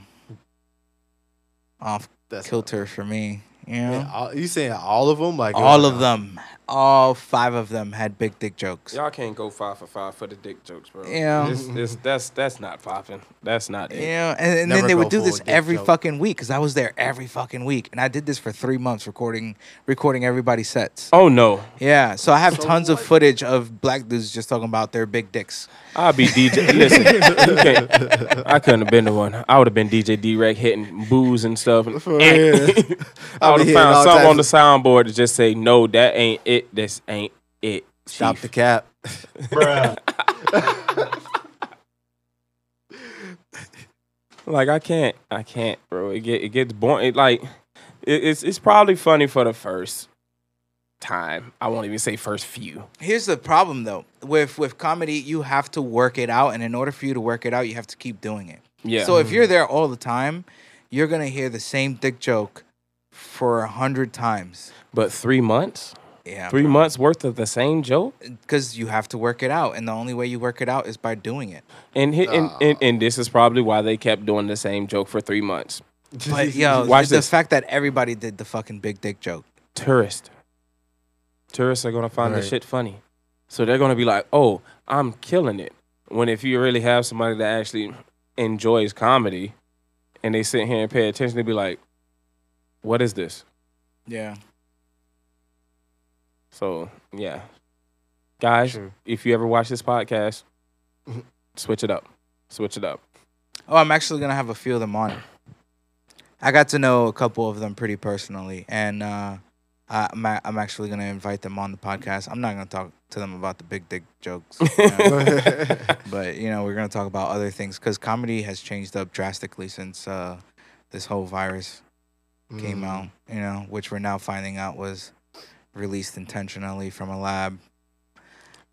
[SPEAKER 1] off
[SPEAKER 2] That's-
[SPEAKER 1] kilter for me. You know,
[SPEAKER 2] Yeah, all, you saying all of them? Like
[SPEAKER 1] all
[SPEAKER 2] uh,
[SPEAKER 1] of them, all five of them had big dick jokes.
[SPEAKER 3] Y'all can't go five for five for the dick jokes, bro.
[SPEAKER 1] Yeah.
[SPEAKER 3] It's- it's- that's that's not popping. That's not it.
[SPEAKER 1] You know, and, and then
[SPEAKER 2] Never
[SPEAKER 1] they would
[SPEAKER 2] go
[SPEAKER 1] do
[SPEAKER 2] for a
[SPEAKER 1] this
[SPEAKER 2] dick
[SPEAKER 1] every
[SPEAKER 2] joke.
[SPEAKER 1] fucking week because I was there every fucking week, and I did this for three months recording recording everybody's sets.
[SPEAKER 3] Oh no,
[SPEAKER 1] Yeah, so I have tons of footage of black dudes just talking about their big dicks.
[SPEAKER 3] I'll be [LAUGHS] DJ. Listen, you can't, I couldn't have been the one. I would have been DJ D-Rec hitting booze
[SPEAKER 2] [LAUGHS]
[SPEAKER 3] and stuff. And [LAUGHS] I would have
[SPEAKER 2] hitting
[SPEAKER 3] found
[SPEAKER 2] all
[SPEAKER 3] something on the
[SPEAKER 2] types
[SPEAKER 3] soundboard to just say, "No, that ain't it. This ain't it."
[SPEAKER 2] Stop
[SPEAKER 3] Chief."
[SPEAKER 1] [LAUGHS]
[SPEAKER 2] the cap.
[SPEAKER 3] Like I can't, I can't, bro. It get it gets boring. It, like it, it's it's probably funny for the first time. I won't even say first few.
[SPEAKER 1] Here's the problem though with with comedy, you have to work it out, and in order for you to work it out, you have to keep doing it.
[SPEAKER 3] Yeah.
[SPEAKER 1] So if you're there all the time, you're gonna hear the same dick joke for a hundred times.
[SPEAKER 3] but three months,
[SPEAKER 1] Yeah,
[SPEAKER 3] three months worth of the same joke,
[SPEAKER 1] because you have to work it out, and the only way you work it out is by doing it.
[SPEAKER 3] and hi- and, and and this is probably why they kept doing the same joke for three months.
[SPEAKER 1] But yo,
[SPEAKER 3] Watch
[SPEAKER 1] the
[SPEAKER 3] this.
[SPEAKER 1] fact that everybody did the fucking big dick joke.
[SPEAKER 3] tourists. Tourists are gonna find this
[SPEAKER 2] Right.
[SPEAKER 3] shit funny, so they're gonna be like, "Oh, I'm killing it." When if you really have somebody that actually enjoys comedy, and they sit here and pay attention, they be like, "What is this?"
[SPEAKER 1] Yeah.
[SPEAKER 3] So yeah, guys,
[SPEAKER 2] True.
[SPEAKER 3] if you ever watch this podcast, switch it up, switch it up.
[SPEAKER 1] Oh, I'm actually gonna have a few of them on. I got to know a couple of them pretty personally, and uh, I- I'm a- I'm actually gonna invite them on the podcast. I'm not gonna talk to them about the big dick jokes, you
[SPEAKER 3] [LAUGHS]
[SPEAKER 1] know, [LAUGHS] but you know we're gonna talk about other things because comedy has changed up drastically since uh, this whole virus came
[SPEAKER 2] Mm.
[SPEAKER 1] out. You know, which we're now finding out was released intentionally from a lab.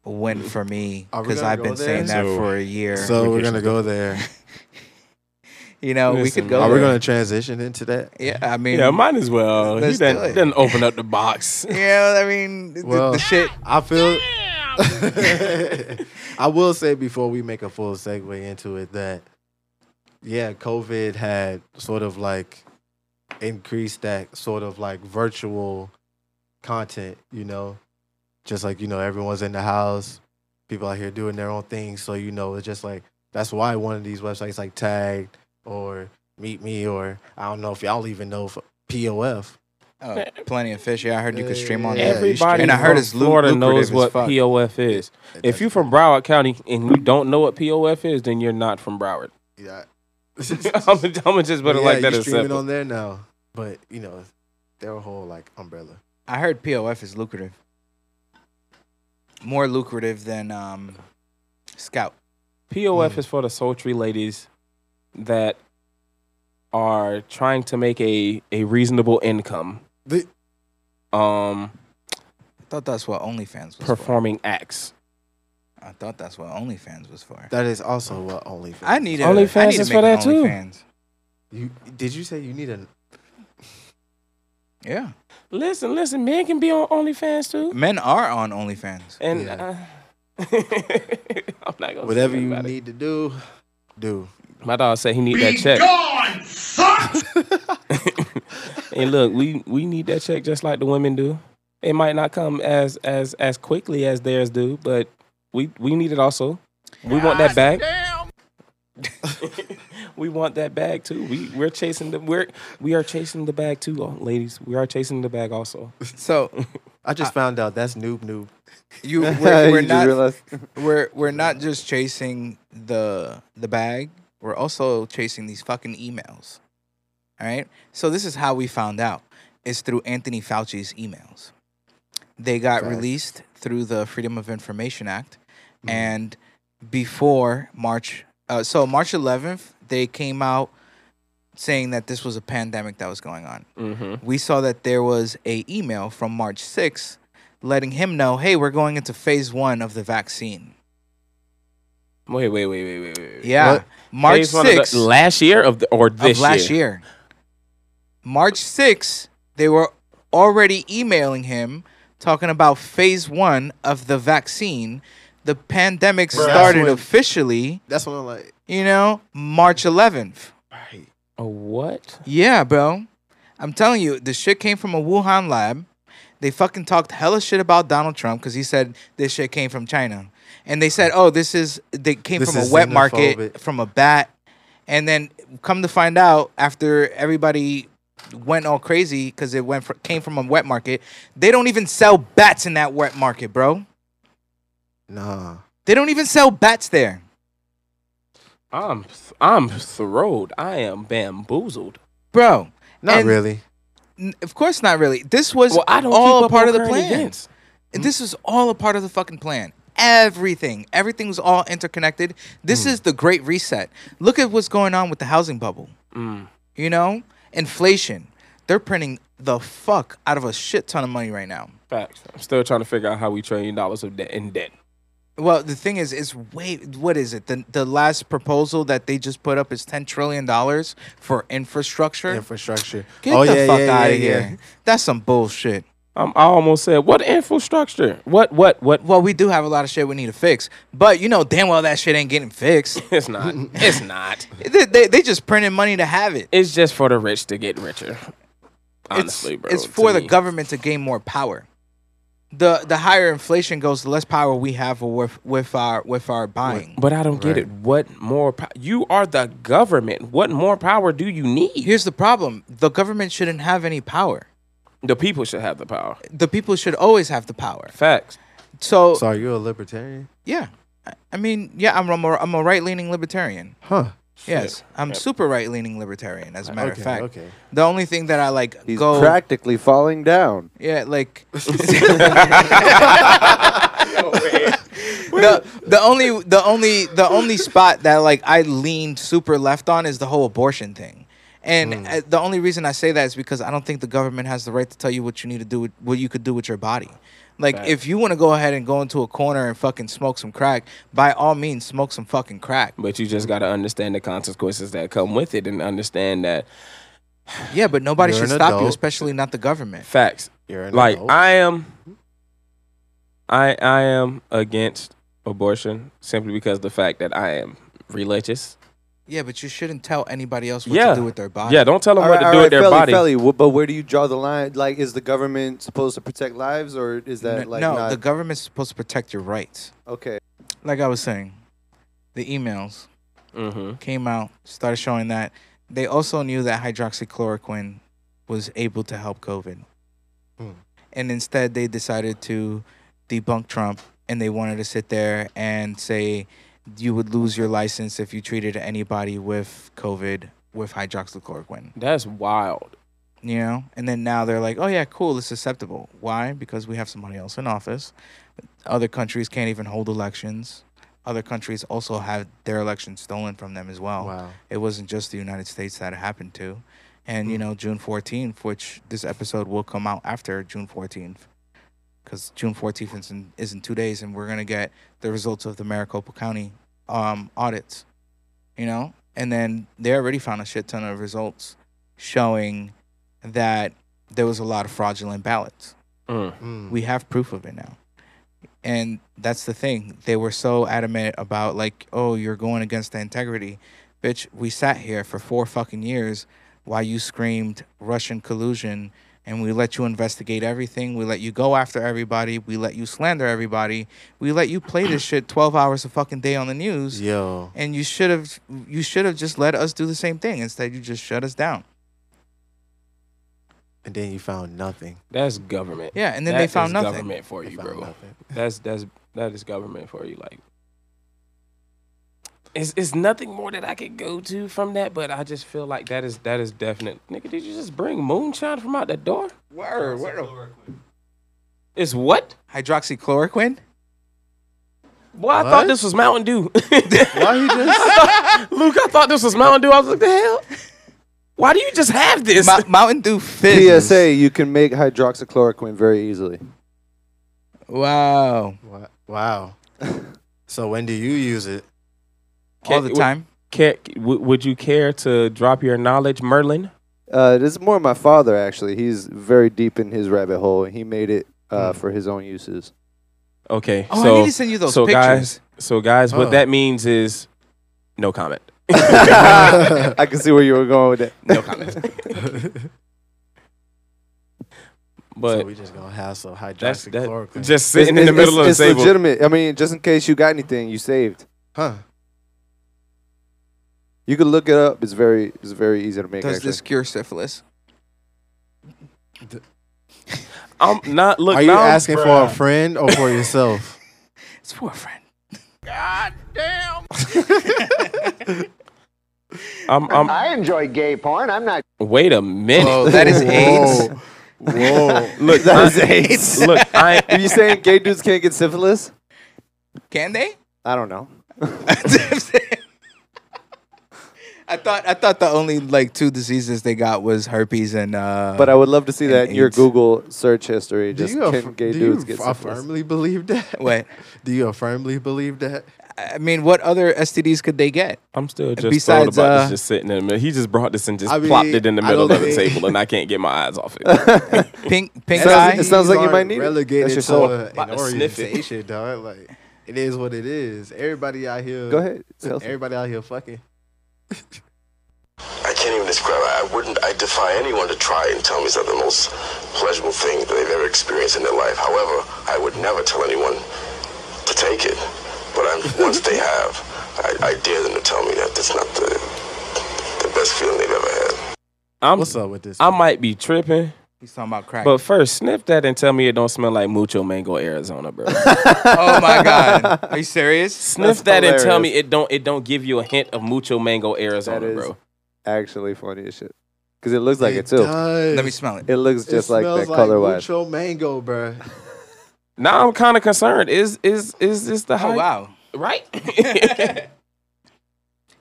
[SPEAKER 1] A win for me
[SPEAKER 2] Are we
[SPEAKER 1] because
[SPEAKER 2] gonna
[SPEAKER 1] I've been
[SPEAKER 2] go there?
[SPEAKER 1] saying that
[SPEAKER 2] So-
[SPEAKER 1] for a year.
[SPEAKER 2] So we're gonna go there.
[SPEAKER 1] you know, we could
[SPEAKER 3] Listen,
[SPEAKER 1] go.
[SPEAKER 2] Are we
[SPEAKER 1] there.
[SPEAKER 2] gonna transition into that?
[SPEAKER 1] Yeah, I mean, [LAUGHS]
[SPEAKER 3] Yeah, might as well.
[SPEAKER 1] Let's
[SPEAKER 3] He
[SPEAKER 1] do
[SPEAKER 3] done,
[SPEAKER 1] it.
[SPEAKER 3] done open up the box.
[SPEAKER 1] Yeah, I mean, th-
[SPEAKER 2] Well-
[SPEAKER 1] the shit.
[SPEAKER 2] I feel. [LAUGHS] I will say before we make a full segue into it that, yeah, COVID had sort of like increased that sort of like virtual content, you know, just like, you know, everyone's in the house, people out here doing their own thing. So, you know, it's just like, that's why one of these websites like Tagged or Meet Me or I don't know if y'all even know if POF.
[SPEAKER 1] Oh, plenty of fish. Yeah, I heard you could stream on
[SPEAKER 2] Yeah,
[SPEAKER 1] there.
[SPEAKER 2] Every-
[SPEAKER 3] Everybody
[SPEAKER 1] And I heard
[SPEAKER 3] from
[SPEAKER 1] it's lu-
[SPEAKER 3] Florida knows
[SPEAKER 1] lucrative as
[SPEAKER 3] what
[SPEAKER 1] fuck.
[SPEAKER 3] POF is. If you're from Broward County and you don't know what POF is, then you're not from Broward. [LAUGHS]
[SPEAKER 2] Yeah.
[SPEAKER 3] I'm gonna just put it
[SPEAKER 2] yeah,
[SPEAKER 3] like that.
[SPEAKER 2] you
[SPEAKER 3] it's
[SPEAKER 2] streaming
[SPEAKER 3] simple.
[SPEAKER 2] on there now, but you know, their whole like umbrella.
[SPEAKER 1] I heard POF is lucrative. More lucrative than um, Scout.
[SPEAKER 2] Mm.
[SPEAKER 3] POF is for the sultry ladies that are trying to make a, a reasonable income.
[SPEAKER 2] The-
[SPEAKER 3] um,
[SPEAKER 1] I thought that's what OnlyFans was for.
[SPEAKER 3] performing acts.
[SPEAKER 1] I thought that's what OnlyFans was for.
[SPEAKER 2] That is also what OnlyFans.
[SPEAKER 1] I need a,
[SPEAKER 3] OnlyFans
[SPEAKER 1] I need to
[SPEAKER 3] is
[SPEAKER 1] make an
[SPEAKER 3] for that too.
[SPEAKER 1] OnlyFans.
[SPEAKER 2] You did you say you need a?
[SPEAKER 1] Yeah,
[SPEAKER 3] Listen, listen, men can be on OnlyFans too,
[SPEAKER 1] men are on
[SPEAKER 3] [LAUGHS]
[SPEAKER 1] OnlyFans.
[SPEAKER 3] and
[SPEAKER 2] Yeah.
[SPEAKER 3] uh, I'm not gonna say
[SPEAKER 2] Whatever you
[SPEAKER 3] about it.
[SPEAKER 2] need to do, do.
[SPEAKER 3] My dog said he need that check. and look, we we need that check just like the women do. It might not come as as as quickly as theirs do, but we we need it also. We want that back. [LAUGHS] we want that bag too. We we're chasing the we're we are chasing the bag too, oh, ladies. We are chasing the bag also.
[SPEAKER 1] So
[SPEAKER 2] I just found out that's noob noob.
[SPEAKER 1] you
[SPEAKER 2] [LAUGHS]
[SPEAKER 1] we're, we're
[SPEAKER 4] You just
[SPEAKER 1] not
[SPEAKER 4] realized-
[SPEAKER 1] we're we're not just chasing the the bag. We're also chasing these fucking emails. All right. So this is how we found out. It's through Anthony Fauci's emails. They got
[SPEAKER 2] Facts.
[SPEAKER 1] released through the Freedom of Information Act, and before March, uh, so March 11th, they came out saying that this was a pandemic that was going on
[SPEAKER 3] Mm-hmm.
[SPEAKER 1] we saw that there was a email from March 6th letting him know, hey, we're going into phase one of the vaccine.
[SPEAKER 3] Wait, wait, wait, wait, wait, wait. wait.
[SPEAKER 1] Yeah.
[SPEAKER 2] What?
[SPEAKER 1] March
[SPEAKER 3] Phase one of the-
[SPEAKER 1] 6th of,
[SPEAKER 3] last year of the, or this
[SPEAKER 1] last year. March 6th, they were already emailing him talking about phase one of the vaccine. The pandemic
[SPEAKER 2] that's
[SPEAKER 1] started
[SPEAKER 2] when-
[SPEAKER 1] officially,
[SPEAKER 2] That's what I'm like.
[SPEAKER 1] you know, March 11th.
[SPEAKER 3] A what?
[SPEAKER 1] Yeah, bro. I'm telling you, the shit came from a Wuhan lab. They fucking talked hella shit about Donald Trump because he said this shit came from China, and they said, "Oh, this is they came
[SPEAKER 2] This
[SPEAKER 1] from a
[SPEAKER 2] is
[SPEAKER 1] wet market
[SPEAKER 2] xenophobic.
[SPEAKER 1] from a bat," and then come to find out after everybody went all crazy because it went fr- came from a wet market. They don't even sell bats in that wet market, bro.
[SPEAKER 2] Nah.
[SPEAKER 1] They don't even sell bats there.
[SPEAKER 3] I'm I'm thrilled. I am bamboozled.
[SPEAKER 1] Bro,
[SPEAKER 2] Not
[SPEAKER 1] And-
[SPEAKER 2] really.
[SPEAKER 1] n- of course not really. This was
[SPEAKER 3] Well, I don't
[SPEAKER 1] all
[SPEAKER 3] keep
[SPEAKER 1] a
[SPEAKER 3] up
[SPEAKER 1] part
[SPEAKER 3] on
[SPEAKER 1] of the
[SPEAKER 3] current
[SPEAKER 1] plan.
[SPEAKER 3] events.
[SPEAKER 2] Hmm.
[SPEAKER 1] And this was all a part of the fucking plan. Everything, everything was all interconnected.
[SPEAKER 2] Hmm.
[SPEAKER 1] This is the great reset. Look at what's going on with the housing bubble.
[SPEAKER 2] Hmm.
[SPEAKER 1] You know, inflation. They're printing the fuck out of a shit ton of money right now.
[SPEAKER 3] Facts. I'm still trying to figure out how we trillion dollars of debt in debt.
[SPEAKER 1] Well, the thing is, it's way. What is it? The the last proposal that they just put up is ten trillion dollars for infrastructure.
[SPEAKER 2] Infrastructure.
[SPEAKER 1] Get
[SPEAKER 2] oh
[SPEAKER 1] the
[SPEAKER 2] yeah,
[SPEAKER 1] fuck
[SPEAKER 2] yeah,
[SPEAKER 1] out
[SPEAKER 2] yeah,
[SPEAKER 1] of here.
[SPEAKER 2] yeah.
[SPEAKER 1] [LAUGHS] That's some bullshit.
[SPEAKER 3] Um, I almost said what infrastructure? What what [LAUGHS] what?
[SPEAKER 1] Well, we do have a lot of shit we need to fix, but you know damn well that shit ain't getting fixed.
[SPEAKER 3] It's not. it's
[SPEAKER 1] [LAUGHS]
[SPEAKER 3] not.
[SPEAKER 1] they, they, they just printed money to have it.
[SPEAKER 3] It's just for the rich to get richer.
[SPEAKER 1] It's-
[SPEAKER 3] Honestly, bro.
[SPEAKER 1] it's
[SPEAKER 3] to
[SPEAKER 1] for the
[SPEAKER 3] me.
[SPEAKER 1] government to gain more power. The the higher inflation goes, the less power we have with with our with our buying.
[SPEAKER 3] But I don't get it. What more? Po- you are the government. What more power do you need?
[SPEAKER 1] Here's the problem: the government shouldn't have any power.
[SPEAKER 3] The people should have the power.
[SPEAKER 1] The people should always have the power.
[SPEAKER 3] Facts.
[SPEAKER 1] So
[SPEAKER 2] So are you a libertarian?
[SPEAKER 1] yeah, I- I mean yeah, I'm I'm a, I'm a right leaning libertarian.
[SPEAKER 2] Huh.
[SPEAKER 1] Yes, I'm super right leaning libertarian. As a matter
[SPEAKER 2] Okay,
[SPEAKER 1] of fact,
[SPEAKER 2] okay.
[SPEAKER 1] the only thing that I like
[SPEAKER 4] [LAUGHS] He's
[SPEAKER 1] go
[SPEAKER 4] practically falling down.
[SPEAKER 1] Yeah,
[SPEAKER 2] [LAUGHS]
[SPEAKER 1] like [LAUGHS] the, the only the only the only spot that like I leaned super left on is the whole abortion thing. And
[SPEAKER 2] Hmm.
[SPEAKER 1] uh, the only reason I say that is because I don't think the government has the right to tell you what you need to do with what you could do with your body. Like if you want to go ahead and go into a corner and fucking smoke some crack, by all means smoke some fucking crack.
[SPEAKER 3] But you just gotta understand the consequences that come with it, and understand that
[SPEAKER 1] Yeah, but nobody
[SPEAKER 2] You're
[SPEAKER 1] should
[SPEAKER 2] an
[SPEAKER 1] stop you,
[SPEAKER 2] adult.
[SPEAKER 1] especially not the government.
[SPEAKER 3] facts.
[SPEAKER 2] You're an
[SPEAKER 3] like
[SPEAKER 2] adult.
[SPEAKER 3] I am I I am against abortion simply because the fact that I am religious.
[SPEAKER 1] Yeah, but you shouldn't tell anybody else what
[SPEAKER 3] Yeah.
[SPEAKER 1] to do with their body.
[SPEAKER 3] Yeah, don't tell them
[SPEAKER 4] All
[SPEAKER 3] what
[SPEAKER 4] right,
[SPEAKER 3] to do
[SPEAKER 4] all
[SPEAKER 3] with
[SPEAKER 4] right,
[SPEAKER 3] their
[SPEAKER 4] Felly,
[SPEAKER 3] body.
[SPEAKER 4] Felly, wh- but where do you draw the line? Like, is the government supposed to protect lives, or is that
[SPEAKER 1] N-
[SPEAKER 4] like
[SPEAKER 1] no,
[SPEAKER 4] not
[SPEAKER 1] the government's supposed to protect your rights.
[SPEAKER 4] okay?
[SPEAKER 1] like I was saying, the emails
[SPEAKER 3] Mm-hmm.
[SPEAKER 1] came out, started showing that they also knew that hydroxychloroquine was able to help COVID.
[SPEAKER 2] Hmm.
[SPEAKER 1] And instead, they decided to debunk Trump and they wanted to sit there and say, you would lose your license if you treated anybody with COVID with hydroxychloroquine,
[SPEAKER 3] That's wild.
[SPEAKER 1] you know? And then now they're like, oh, yeah, cool, it's acceptable. Why? Because we have somebody else in office. Other countries can't even hold elections. Other countries also have their elections stolen from them as well
[SPEAKER 2] Oh, Wow.
[SPEAKER 1] it wasn't just the United States that it happened to. And you know, June 14th, which this episode will come out after June 14th, because June 14th is in, is in two days, and we're gonna get the results of the Maricopa County um, audits. You know, and then they already found a shit ton of results showing that there was a lot of fraudulent ballots
[SPEAKER 3] Mm.
[SPEAKER 2] Mm.
[SPEAKER 1] we have proof of it now and that's the thing they were so adamant about like oh you're going against the integrity bitch we sat here for four fucking years while you screamed russian collusion and we let you investigate everything we let you go after everybody we let you slander everybody we let you play this shit 12 hours a fucking day on the news
[SPEAKER 2] Yo.
[SPEAKER 1] and you should have you should have just let us do the same thing instead you just shut us down
[SPEAKER 2] And then you found nothing.
[SPEAKER 3] That's government.
[SPEAKER 1] yeah and then
[SPEAKER 3] That
[SPEAKER 1] they found
[SPEAKER 3] is
[SPEAKER 1] nothing
[SPEAKER 3] government for
[SPEAKER 2] They
[SPEAKER 3] you,
[SPEAKER 2] found
[SPEAKER 3] bro.
[SPEAKER 2] nothing.
[SPEAKER 3] That's that's that is government for you. Like, it's it's nothing more that I could go to from that, but I just feel like that is that is definite. Nigga, did you just bring moonshine from out the door?
[SPEAKER 1] word, word.
[SPEAKER 3] It's what?
[SPEAKER 1] hydroxychloroquine
[SPEAKER 3] Boy, I thought
[SPEAKER 2] What?
[SPEAKER 3] this was Mountain Dew. [LAUGHS]
[SPEAKER 2] Why he just? [LAUGHS]
[SPEAKER 3] Luke, I thought this was Mountain Dew. I was like, the hell? Why do you just have this?
[SPEAKER 1] Mo- Mountain Dew Fizz.
[SPEAKER 4] PSA: You can make hydroxychloroquine very easily. [LAUGHS]
[SPEAKER 1] Wow.
[SPEAKER 2] Wha- wow. So when do you use it? [LAUGHS]
[SPEAKER 1] All the
[SPEAKER 3] Can't-
[SPEAKER 1] time.
[SPEAKER 3] Ca- w- would you care to drop your knowledge, Merlin?
[SPEAKER 4] Uh, this is more my father actually. He's very deep in his rabbit hole. He made it
[SPEAKER 3] Hmm.
[SPEAKER 4] uh, for his own
[SPEAKER 3] [LAUGHS]
[SPEAKER 4] uses. [LAUGHS]
[SPEAKER 3] Okay.
[SPEAKER 1] Oh,
[SPEAKER 3] so,
[SPEAKER 1] I need to send you those
[SPEAKER 3] so
[SPEAKER 1] pictures.
[SPEAKER 3] guys, so guys,
[SPEAKER 2] Oh.
[SPEAKER 3] what that means is no comment.
[SPEAKER 4] [LAUGHS]
[SPEAKER 2] [LAUGHS]
[SPEAKER 4] I can see where you were going with it.
[SPEAKER 3] No comment. [LAUGHS] But
[SPEAKER 2] so we just gonna have some
[SPEAKER 3] that's that,
[SPEAKER 2] hydroxychloroquine.
[SPEAKER 3] just sitting in the middle of
[SPEAKER 4] it's,
[SPEAKER 3] the
[SPEAKER 4] it's
[SPEAKER 3] table.
[SPEAKER 4] legitimate. I mean, just in case you got anything, you saved.
[SPEAKER 2] huh?
[SPEAKER 4] You could look it up. It's very, it's very easy to make.
[SPEAKER 1] Does
[SPEAKER 4] actually.
[SPEAKER 1] this cure syphilis?
[SPEAKER 3] I'm not look.
[SPEAKER 2] Are you
[SPEAKER 3] now,
[SPEAKER 2] asking for a friend or for
[SPEAKER 4] [LAUGHS]
[SPEAKER 2] yourself?
[SPEAKER 1] It's for a friend.
[SPEAKER 3] I'm, I'm,
[SPEAKER 8] I enjoy gay porn. I'm not
[SPEAKER 3] wait a minute.
[SPEAKER 1] That is AIDS.
[SPEAKER 2] Whoa!
[SPEAKER 3] [LAUGHS]
[SPEAKER 2] [LAUGHS]
[SPEAKER 3] look, I, look. I
[SPEAKER 4] Are you saying gay dudes can't get syphilis?
[SPEAKER 1] Can
[SPEAKER 4] [LAUGHS]
[SPEAKER 1] they? [LAUGHS]
[SPEAKER 4] I don't know.
[SPEAKER 1] I thought I thought the only like two diseases they got was herpes and uh
[SPEAKER 4] But I would love to see that in your
[SPEAKER 1] AIDS.
[SPEAKER 4] Google search history.
[SPEAKER 2] do
[SPEAKER 4] Just
[SPEAKER 2] you,
[SPEAKER 4] can
[SPEAKER 2] aff-
[SPEAKER 4] gay
[SPEAKER 2] do
[SPEAKER 4] dudes
[SPEAKER 2] you
[SPEAKER 4] get
[SPEAKER 2] f-
[SPEAKER 4] syphilis?
[SPEAKER 2] firmly believe that?
[SPEAKER 1] wait.
[SPEAKER 2] [LAUGHS] Do you firmly believe that?
[SPEAKER 1] I mean what other STDs could they get?
[SPEAKER 3] I'm still just
[SPEAKER 1] Besides,
[SPEAKER 3] Besides, about
[SPEAKER 1] uh,
[SPEAKER 3] this just sitting in the middle. He just brought this and just
[SPEAKER 2] I mean,
[SPEAKER 3] plopped it in the
[SPEAKER 2] I
[SPEAKER 3] middle
[SPEAKER 2] don't
[SPEAKER 3] of the
[SPEAKER 2] think-
[SPEAKER 3] table, and I can't get my eyes off it.
[SPEAKER 1] Pink pink
[SPEAKER 4] Sounds-
[SPEAKER 1] eye?
[SPEAKER 4] it sounds like you might need it.
[SPEAKER 2] relegated
[SPEAKER 4] That's
[SPEAKER 2] to
[SPEAKER 4] your
[SPEAKER 2] a-
[SPEAKER 3] About
[SPEAKER 2] an
[SPEAKER 3] to sniff it.
[SPEAKER 2] orientation, dog. Like it is what it is. Everybody out here.
[SPEAKER 4] Go ahead. It's healthy.
[SPEAKER 2] Everybody out here fucking.
[SPEAKER 9] I can't even describe. I wouldn't. I defy anyone to try and tell me it's not the most pleasurable thing that they've ever experienced in their life. However, I would never tell anyone to take it. But I'm, once they have, I, I dare them to tell me that that's not the the best feeling they've ever had.
[SPEAKER 3] I'm,
[SPEAKER 2] What's up with this?
[SPEAKER 3] I might be tripping,
[SPEAKER 1] He's talking about crack.
[SPEAKER 3] but first sniff that and tell me it don't smell like mucho mango Arizona, bro.
[SPEAKER 1] oh my god. Are you serious?
[SPEAKER 3] sniff
[SPEAKER 4] That's
[SPEAKER 3] that and tell
[SPEAKER 4] hilarious.
[SPEAKER 3] me it don't it don't give you a hint of mucho mango
[SPEAKER 4] That
[SPEAKER 3] Arizona,
[SPEAKER 4] is
[SPEAKER 3] bro.
[SPEAKER 4] [LAUGHS] actually funny as shit. Because it looks like it, too.
[SPEAKER 2] does.
[SPEAKER 1] Let me smell it.
[SPEAKER 4] It looks just
[SPEAKER 2] it
[SPEAKER 4] like
[SPEAKER 2] smells
[SPEAKER 4] that color wise.
[SPEAKER 2] mucho mango, bro.
[SPEAKER 3] Now I'm kind of concerned. Is is is this the
[SPEAKER 1] Oh
[SPEAKER 3] hype?
[SPEAKER 1] wow.
[SPEAKER 3] Right? [LAUGHS]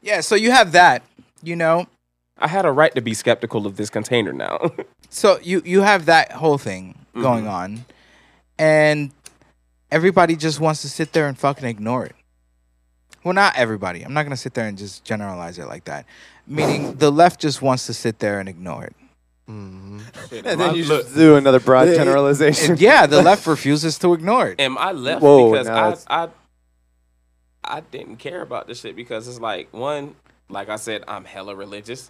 [SPEAKER 1] Yeah, so you have that, you know.
[SPEAKER 3] I had a right to be skeptical of this container now.
[SPEAKER 1] So you you have that whole thing going on, and everybody just wants to sit there and fucking ignore it. Well, not everybody. I'm not gonna sit there and just generalize it like that. [LAUGHS] Meaning the left just wants to sit there and ignore it.
[SPEAKER 2] Mm-hmm.
[SPEAKER 4] [LAUGHS] And then you just do another broad generalization.
[SPEAKER 1] And yeah, [LAUGHS] the left refuses to ignore it.
[SPEAKER 3] Am I left
[SPEAKER 4] Whoa,
[SPEAKER 3] because
[SPEAKER 4] now
[SPEAKER 3] I,
[SPEAKER 4] that's-
[SPEAKER 3] I I didn't care about this shit because it's like one, like I said, I'm hella religious.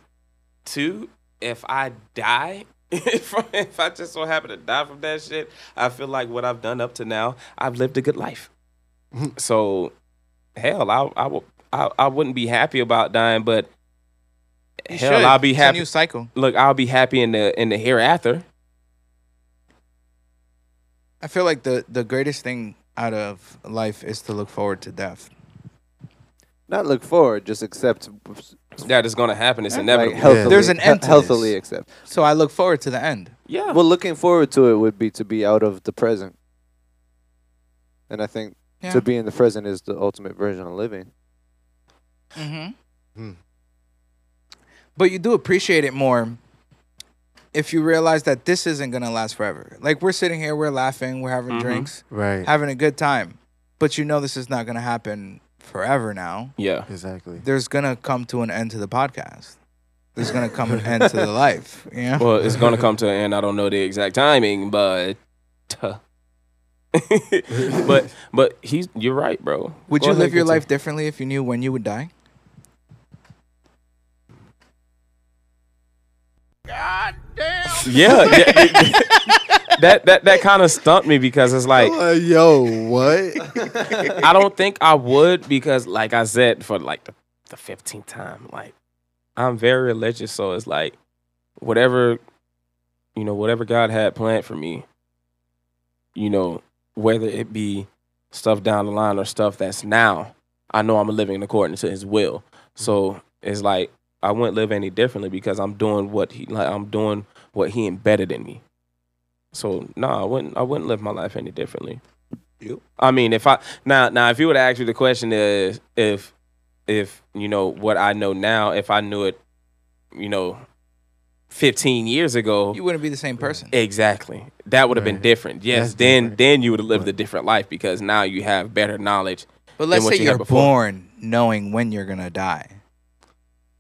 [SPEAKER 3] Two, if I die, [LAUGHS] if, I- if I just so happen to die from that shit, I feel like what I've done up to now, I've lived a good life. [LAUGHS] so, hell, I I will. I, I wouldn't be happy about dying, but
[SPEAKER 1] You
[SPEAKER 3] hell,
[SPEAKER 1] should.
[SPEAKER 3] I'll be
[SPEAKER 1] It's a
[SPEAKER 3] happy.
[SPEAKER 1] new cycle.
[SPEAKER 3] Look, I'll be happy in the in the hereafter.
[SPEAKER 1] I feel like the the greatest thing out of life is to look forward to death.
[SPEAKER 4] Not look forward, just accept.
[SPEAKER 3] That is going to happen. It's
[SPEAKER 4] Like,
[SPEAKER 3] inevitable.
[SPEAKER 4] healthily,
[SPEAKER 1] There's an end to
[SPEAKER 4] Healthily
[SPEAKER 1] this.
[SPEAKER 4] accept.
[SPEAKER 1] So I look forward to the end.
[SPEAKER 3] yeah.
[SPEAKER 4] Well, looking forward to it would be to be out of the present. And I think
[SPEAKER 1] Yeah.
[SPEAKER 4] to be in the present is the ultimate version of living.
[SPEAKER 1] Mm-hmm.
[SPEAKER 2] Hmm.
[SPEAKER 1] But you do appreciate it more if you realize that this isn't gonna last forever. Like we're sitting here, we're laughing, we're having
[SPEAKER 3] Mhm.
[SPEAKER 1] drinks,
[SPEAKER 2] Right.
[SPEAKER 1] having a good time. But you know this is not gonna happen forever now.
[SPEAKER 3] yeah.
[SPEAKER 2] Exactly.
[SPEAKER 1] There's gonna come to an end to the podcast. There's gonna come an end
[SPEAKER 3] [LAUGHS]
[SPEAKER 1] to the life. Yeah.
[SPEAKER 3] Well, it's gonna come to an end. I don't know the exact timing, but [LAUGHS] but but he's you're right, bro.
[SPEAKER 1] would
[SPEAKER 3] Go
[SPEAKER 1] you
[SPEAKER 3] ahead,
[SPEAKER 1] live your
[SPEAKER 3] continue.
[SPEAKER 1] life differently if you knew when you would die?
[SPEAKER 3] Yeah, yeah. that that that kind of stumped me because it's like
[SPEAKER 2] Uh, yo, what?
[SPEAKER 3] I don't think I would because, like I said, for like the, the 15th time, like I'm very religious. So it's like whatever, you know, whatever God had planned for me, you know, whether it be stuff down the line or stuff that's now, I know I'm living according to his will. So it's like I wouldn't live any differently because I'm doing what he like I'm doing what he embedded in me. So no, I wouldn't I wouldn't live my life any differently. I mean, if I now now if you would ask me the question is if if you know what I know now, if I knew it, you know, fifteen years ago,
[SPEAKER 1] You wouldn't be the same person.
[SPEAKER 3] exactly that would have been
[SPEAKER 2] Right.
[SPEAKER 3] different. Yes,
[SPEAKER 2] That's
[SPEAKER 3] then
[SPEAKER 2] different.
[SPEAKER 3] then you would have lived a
[SPEAKER 2] Right.
[SPEAKER 3] different life because now you have better knowledge.
[SPEAKER 1] But let's
[SPEAKER 3] what
[SPEAKER 1] say
[SPEAKER 3] you had
[SPEAKER 1] you're
[SPEAKER 3] before.
[SPEAKER 1] born knowing when you're gonna die.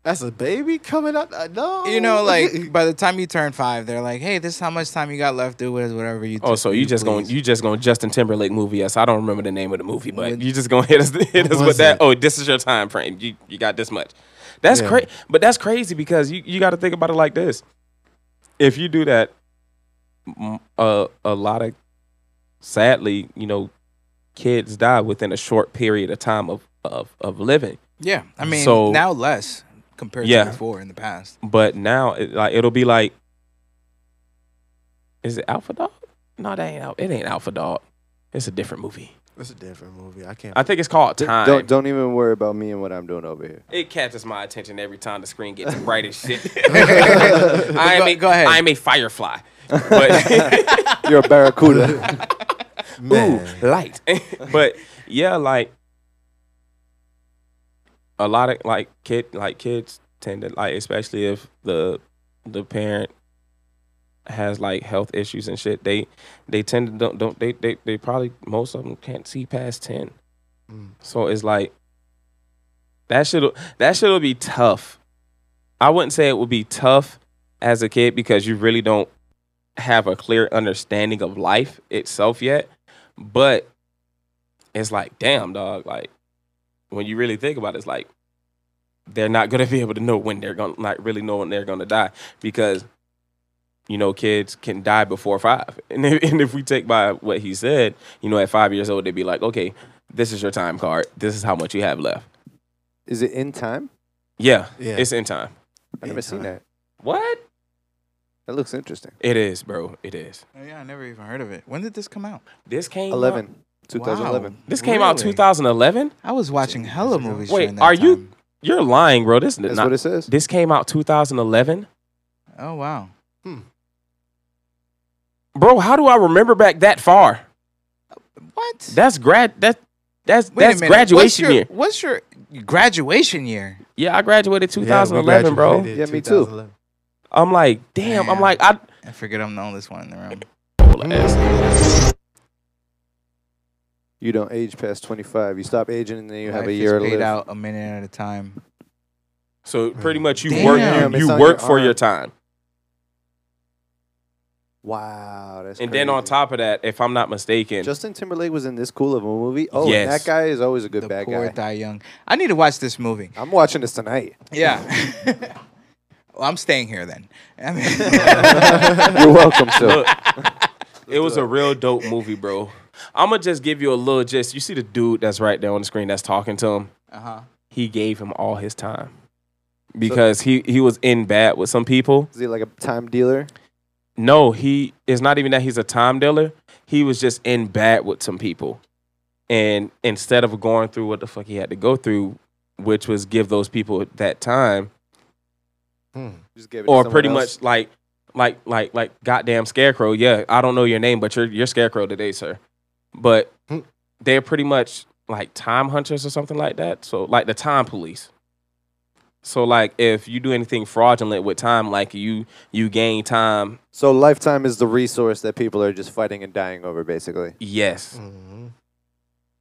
[SPEAKER 2] That's a baby coming out. Uh, no.
[SPEAKER 1] You
[SPEAKER 4] Oh.
[SPEAKER 1] know,
[SPEAKER 4] [LAUGHS]
[SPEAKER 1] like by the time you turn five, they're like, "Hey, this is how much time you got left. Do with whatever you."
[SPEAKER 3] Oh, so you just going
[SPEAKER 1] please."
[SPEAKER 3] you just going Justin Timberlake movie us? I don't remember the name of the movie, but
[SPEAKER 1] What-
[SPEAKER 3] you just going hit us [LAUGHS] hit us
[SPEAKER 2] was
[SPEAKER 3] with that.
[SPEAKER 2] it?
[SPEAKER 3] Oh, this is your time frame. You you got this much. That's
[SPEAKER 2] Yeah.
[SPEAKER 3] crazy, but that's crazy because you you got to think about it like this. If you do that, m- a a lot of sadly, you know, kids die within a short period of time of of, of living.
[SPEAKER 1] Yeah, I mean
[SPEAKER 3] So-
[SPEAKER 1] now less compared
[SPEAKER 3] Yeah.
[SPEAKER 1] to before in the past.
[SPEAKER 3] But now, it, like it'll be like, is it Alpha Dog? No, that ain't. Al- It ain't Alpha Dog. It's a different movie.
[SPEAKER 2] [LAUGHS] It's a different movie. I can't.
[SPEAKER 3] I think it's called
[SPEAKER 4] D-
[SPEAKER 3] Time.
[SPEAKER 4] Don't don't even worry about me and what I'm doing over here.
[SPEAKER 3] It catches my attention every time the screen gets bright as
[SPEAKER 4] [LAUGHS]
[SPEAKER 3] shit. [LAUGHS] I am
[SPEAKER 1] Go-
[SPEAKER 3] a,
[SPEAKER 1] go ahead.
[SPEAKER 3] I am a firefly. But [LAUGHS]
[SPEAKER 4] You're a barracuda. [LAUGHS]
[SPEAKER 2] Man.
[SPEAKER 3] light. [LAUGHS] but yeah, like a lot of like kid like kids tend to like especially if the the parent has like health issues and shit, they they tend to don't don't they they, they probably most of them can't see past 10. So it's like that should that shit'll be tough. I wouldn't say it would be tough as a kid because you really don't have a clear understanding of life itself yet. But it's like, damn, dog. Like when you really think about it, it's like they're not gonna [LAUGHS] be able to know when they're gonna like really know when they're gonna die because you know kids can die before five, [LAUGHS] and if, and if we take by what he said, you know, at five years old they'd be like, okay, this is your time card. This is how much you have left.
[SPEAKER 4] Is it in time?
[SPEAKER 3] Yeah,
[SPEAKER 2] Yeah.
[SPEAKER 3] it's in time.
[SPEAKER 4] I've never seen that.
[SPEAKER 3] What?
[SPEAKER 4] That looks interesting.
[SPEAKER 3] It is, bro. It is.
[SPEAKER 1] Oh, yeah, I never even heard of it. When did this come out?
[SPEAKER 3] This came Out,
[SPEAKER 4] 11, 2011.
[SPEAKER 1] Wow.
[SPEAKER 3] this came out
[SPEAKER 1] Really?
[SPEAKER 3] 2011.
[SPEAKER 1] I was watching hella movies.
[SPEAKER 3] Wait,
[SPEAKER 1] during that
[SPEAKER 3] are you-
[SPEAKER 1] time.
[SPEAKER 3] You're lying, bro. This
[SPEAKER 4] That's
[SPEAKER 3] not,
[SPEAKER 4] what it says.
[SPEAKER 3] This came out 2011.
[SPEAKER 1] Oh wow.
[SPEAKER 3] Bro, how do I remember back that far?
[SPEAKER 1] What?
[SPEAKER 3] That's grad. That that's
[SPEAKER 1] Wait a minute,
[SPEAKER 3] that's
[SPEAKER 1] what's
[SPEAKER 3] graduation
[SPEAKER 1] your,
[SPEAKER 3] year.
[SPEAKER 1] What's your graduation year?
[SPEAKER 3] Yeah, I graduated
[SPEAKER 2] Yeah, we
[SPEAKER 3] 2011, bro.
[SPEAKER 2] graduated
[SPEAKER 4] Yeah, me too.
[SPEAKER 2] 2011.
[SPEAKER 3] I'm like, damn. I'm
[SPEAKER 1] Damn.
[SPEAKER 3] like, I.
[SPEAKER 1] I forget I'm the oldest one in the room.
[SPEAKER 4] You don't age past 25. You stop aging and then you have
[SPEAKER 1] Life
[SPEAKER 4] a
[SPEAKER 1] is
[SPEAKER 4] year to
[SPEAKER 1] paid
[SPEAKER 4] live.
[SPEAKER 1] out a minute at a time.
[SPEAKER 3] So pretty much you
[SPEAKER 1] Damn,
[SPEAKER 3] work you,
[SPEAKER 4] it's
[SPEAKER 3] you
[SPEAKER 4] on
[SPEAKER 3] work
[SPEAKER 4] your
[SPEAKER 3] for
[SPEAKER 4] arm.
[SPEAKER 3] your time,
[SPEAKER 4] Wow, that's
[SPEAKER 3] and then on
[SPEAKER 4] crazy.
[SPEAKER 3] top of that, if I'm not mistaken,
[SPEAKER 4] Justin Timberlake was in this cool of a movie. Oh, and
[SPEAKER 3] Yes.
[SPEAKER 4] that guy is always a good
[SPEAKER 1] the
[SPEAKER 4] bad
[SPEAKER 1] poor
[SPEAKER 4] guy.
[SPEAKER 1] die young. I need to watch this movie.
[SPEAKER 4] I'm watching
[SPEAKER 3] [LAUGHS]
[SPEAKER 4] this tonight.
[SPEAKER 1] Yeah. [LAUGHS] well, I'm staying here then. [LAUGHS] I
[SPEAKER 4] [LAUGHS] You're welcome, sir.
[SPEAKER 3] it was a real dope movie, bro. I'm gonna just give you a little gist. You see the dude that's right there on the screen that's talking to him.
[SPEAKER 1] uh huh.
[SPEAKER 3] He gave him all his time because he he was in bad with some people.
[SPEAKER 4] Is he like a time dealer?
[SPEAKER 3] No, he it's not even that he's a time dealer. He was just in bad with some people. And instead of going through what the fuck he had to go through, which was give those people that time,
[SPEAKER 4] Just give it to
[SPEAKER 3] or
[SPEAKER 4] someone
[SPEAKER 3] pretty
[SPEAKER 4] else?
[SPEAKER 3] much like like like like goddamn scarecrow, yeah, I don't know your name, but you're you're scarecrow today, sir. But
[SPEAKER 2] Hmm.
[SPEAKER 3] they're pretty much like time hunters or something like that. So like the time police. So like if you do anything fraudulent with time, like you you gain time,
[SPEAKER 4] So lifetime is the resource that people are just fighting and dying over. Basically,
[SPEAKER 3] yes.
[SPEAKER 2] Mhm.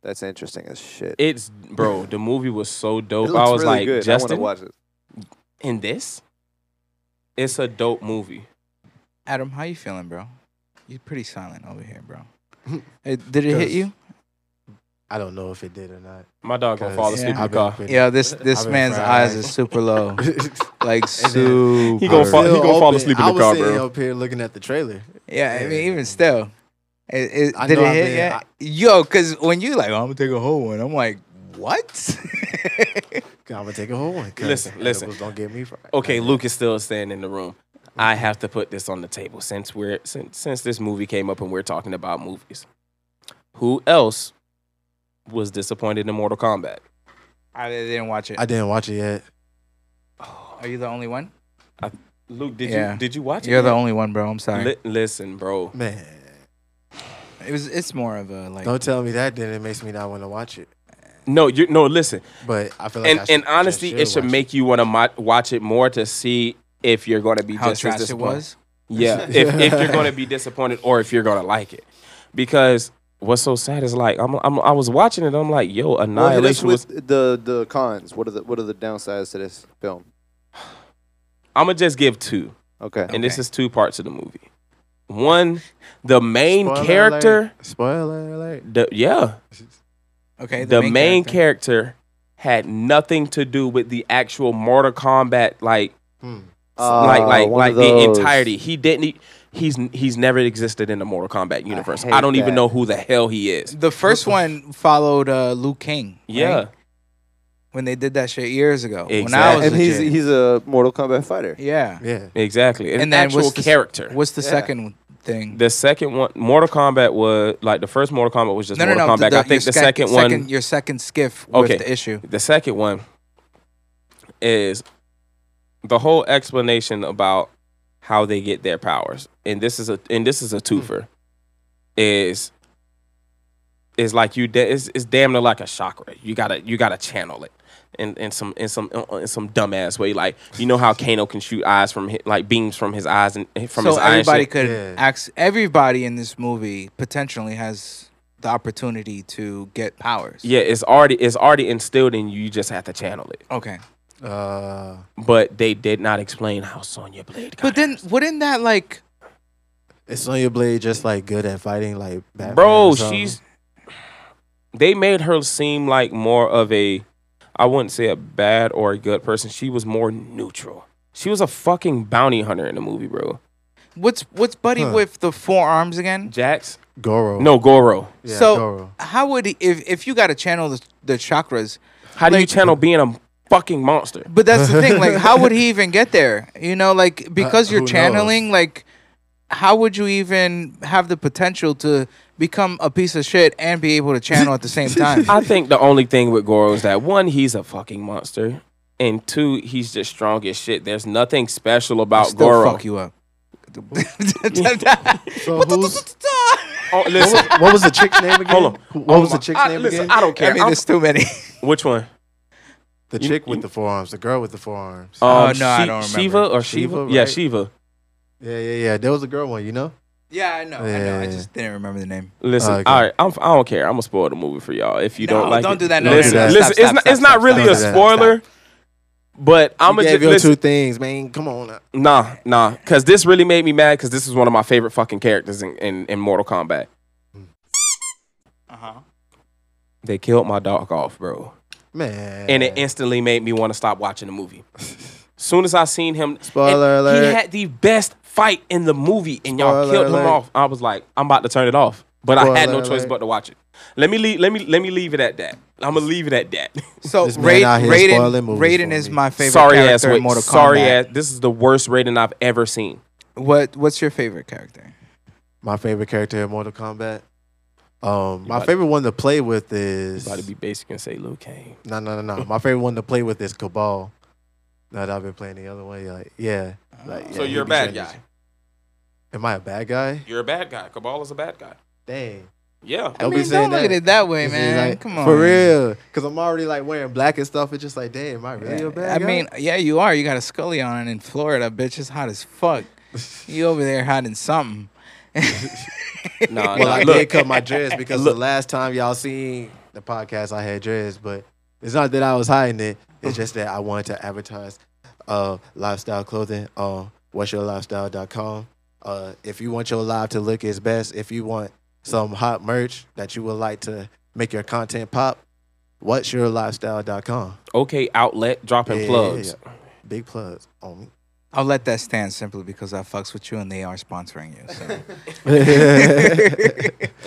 [SPEAKER 4] that's interesting as shit.
[SPEAKER 3] It's bro, the movie was so dope.
[SPEAKER 4] It
[SPEAKER 3] I
[SPEAKER 4] looks
[SPEAKER 3] was
[SPEAKER 4] really
[SPEAKER 3] like,
[SPEAKER 4] good.
[SPEAKER 3] Justin,
[SPEAKER 4] I want to watch it.
[SPEAKER 3] in this, it's a dope movie.
[SPEAKER 1] Adam, how you feeling, bro? You're pretty silent over here, bro. Hey, did it hit
[SPEAKER 2] Cause-
[SPEAKER 1] you?
[SPEAKER 2] I don't know if it did or not.
[SPEAKER 3] My dog gonna fall asleep in
[SPEAKER 1] Yeah.
[SPEAKER 3] the car.
[SPEAKER 2] [LAUGHS]
[SPEAKER 3] [LAUGHS]
[SPEAKER 1] Yeah, this this
[SPEAKER 2] I've been
[SPEAKER 1] man's
[SPEAKER 2] fried.
[SPEAKER 1] eyes are super
[SPEAKER 2] [LAUGHS]
[SPEAKER 1] low, like super.
[SPEAKER 3] He gonna fall. He gonna fall asleep in
[SPEAKER 2] I
[SPEAKER 3] the
[SPEAKER 2] was
[SPEAKER 3] car,
[SPEAKER 2] sitting
[SPEAKER 3] bro.
[SPEAKER 2] up here looking at the trailer.
[SPEAKER 1] Yeah, I mean,
[SPEAKER 2] Yeah.
[SPEAKER 1] even still, it, it-
[SPEAKER 2] I
[SPEAKER 1] did
[SPEAKER 2] know
[SPEAKER 1] it
[SPEAKER 2] I've
[SPEAKER 1] hit
[SPEAKER 2] been-
[SPEAKER 1] yet?
[SPEAKER 2] I-
[SPEAKER 1] Yo, because when you like, I'm gonna take a whole one. I'm like, what? [LAUGHS]
[SPEAKER 2] I'm gonna take a whole one. 'cause
[SPEAKER 3] Listen, listen.
[SPEAKER 2] edibles Don't get me fried.
[SPEAKER 3] Okay, Luke is still staying in the room. I have to put this on the table since we're since since this movie came up and we're talking about movies. Who else was disappointed in Mortal Kombat?
[SPEAKER 1] I didn't watch it.
[SPEAKER 2] I didn't watch it yet.
[SPEAKER 1] Are you the only one?
[SPEAKER 3] Luke, did
[SPEAKER 1] Yeah.
[SPEAKER 3] you did you watch it?
[SPEAKER 1] You're the
[SPEAKER 3] yet?
[SPEAKER 1] only one, bro. I'm sorry.
[SPEAKER 3] Li- listen, bro.
[SPEAKER 2] Man,
[SPEAKER 1] It was. It's more of a like.
[SPEAKER 2] don't tell me that. Then it makes me not want to watch it.
[SPEAKER 3] No, you no. Listen,
[SPEAKER 2] But I feel like I
[SPEAKER 3] and
[SPEAKER 2] should,
[SPEAKER 3] and honestly,
[SPEAKER 2] I
[SPEAKER 3] it should
[SPEAKER 2] watch
[SPEAKER 3] make you want to mo- watch it more to see if you're going to be
[SPEAKER 1] how
[SPEAKER 3] just as
[SPEAKER 1] trash it
[SPEAKER 3] disappointed.
[SPEAKER 1] was. [LAUGHS]
[SPEAKER 3] Yeah, if, if you're going to be disappointed or if you're going to like it, because what's so sad is like I'm, I'm I was watching it. I'm like, yo,
[SPEAKER 4] Well, hit us
[SPEAKER 3] Annihilation was.
[SPEAKER 4] with the the cons. What are the what are the downsides to this film?
[SPEAKER 3] I'm gonna just give two,
[SPEAKER 4] Okay.
[SPEAKER 3] and this
[SPEAKER 1] Okay.
[SPEAKER 3] is two parts of the movie. One, the main
[SPEAKER 2] Spoiler
[SPEAKER 3] character.
[SPEAKER 2] alert. Spoiler alert.
[SPEAKER 3] The, yeah,
[SPEAKER 1] Okay.
[SPEAKER 3] the, main, character had nothing to do with the actual Mortal Kombat like
[SPEAKER 2] Hmm.
[SPEAKER 4] Uh,
[SPEAKER 3] like like
[SPEAKER 4] Ah, one
[SPEAKER 3] like
[SPEAKER 4] of
[SPEAKER 3] the
[SPEAKER 4] those.
[SPEAKER 3] entirety. He didn't. e- he's he's never existed in the Mortal Kombat universe. I,
[SPEAKER 4] hate
[SPEAKER 3] don't
[SPEAKER 4] that.
[SPEAKER 3] even know who the hell he is.
[SPEAKER 1] The first one followed uh, Liu King. right?
[SPEAKER 3] Yeah,
[SPEAKER 1] When they did that shit years ago. When I
[SPEAKER 3] Exactly.
[SPEAKER 1] was
[SPEAKER 4] and
[SPEAKER 1] a
[SPEAKER 4] he's
[SPEAKER 1] kid.
[SPEAKER 4] he's a Mortal Kombat fighter.
[SPEAKER 1] yeah.
[SPEAKER 2] Yeah.
[SPEAKER 3] exactly. An
[SPEAKER 1] And then
[SPEAKER 3] actual
[SPEAKER 1] what's the,
[SPEAKER 3] character.
[SPEAKER 1] What's the
[SPEAKER 4] Yeah.
[SPEAKER 1] second thing?
[SPEAKER 3] the second one, Mortal Kombat was like the first Mortal Kombat was just
[SPEAKER 1] no, no,
[SPEAKER 3] Mortal
[SPEAKER 1] no.
[SPEAKER 3] Kombat. I
[SPEAKER 1] your
[SPEAKER 3] think the
[SPEAKER 1] sec-
[SPEAKER 3] second one,
[SPEAKER 1] your second skiff
[SPEAKER 3] Okay.
[SPEAKER 1] with the issue.
[SPEAKER 3] the second one is the whole explanation about how they get their powers, and this is a and this is a twofer. Is is like you da- it's, it's damn near like a chakra. You gotta you gotta channel it. In, in some in some uh, in some dumbass way, like you know how Kano can shoot eyes from his, like beams from his eyes and from
[SPEAKER 1] so
[SPEAKER 3] his eyes.
[SPEAKER 1] everybody could
[SPEAKER 2] Yeah.
[SPEAKER 1] ask. Everybody in this movie potentially has the opportunity to get powers.
[SPEAKER 3] Yeah, it's already it's already instilled in you. You just have to channel it.
[SPEAKER 1] Okay.
[SPEAKER 2] Uh,
[SPEAKER 3] But they did not explain how Sonya Blade. Got
[SPEAKER 1] But then, wouldn't that like?
[SPEAKER 2] is Sonya Blade just like good at fighting like Batman?
[SPEAKER 3] bro,
[SPEAKER 2] or something?
[SPEAKER 3] she's. They made her seem like more of a, I wouldn't say a bad or a good person. She was more neutral. She was a fucking bounty hunter in the movie, bro.
[SPEAKER 1] What's what's Buddy
[SPEAKER 2] Huh.
[SPEAKER 1] with the forearms again?
[SPEAKER 3] Jax,
[SPEAKER 2] Goro.
[SPEAKER 3] no Goro.
[SPEAKER 2] Yeah,
[SPEAKER 1] so
[SPEAKER 2] Goro.
[SPEAKER 1] how would he, if if you got to channel the, the chakras?
[SPEAKER 3] How do you
[SPEAKER 1] Like-
[SPEAKER 3] channel being a fucking monster?
[SPEAKER 1] But that's the thing. Like, how would
[SPEAKER 2] [LAUGHS]
[SPEAKER 1] he even get there? You know, like because
[SPEAKER 2] Uh,
[SPEAKER 1] you're
[SPEAKER 2] who knows?
[SPEAKER 1] channeling, like, how would you even have the potential to become a piece of shit and be able to channel at the
[SPEAKER 2] [LAUGHS]
[SPEAKER 1] same time?
[SPEAKER 3] I think the only thing with Goro is that one, he's a fucking monster, and two, he's just strong as shit. There's nothing special about
[SPEAKER 1] Still
[SPEAKER 3] Goro.
[SPEAKER 1] fuck you up. [LAUGHS]
[SPEAKER 2] So who's,
[SPEAKER 3] Oh, listen,
[SPEAKER 2] what was the chick's name again?
[SPEAKER 3] Hold on.
[SPEAKER 2] Who- What was
[SPEAKER 3] my-
[SPEAKER 2] the chick's
[SPEAKER 3] I,
[SPEAKER 2] name
[SPEAKER 3] listen, ah,
[SPEAKER 2] again?
[SPEAKER 3] I don't care.
[SPEAKER 1] I mean,
[SPEAKER 3] I'm-
[SPEAKER 1] there's too many.
[SPEAKER 3] which one?
[SPEAKER 2] the
[SPEAKER 3] you-
[SPEAKER 2] chick with
[SPEAKER 3] you- Uh,
[SPEAKER 2] the forearms. The girl with the forearms.
[SPEAKER 1] Oh, no, I don't remember.
[SPEAKER 3] Um, Shiva or Shiva?
[SPEAKER 2] Shiva,
[SPEAKER 3] Yeah,
[SPEAKER 2] right?
[SPEAKER 3] Shiva.
[SPEAKER 2] yeah, yeah, yeah. There was a girl one, you know?
[SPEAKER 1] [LAUGHS] yeah, I know. I know. I
[SPEAKER 2] Yeah.
[SPEAKER 1] just didn't remember the name.
[SPEAKER 3] Listen,
[SPEAKER 2] Okay.
[SPEAKER 3] all right, I'm, I don't care. I'm gonna spoil the movie for y'all if you
[SPEAKER 1] No,
[SPEAKER 3] don't like
[SPEAKER 1] don't
[SPEAKER 3] it.
[SPEAKER 1] do that.
[SPEAKER 2] No, no,
[SPEAKER 3] listen,
[SPEAKER 2] no, no.
[SPEAKER 3] listen,
[SPEAKER 1] Stop,
[SPEAKER 3] it's
[SPEAKER 1] stop,
[SPEAKER 3] not,
[SPEAKER 1] stop,
[SPEAKER 3] it's not
[SPEAKER 1] stop,
[SPEAKER 3] really
[SPEAKER 2] stop,
[SPEAKER 3] a
[SPEAKER 2] stop,
[SPEAKER 3] spoiler, but
[SPEAKER 2] You
[SPEAKER 3] I'm gonna
[SPEAKER 2] gave
[SPEAKER 3] just
[SPEAKER 2] you
[SPEAKER 3] listen.
[SPEAKER 2] two things, man. Come on. now.
[SPEAKER 3] Nah, nah, because this really made me mad. Because this is one of my favorite fucking characters in, in, in Mortal Kombat.
[SPEAKER 1] Uh-huh.
[SPEAKER 3] They killed my dog off, bro,
[SPEAKER 2] Man.
[SPEAKER 3] and it instantly made me want to stop watching the movie. [LAUGHS] Soon as I seen him, and
[SPEAKER 2] Spoiler
[SPEAKER 3] He
[SPEAKER 2] alert.
[SPEAKER 3] had the best fight in the movie, and y'all
[SPEAKER 2] Spoiler
[SPEAKER 3] killed him
[SPEAKER 2] alert.
[SPEAKER 3] off. I was like, I'm about to turn it off, but I had no
[SPEAKER 2] Spoiler
[SPEAKER 3] choice
[SPEAKER 2] alert.
[SPEAKER 3] but to watch it. Let me leave. Let me let me leave it at that. I'm gonna leave it at that. [LAUGHS]
[SPEAKER 1] So
[SPEAKER 2] This man
[SPEAKER 1] Raid,
[SPEAKER 2] out here spoiling
[SPEAKER 1] Raiden,
[SPEAKER 2] movies
[SPEAKER 1] Raiden
[SPEAKER 2] for
[SPEAKER 1] is
[SPEAKER 2] me.
[SPEAKER 1] my favorite
[SPEAKER 3] sorry
[SPEAKER 1] character
[SPEAKER 3] ass
[SPEAKER 1] in
[SPEAKER 3] wait,
[SPEAKER 1] Mortal
[SPEAKER 3] sorry
[SPEAKER 1] Kombat.
[SPEAKER 3] ass this is the worst rating i've ever seen
[SPEAKER 1] What What's your favorite character?
[SPEAKER 2] my favorite character in Mortal Kombat. Um, my
[SPEAKER 3] about-
[SPEAKER 2] favorite one to play with is
[SPEAKER 3] about to be basic and say Liu Kang.
[SPEAKER 2] no, no, no, no. My favorite one to play with is Cabal. Now that I've been playing the other way, like yeah, like, yeah,
[SPEAKER 3] Uh, so
[SPEAKER 2] he
[SPEAKER 3] you're a
[SPEAKER 2] be
[SPEAKER 3] bad
[SPEAKER 2] trash.
[SPEAKER 3] guy
[SPEAKER 2] Am I a bad guy?
[SPEAKER 3] you're a bad guy cabal is a bad guy
[SPEAKER 2] Dang, [LAUGHS]
[SPEAKER 3] yeah
[SPEAKER 1] I
[SPEAKER 2] don't
[SPEAKER 1] mean,
[SPEAKER 2] be saying
[SPEAKER 1] don't look
[SPEAKER 2] that.
[SPEAKER 1] at it that way,
[SPEAKER 2] This is
[SPEAKER 1] man.
[SPEAKER 2] like-
[SPEAKER 1] Come on,
[SPEAKER 2] for real. Because I'm already like wearing black and stuff. It's just like, damn, am I really a bad
[SPEAKER 1] I
[SPEAKER 2] guy?
[SPEAKER 1] mean, yeah, you are. You got a scully on in Florida, bitch. It's hot as fuck. you over there hiding something.
[SPEAKER 3] nah,
[SPEAKER 2] well,
[SPEAKER 3] nah,
[SPEAKER 2] I did
[SPEAKER 3] look
[SPEAKER 2] cut my dreads
[SPEAKER 1] [LAUGHS]
[SPEAKER 2] because the last time y'all seen the podcast, I had dreads, but it's not that I was hiding it. It's
[SPEAKER 1] Oh.
[SPEAKER 2] just that I wanted to advertise uh, lifestyle clothing on whatyourlifestyle.com. Uh, if you want your life to look its best, if you want some hot merch that you would like to make your content pop, whatyourlifestyle.com.
[SPEAKER 3] okay outlet dropping
[SPEAKER 2] Yeah,
[SPEAKER 3] plugs
[SPEAKER 2] yeah, Big plugs on me.
[SPEAKER 1] I'll let that stand simply because I fucks with you and they are sponsoring you. So.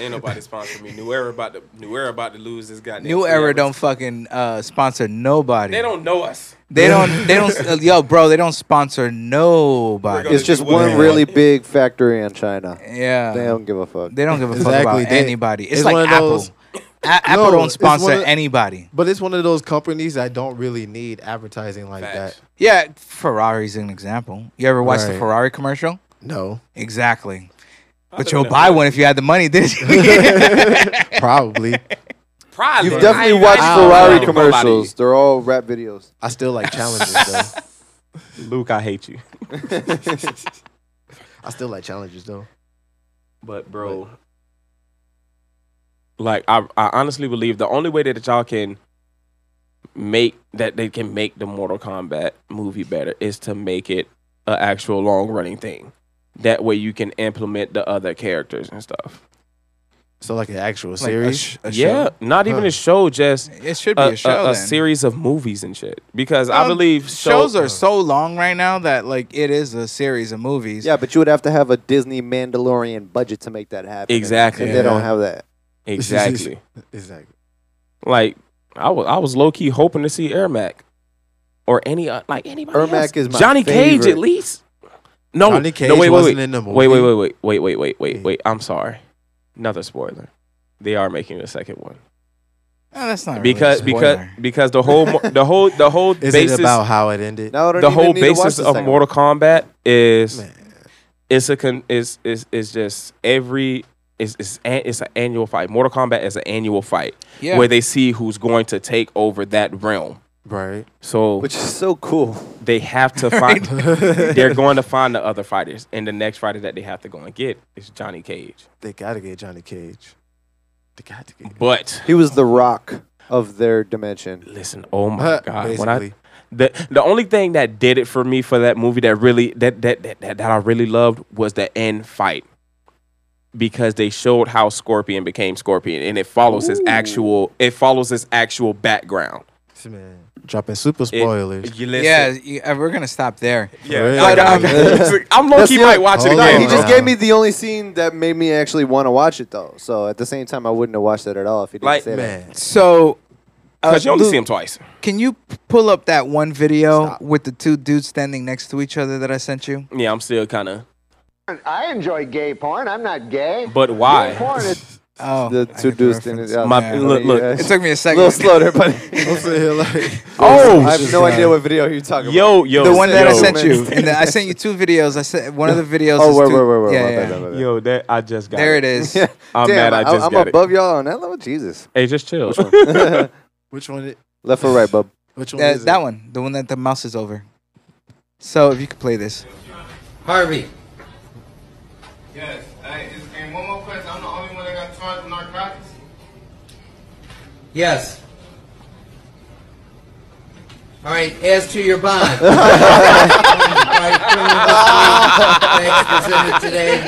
[SPEAKER 3] ain't nobody sponsoring me new era about to new era about to lose this goddamn
[SPEAKER 1] New
[SPEAKER 3] free
[SPEAKER 1] Era
[SPEAKER 3] advert-
[SPEAKER 1] don't fucking uh, sponsor nobody.
[SPEAKER 3] they don't know us
[SPEAKER 1] They don't. They
[SPEAKER 2] [LAUGHS]
[SPEAKER 1] don't. uh, yo, bro, they don't sponsor nobody.
[SPEAKER 3] We're
[SPEAKER 4] It's just one really big factory in China.
[SPEAKER 1] yeah,
[SPEAKER 4] They don't give a fuck.
[SPEAKER 1] They don't give a fuck
[SPEAKER 2] Exactly.
[SPEAKER 1] about
[SPEAKER 2] They-
[SPEAKER 1] anybody. It's,
[SPEAKER 2] it's
[SPEAKER 1] like
[SPEAKER 2] one of
[SPEAKER 1] Apple.
[SPEAKER 2] those- [LAUGHS]
[SPEAKER 1] A- Apple
[SPEAKER 2] No,
[SPEAKER 1] don't
[SPEAKER 2] it's one
[SPEAKER 1] sponsor
[SPEAKER 2] of-
[SPEAKER 1] anybody.
[SPEAKER 2] But it's one of those companies that don't really need advertising like
[SPEAKER 3] Facts.
[SPEAKER 2] that.
[SPEAKER 1] Yeah, Ferrari's an example. You ever watched the
[SPEAKER 2] Right.
[SPEAKER 1] Ferrari commercial?
[SPEAKER 2] No,
[SPEAKER 1] Exactly. But
[SPEAKER 3] don't
[SPEAKER 1] you'll
[SPEAKER 3] know.
[SPEAKER 1] buy one if you had the money, [LAUGHS]
[SPEAKER 4] [LAUGHS]
[SPEAKER 1] did you?
[SPEAKER 3] [LAUGHS]
[SPEAKER 2] probably.
[SPEAKER 3] Probably.
[SPEAKER 4] You've definitely
[SPEAKER 3] I-
[SPEAKER 4] watched
[SPEAKER 3] I-
[SPEAKER 4] Ferrari
[SPEAKER 3] I- I-
[SPEAKER 4] commercials. They're all rap videos.
[SPEAKER 2] I still like challenges though.
[SPEAKER 3] Luke, I hate you.
[SPEAKER 2] I still like challenges though.
[SPEAKER 3] But bro, like I, I honestly believe the only way that y'all can make that they can make the Mortal Kombat movie better is to make it an actual long running thing. That way you can implement the other characters and stuff.
[SPEAKER 2] So like an actual
[SPEAKER 1] Like a
[SPEAKER 2] series.
[SPEAKER 1] sh- a
[SPEAKER 3] yeah,
[SPEAKER 1] show?
[SPEAKER 3] not even a show, just
[SPEAKER 1] It should be
[SPEAKER 4] Uh,
[SPEAKER 3] a,
[SPEAKER 1] a show
[SPEAKER 3] a- a
[SPEAKER 1] then.
[SPEAKER 3] series of movies and shit. Because I
[SPEAKER 1] Um,
[SPEAKER 3] believe
[SPEAKER 1] shows
[SPEAKER 4] uh,
[SPEAKER 1] are so long right now that like it is a series of movies.
[SPEAKER 4] Yeah, but you would have to have a Disney Mandalorian budget to make that happen.
[SPEAKER 3] Exactly.
[SPEAKER 4] And they don't
[SPEAKER 2] Yeah.
[SPEAKER 4] have that.
[SPEAKER 1] [LAUGHS]
[SPEAKER 3] exactly
[SPEAKER 2] [LAUGHS] exactly.
[SPEAKER 3] like I was I was low key hoping to see Ermac or any uh, like anybody.
[SPEAKER 4] Ermac
[SPEAKER 3] else.
[SPEAKER 4] is my
[SPEAKER 3] Johnny Cage
[SPEAKER 4] favorite.
[SPEAKER 3] at least. No,
[SPEAKER 2] Johnny Cage
[SPEAKER 3] no, wait, wait,
[SPEAKER 2] wasn't
[SPEAKER 3] wait,
[SPEAKER 2] in the movie.
[SPEAKER 3] wait, wait, wait, wait, wait, wait, wait,
[SPEAKER 2] Yeah.
[SPEAKER 3] wait, wait. I'm sorry, another spoiler. They are making a second one
[SPEAKER 1] Oh, that's not
[SPEAKER 3] because
[SPEAKER 1] really a
[SPEAKER 3] because
[SPEAKER 1] spoiler.
[SPEAKER 3] because the whole mo- the whole the whole
[SPEAKER 2] Is it
[SPEAKER 3] basis
[SPEAKER 2] about how it ended?
[SPEAKER 4] Now I don't
[SPEAKER 3] the
[SPEAKER 4] even
[SPEAKER 3] whole
[SPEAKER 4] need to watch
[SPEAKER 3] basis
[SPEAKER 4] the
[SPEAKER 3] of
[SPEAKER 4] second
[SPEAKER 3] Mortal Kombat is
[SPEAKER 2] Man.
[SPEAKER 3] it's a con, is is is just every it's it's an, it's an annual fight. Mortal Kombat is an annual fight
[SPEAKER 1] yeah.
[SPEAKER 3] where they see who's going to take over that realm. [LAUGHS]
[SPEAKER 2] Right.
[SPEAKER 3] So
[SPEAKER 4] one, which is so cool.
[SPEAKER 3] they have to find they're going to find the other fighters and the next fighter that they have to go and get is johnny cage
[SPEAKER 2] They gotta get Johnny Cage. They got to get. him.
[SPEAKER 3] but
[SPEAKER 4] He was the rock of their dimension.
[SPEAKER 3] listen oh my god when i
[SPEAKER 2] Basically.
[SPEAKER 3] the, the only thing that did it for me for that movie that really that that, that that that i really loved was the end fight because they showed how scorpion became scorpion and it follows his actual it follows his actual background
[SPEAKER 2] This man dropping super spoilers.
[SPEAKER 3] you
[SPEAKER 1] yeah, you- uh, we're gonna stop there.
[SPEAKER 2] Really?
[SPEAKER 3] like, I'm, I'm low-key might
[SPEAKER 4] That's not-
[SPEAKER 3] watch it
[SPEAKER 2] Hold
[SPEAKER 4] No,
[SPEAKER 3] again
[SPEAKER 4] he
[SPEAKER 2] on.
[SPEAKER 3] bro.
[SPEAKER 4] just gave me the only scene that made me actually want to watch it though. So at the same time, I wouldn't have watched that at all if he didn't
[SPEAKER 3] Like,
[SPEAKER 4] say that.
[SPEAKER 2] man. [LAUGHS]
[SPEAKER 1] So, uh,
[SPEAKER 3] because you only
[SPEAKER 1] Luke,
[SPEAKER 3] see him twice
[SPEAKER 1] Can you p- pull up that one video with the two dudes standing next to each other that I sent you?
[SPEAKER 3] yeah i'm still kind of
[SPEAKER 8] I enjoy gay porn. I'm not gay.
[SPEAKER 3] but why
[SPEAKER 1] Oh,
[SPEAKER 4] The
[SPEAKER 1] I
[SPEAKER 4] two
[SPEAKER 1] get
[SPEAKER 4] dudes in
[SPEAKER 1] reference.
[SPEAKER 4] it.
[SPEAKER 3] My-
[SPEAKER 4] yeah.
[SPEAKER 3] look- look.
[SPEAKER 1] It took me a
[SPEAKER 4] a
[SPEAKER 1] second.
[SPEAKER 4] little slow
[SPEAKER 3] [LAUGHS]
[SPEAKER 4] there, buddy.
[SPEAKER 2] I'm sitting here like,
[SPEAKER 3] Oh,
[SPEAKER 4] I have no idea what video you're talking about.
[SPEAKER 3] Yo,
[SPEAKER 1] [LAUGHS]
[SPEAKER 3] yo,
[SPEAKER 1] the one that I
[SPEAKER 3] [LAUGHS] yo.
[SPEAKER 1] sent
[SPEAKER 4] [LAUGHS]
[SPEAKER 1] you, and then I sent you two videos. I sent one of the videos.
[SPEAKER 4] Oh,
[SPEAKER 1] is
[SPEAKER 4] wait,
[SPEAKER 1] two-
[SPEAKER 4] wait, wait, wait.
[SPEAKER 1] yeah,
[SPEAKER 4] my
[SPEAKER 1] yeah.
[SPEAKER 4] bad, my bad.
[SPEAKER 3] Yo, that I just got.
[SPEAKER 1] There it
[SPEAKER 3] it.
[SPEAKER 4] [LAUGHS]
[SPEAKER 1] is.
[SPEAKER 4] Yeah.
[SPEAKER 3] I'm
[SPEAKER 4] Damn,
[SPEAKER 3] mad. I, just
[SPEAKER 4] am
[SPEAKER 3] got
[SPEAKER 4] above y'all on that level. Jesus.
[SPEAKER 3] it. Hey, just chill. [LAUGHS]
[SPEAKER 2] which one? it-
[SPEAKER 4] Left or right,
[SPEAKER 1] [LAUGHS]
[SPEAKER 4] bub?
[SPEAKER 2] Which one?
[SPEAKER 1] That,
[SPEAKER 2] is
[SPEAKER 1] that
[SPEAKER 2] it?
[SPEAKER 1] one, the one that the mouse is over. So if you could play this,
[SPEAKER 8] Harvey.
[SPEAKER 6] Yes, I, and one more question. I'm the only one that got charged with narcotics.
[SPEAKER 8] Yes. All right, as to your bond.
[SPEAKER 3] that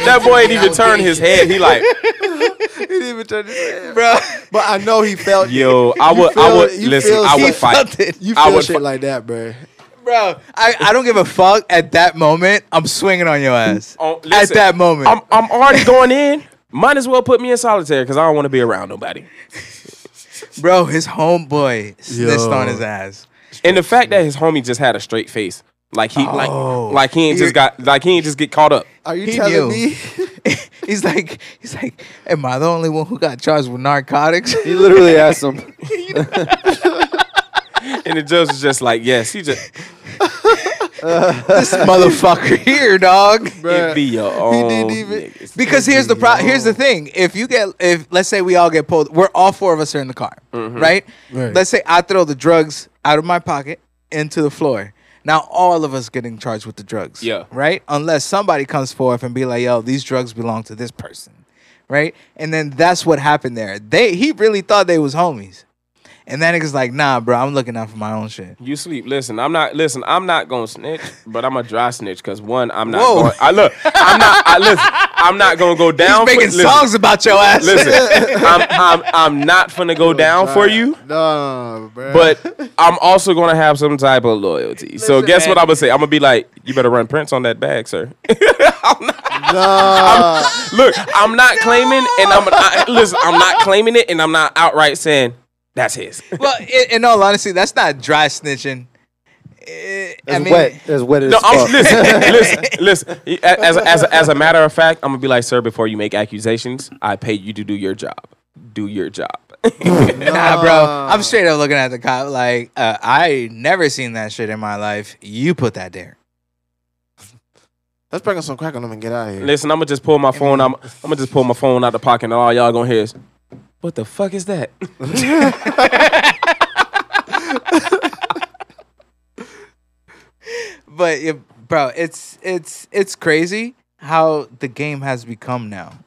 [SPEAKER 8] that
[SPEAKER 3] boy didn't even turn his head. He like,
[SPEAKER 1] [LAUGHS] bro.
[SPEAKER 2] But I know he felt.
[SPEAKER 3] yo, I would, I
[SPEAKER 2] feel-
[SPEAKER 3] would
[SPEAKER 2] you
[SPEAKER 3] listen.
[SPEAKER 2] feel-
[SPEAKER 3] I
[SPEAKER 2] he
[SPEAKER 3] would
[SPEAKER 1] felt
[SPEAKER 3] fight.
[SPEAKER 1] it.
[SPEAKER 2] You feel
[SPEAKER 3] I would
[SPEAKER 2] shit
[SPEAKER 3] fu-
[SPEAKER 2] like that, bro.
[SPEAKER 1] Bro, I, I don't give a fuck at that moment. I'm swinging on your ass.
[SPEAKER 3] Oh,
[SPEAKER 1] at
[SPEAKER 3] listen,
[SPEAKER 1] that moment.
[SPEAKER 3] I'm, I'm already going in. Might as well put me in solitary because I don't want to be around nobody.
[SPEAKER 1] bro, his homeboy snitched
[SPEAKER 2] Yo.
[SPEAKER 1] on his ass.
[SPEAKER 3] And the fact that his homie just had a straight face, like he,
[SPEAKER 1] Oh.
[SPEAKER 3] like, like he ain't just got, like he ain't just get caught up.
[SPEAKER 2] Are you
[SPEAKER 1] He
[SPEAKER 2] telling
[SPEAKER 1] knew.
[SPEAKER 2] me?
[SPEAKER 1] [LAUGHS] he's like, he's like, am I the only one who got charged with narcotics?
[SPEAKER 4] He literally asked
[SPEAKER 1] [LAUGHS]
[SPEAKER 4] him.
[SPEAKER 3] And the judge is just like, yes, he just
[SPEAKER 1] this motherfucker here, dog.
[SPEAKER 3] it be your own. niggas.
[SPEAKER 1] Because here's the pro- here's the thing. If you get if let's say we all get pulled, we're all four of us are in the car,
[SPEAKER 3] Mm-hmm.
[SPEAKER 1] right?
[SPEAKER 2] Right.
[SPEAKER 1] Let's say I throw the drugs out of my pocket into the floor. Now all of us getting charged with the drugs.
[SPEAKER 3] Yeah.
[SPEAKER 1] Right? Unless somebody comes forth and be like, "Yo, these drugs belong to this person." Right? And then that's what happened there. They he really thought they was homies. And that nigga's like, "Nah, bro, I'm looking out for my own shit."
[SPEAKER 3] You sleep. Listen, I'm not. Listen, I'm not gonna snitch, but I'm a dry snitch because one, I'm not.
[SPEAKER 1] Whoa.
[SPEAKER 3] Going, I look. I'm not. I listen. I'm not gonna go
[SPEAKER 1] He's
[SPEAKER 3] down.
[SPEAKER 1] making
[SPEAKER 3] for, listen,
[SPEAKER 1] songs about your ass. [LAUGHS]
[SPEAKER 3] Listen, I'm, I'm I'm not finna go down for you,
[SPEAKER 2] No, bro.
[SPEAKER 3] but I'm also gonna have some type of loyalty. so
[SPEAKER 1] Listen,
[SPEAKER 3] guess what
[SPEAKER 1] man.
[SPEAKER 3] I'm gonna say? I'm gonna be like, you better run prints on that bag, sir. [LAUGHS]
[SPEAKER 2] no,
[SPEAKER 3] look, I'm not claiming, and I'm I, listen. I'm
[SPEAKER 1] [LAUGHS]
[SPEAKER 3] not claiming it, and I'm not outright saying that's his.
[SPEAKER 1] well, in, in all honesty, that's not dry snitching. Eh,
[SPEAKER 4] As wet. As wet as
[SPEAKER 3] No, I'm,
[SPEAKER 4] fuck.
[SPEAKER 3] listen, listen, listen. A- As, as, as a matter of fact, I'm gonna be like, sir, before you make accusations, I paid you to do your job. Do your job.
[SPEAKER 1] [LAUGHS]
[SPEAKER 3] [LAUGHS]
[SPEAKER 1] Nah, bro. I'm straight up looking at the cop like, uh, I never seen that shit in my life. You put that there.
[SPEAKER 2] let's bring us some crack on them and get out of here.
[SPEAKER 3] Listen, I'm gonna just pull my phone. I'm, I'm gonna just pull my phone out the pocket, and all y'all gonna hear is, "What the fuck is that?"
[SPEAKER 1] But yeah, bro, it's it's it's crazy how the game has become now.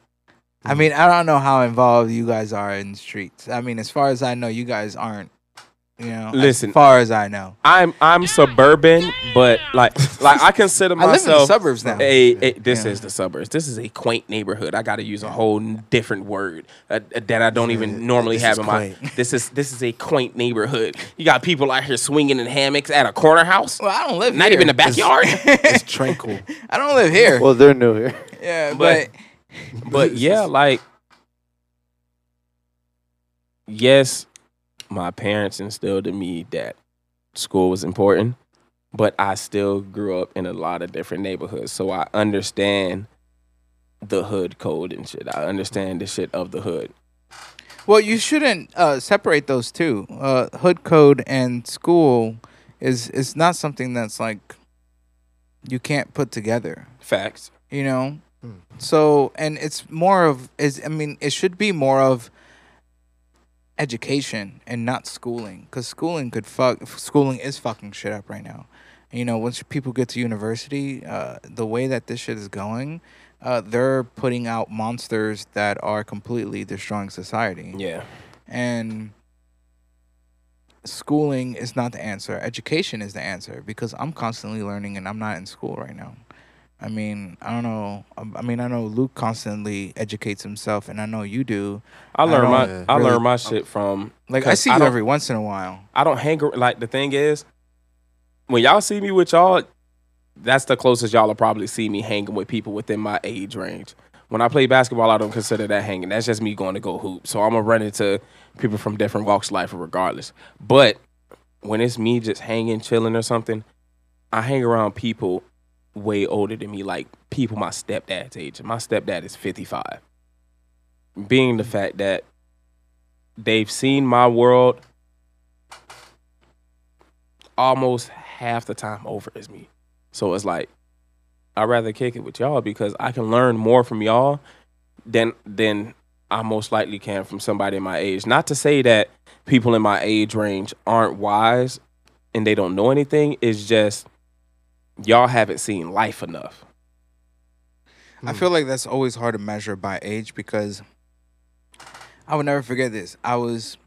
[SPEAKER 1] I mean, I don't know how involved you guys are in the streets. I mean, as far as I know, you guys aren't You know,
[SPEAKER 3] Listen.
[SPEAKER 1] as far as I know,
[SPEAKER 3] I'm I'm suburban, but like like I
[SPEAKER 1] I
[SPEAKER 3] consider
[SPEAKER 1] live in the
[SPEAKER 3] myself
[SPEAKER 1] suburbs now.
[SPEAKER 3] A, a- this
[SPEAKER 1] Yeah.
[SPEAKER 3] is the suburbs. This is a quaint neighborhood. I got to use a whole n- different word uh, uh, that I don't even normally
[SPEAKER 2] this
[SPEAKER 3] have
[SPEAKER 2] is
[SPEAKER 3] in my.
[SPEAKER 2] quaint. [LAUGHS]
[SPEAKER 3] This is this is a quaint neighborhood. You got people out here swinging in hammocks at a corner house.
[SPEAKER 1] Well, I don't live
[SPEAKER 3] Not
[SPEAKER 1] here.
[SPEAKER 3] even
[SPEAKER 1] [LAUGHS]
[SPEAKER 3] the
[SPEAKER 2] [LAUGHS]
[SPEAKER 3] backyard.
[SPEAKER 2] It's tranquil.
[SPEAKER 1] I don't live here.
[SPEAKER 4] Well, they're new here.
[SPEAKER 1] yeah, but,
[SPEAKER 3] but- but yeah, like yes, my parents instilled in me that school was important, but I still grew up in a lot of different neighborhoods, so I understand the hood code and shit. I understand the shit of the hood.
[SPEAKER 1] well, you shouldn't uh, separate those two. Uh, hood code and school is is not something that's like you can't put together.
[SPEAKER 3] Facts.
[SPEAKER 1] you know so and it's more of is i mean it should be more of education and not schooling because schooling could fuck schooling is fucking shit up right now you know once people get to university uh, the way that this shit is going uh, they're putting out monsters that are completely destroying society
[SPEAKER 3] Yeah.
[SPEAKER 1] and schooling is not the answer. Education is the answer because I'm constantly learning and I'm not in school right now. I mean, I don't know. Um, I- I mean, I know Luke constantly educates himself, and I know you do.
[SPEAKER 3] I learn
[SPEAKER 1] don't
[SPEAKER 3] my I
[SPEAKER 1] really-
[SPEAKER 3] learn my shit from
[SPEAKER 1] Like I see you
[SPEAKER 3] every.
[SPEAKER 1] every once in a while.
[SPEAKER 3] I don't hang ar- like the thing is when y'all see me with y'all, that's the closest y'all will probably see me hanging with people within my age range. When I play basketball, I don't consider that hanging. That's just me going to go hoop. So I'm gonna run into people from different walks of life regardless. But when it's me just hanging, chilling or something, I hang around people way older than me, like people my stepdad's age. My stepdad is 55. Being the fact that they've seen my world almost half the time over as me. So it's like I'd rather kick it with y'all because I can learn more from y'all than than I most likely can from somebody in my age. Not to say that people in my age range aren't wise and they don't know anything. It's just y'all haven't seen life enough.
[SPEAKER 2] Hmm.
[SPEAKER 1] I feel like that's always hard to measure by age because I will never forget this. I was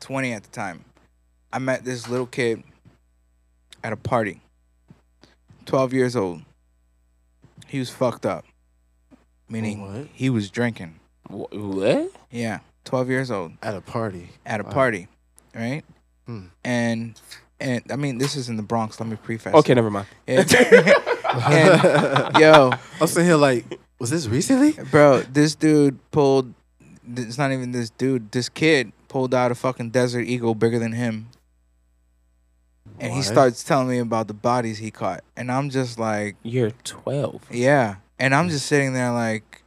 [SPEAKER 1] 20 at the time. I met this little kid at a party, 12 years old. He was fucked up, meaning
[SPEAKER 2] What?
[SPEAKER 1] he was drinking.
[SPEAKER 3] Wh- What?
[SPEAKER 1] Yeah, 12 years old
[SPEAKER 2] At a party.
[SPEAKER 1] at a
[SPEAKER 2] Wow.
[SPEAKER 1] party, right?
[SPEAKER 2] Hmm.
[SPEAKER 1] And and I mean, this is in the Bronx. Let me preface.
[SPEAKER 3] Okay, never mind.
[SPEAKER 1] Yeah. and, [LAUGHS] yo,
[SPEAKER 2] I'm sitting here like, was this recently?
[SPEAKER 1] Bro, this dude pulled. It's not even this dude. This kid pulled out a fucking desert eagle bigger than him, and he
[SPEAKER 2] What?
[SPEAKER 1] starts telling me about the bodies he caught, and I'm just like,
[SPEAKER 3] You're 12.
[SPEAKER 1] yeah, and I'm just sitting there like,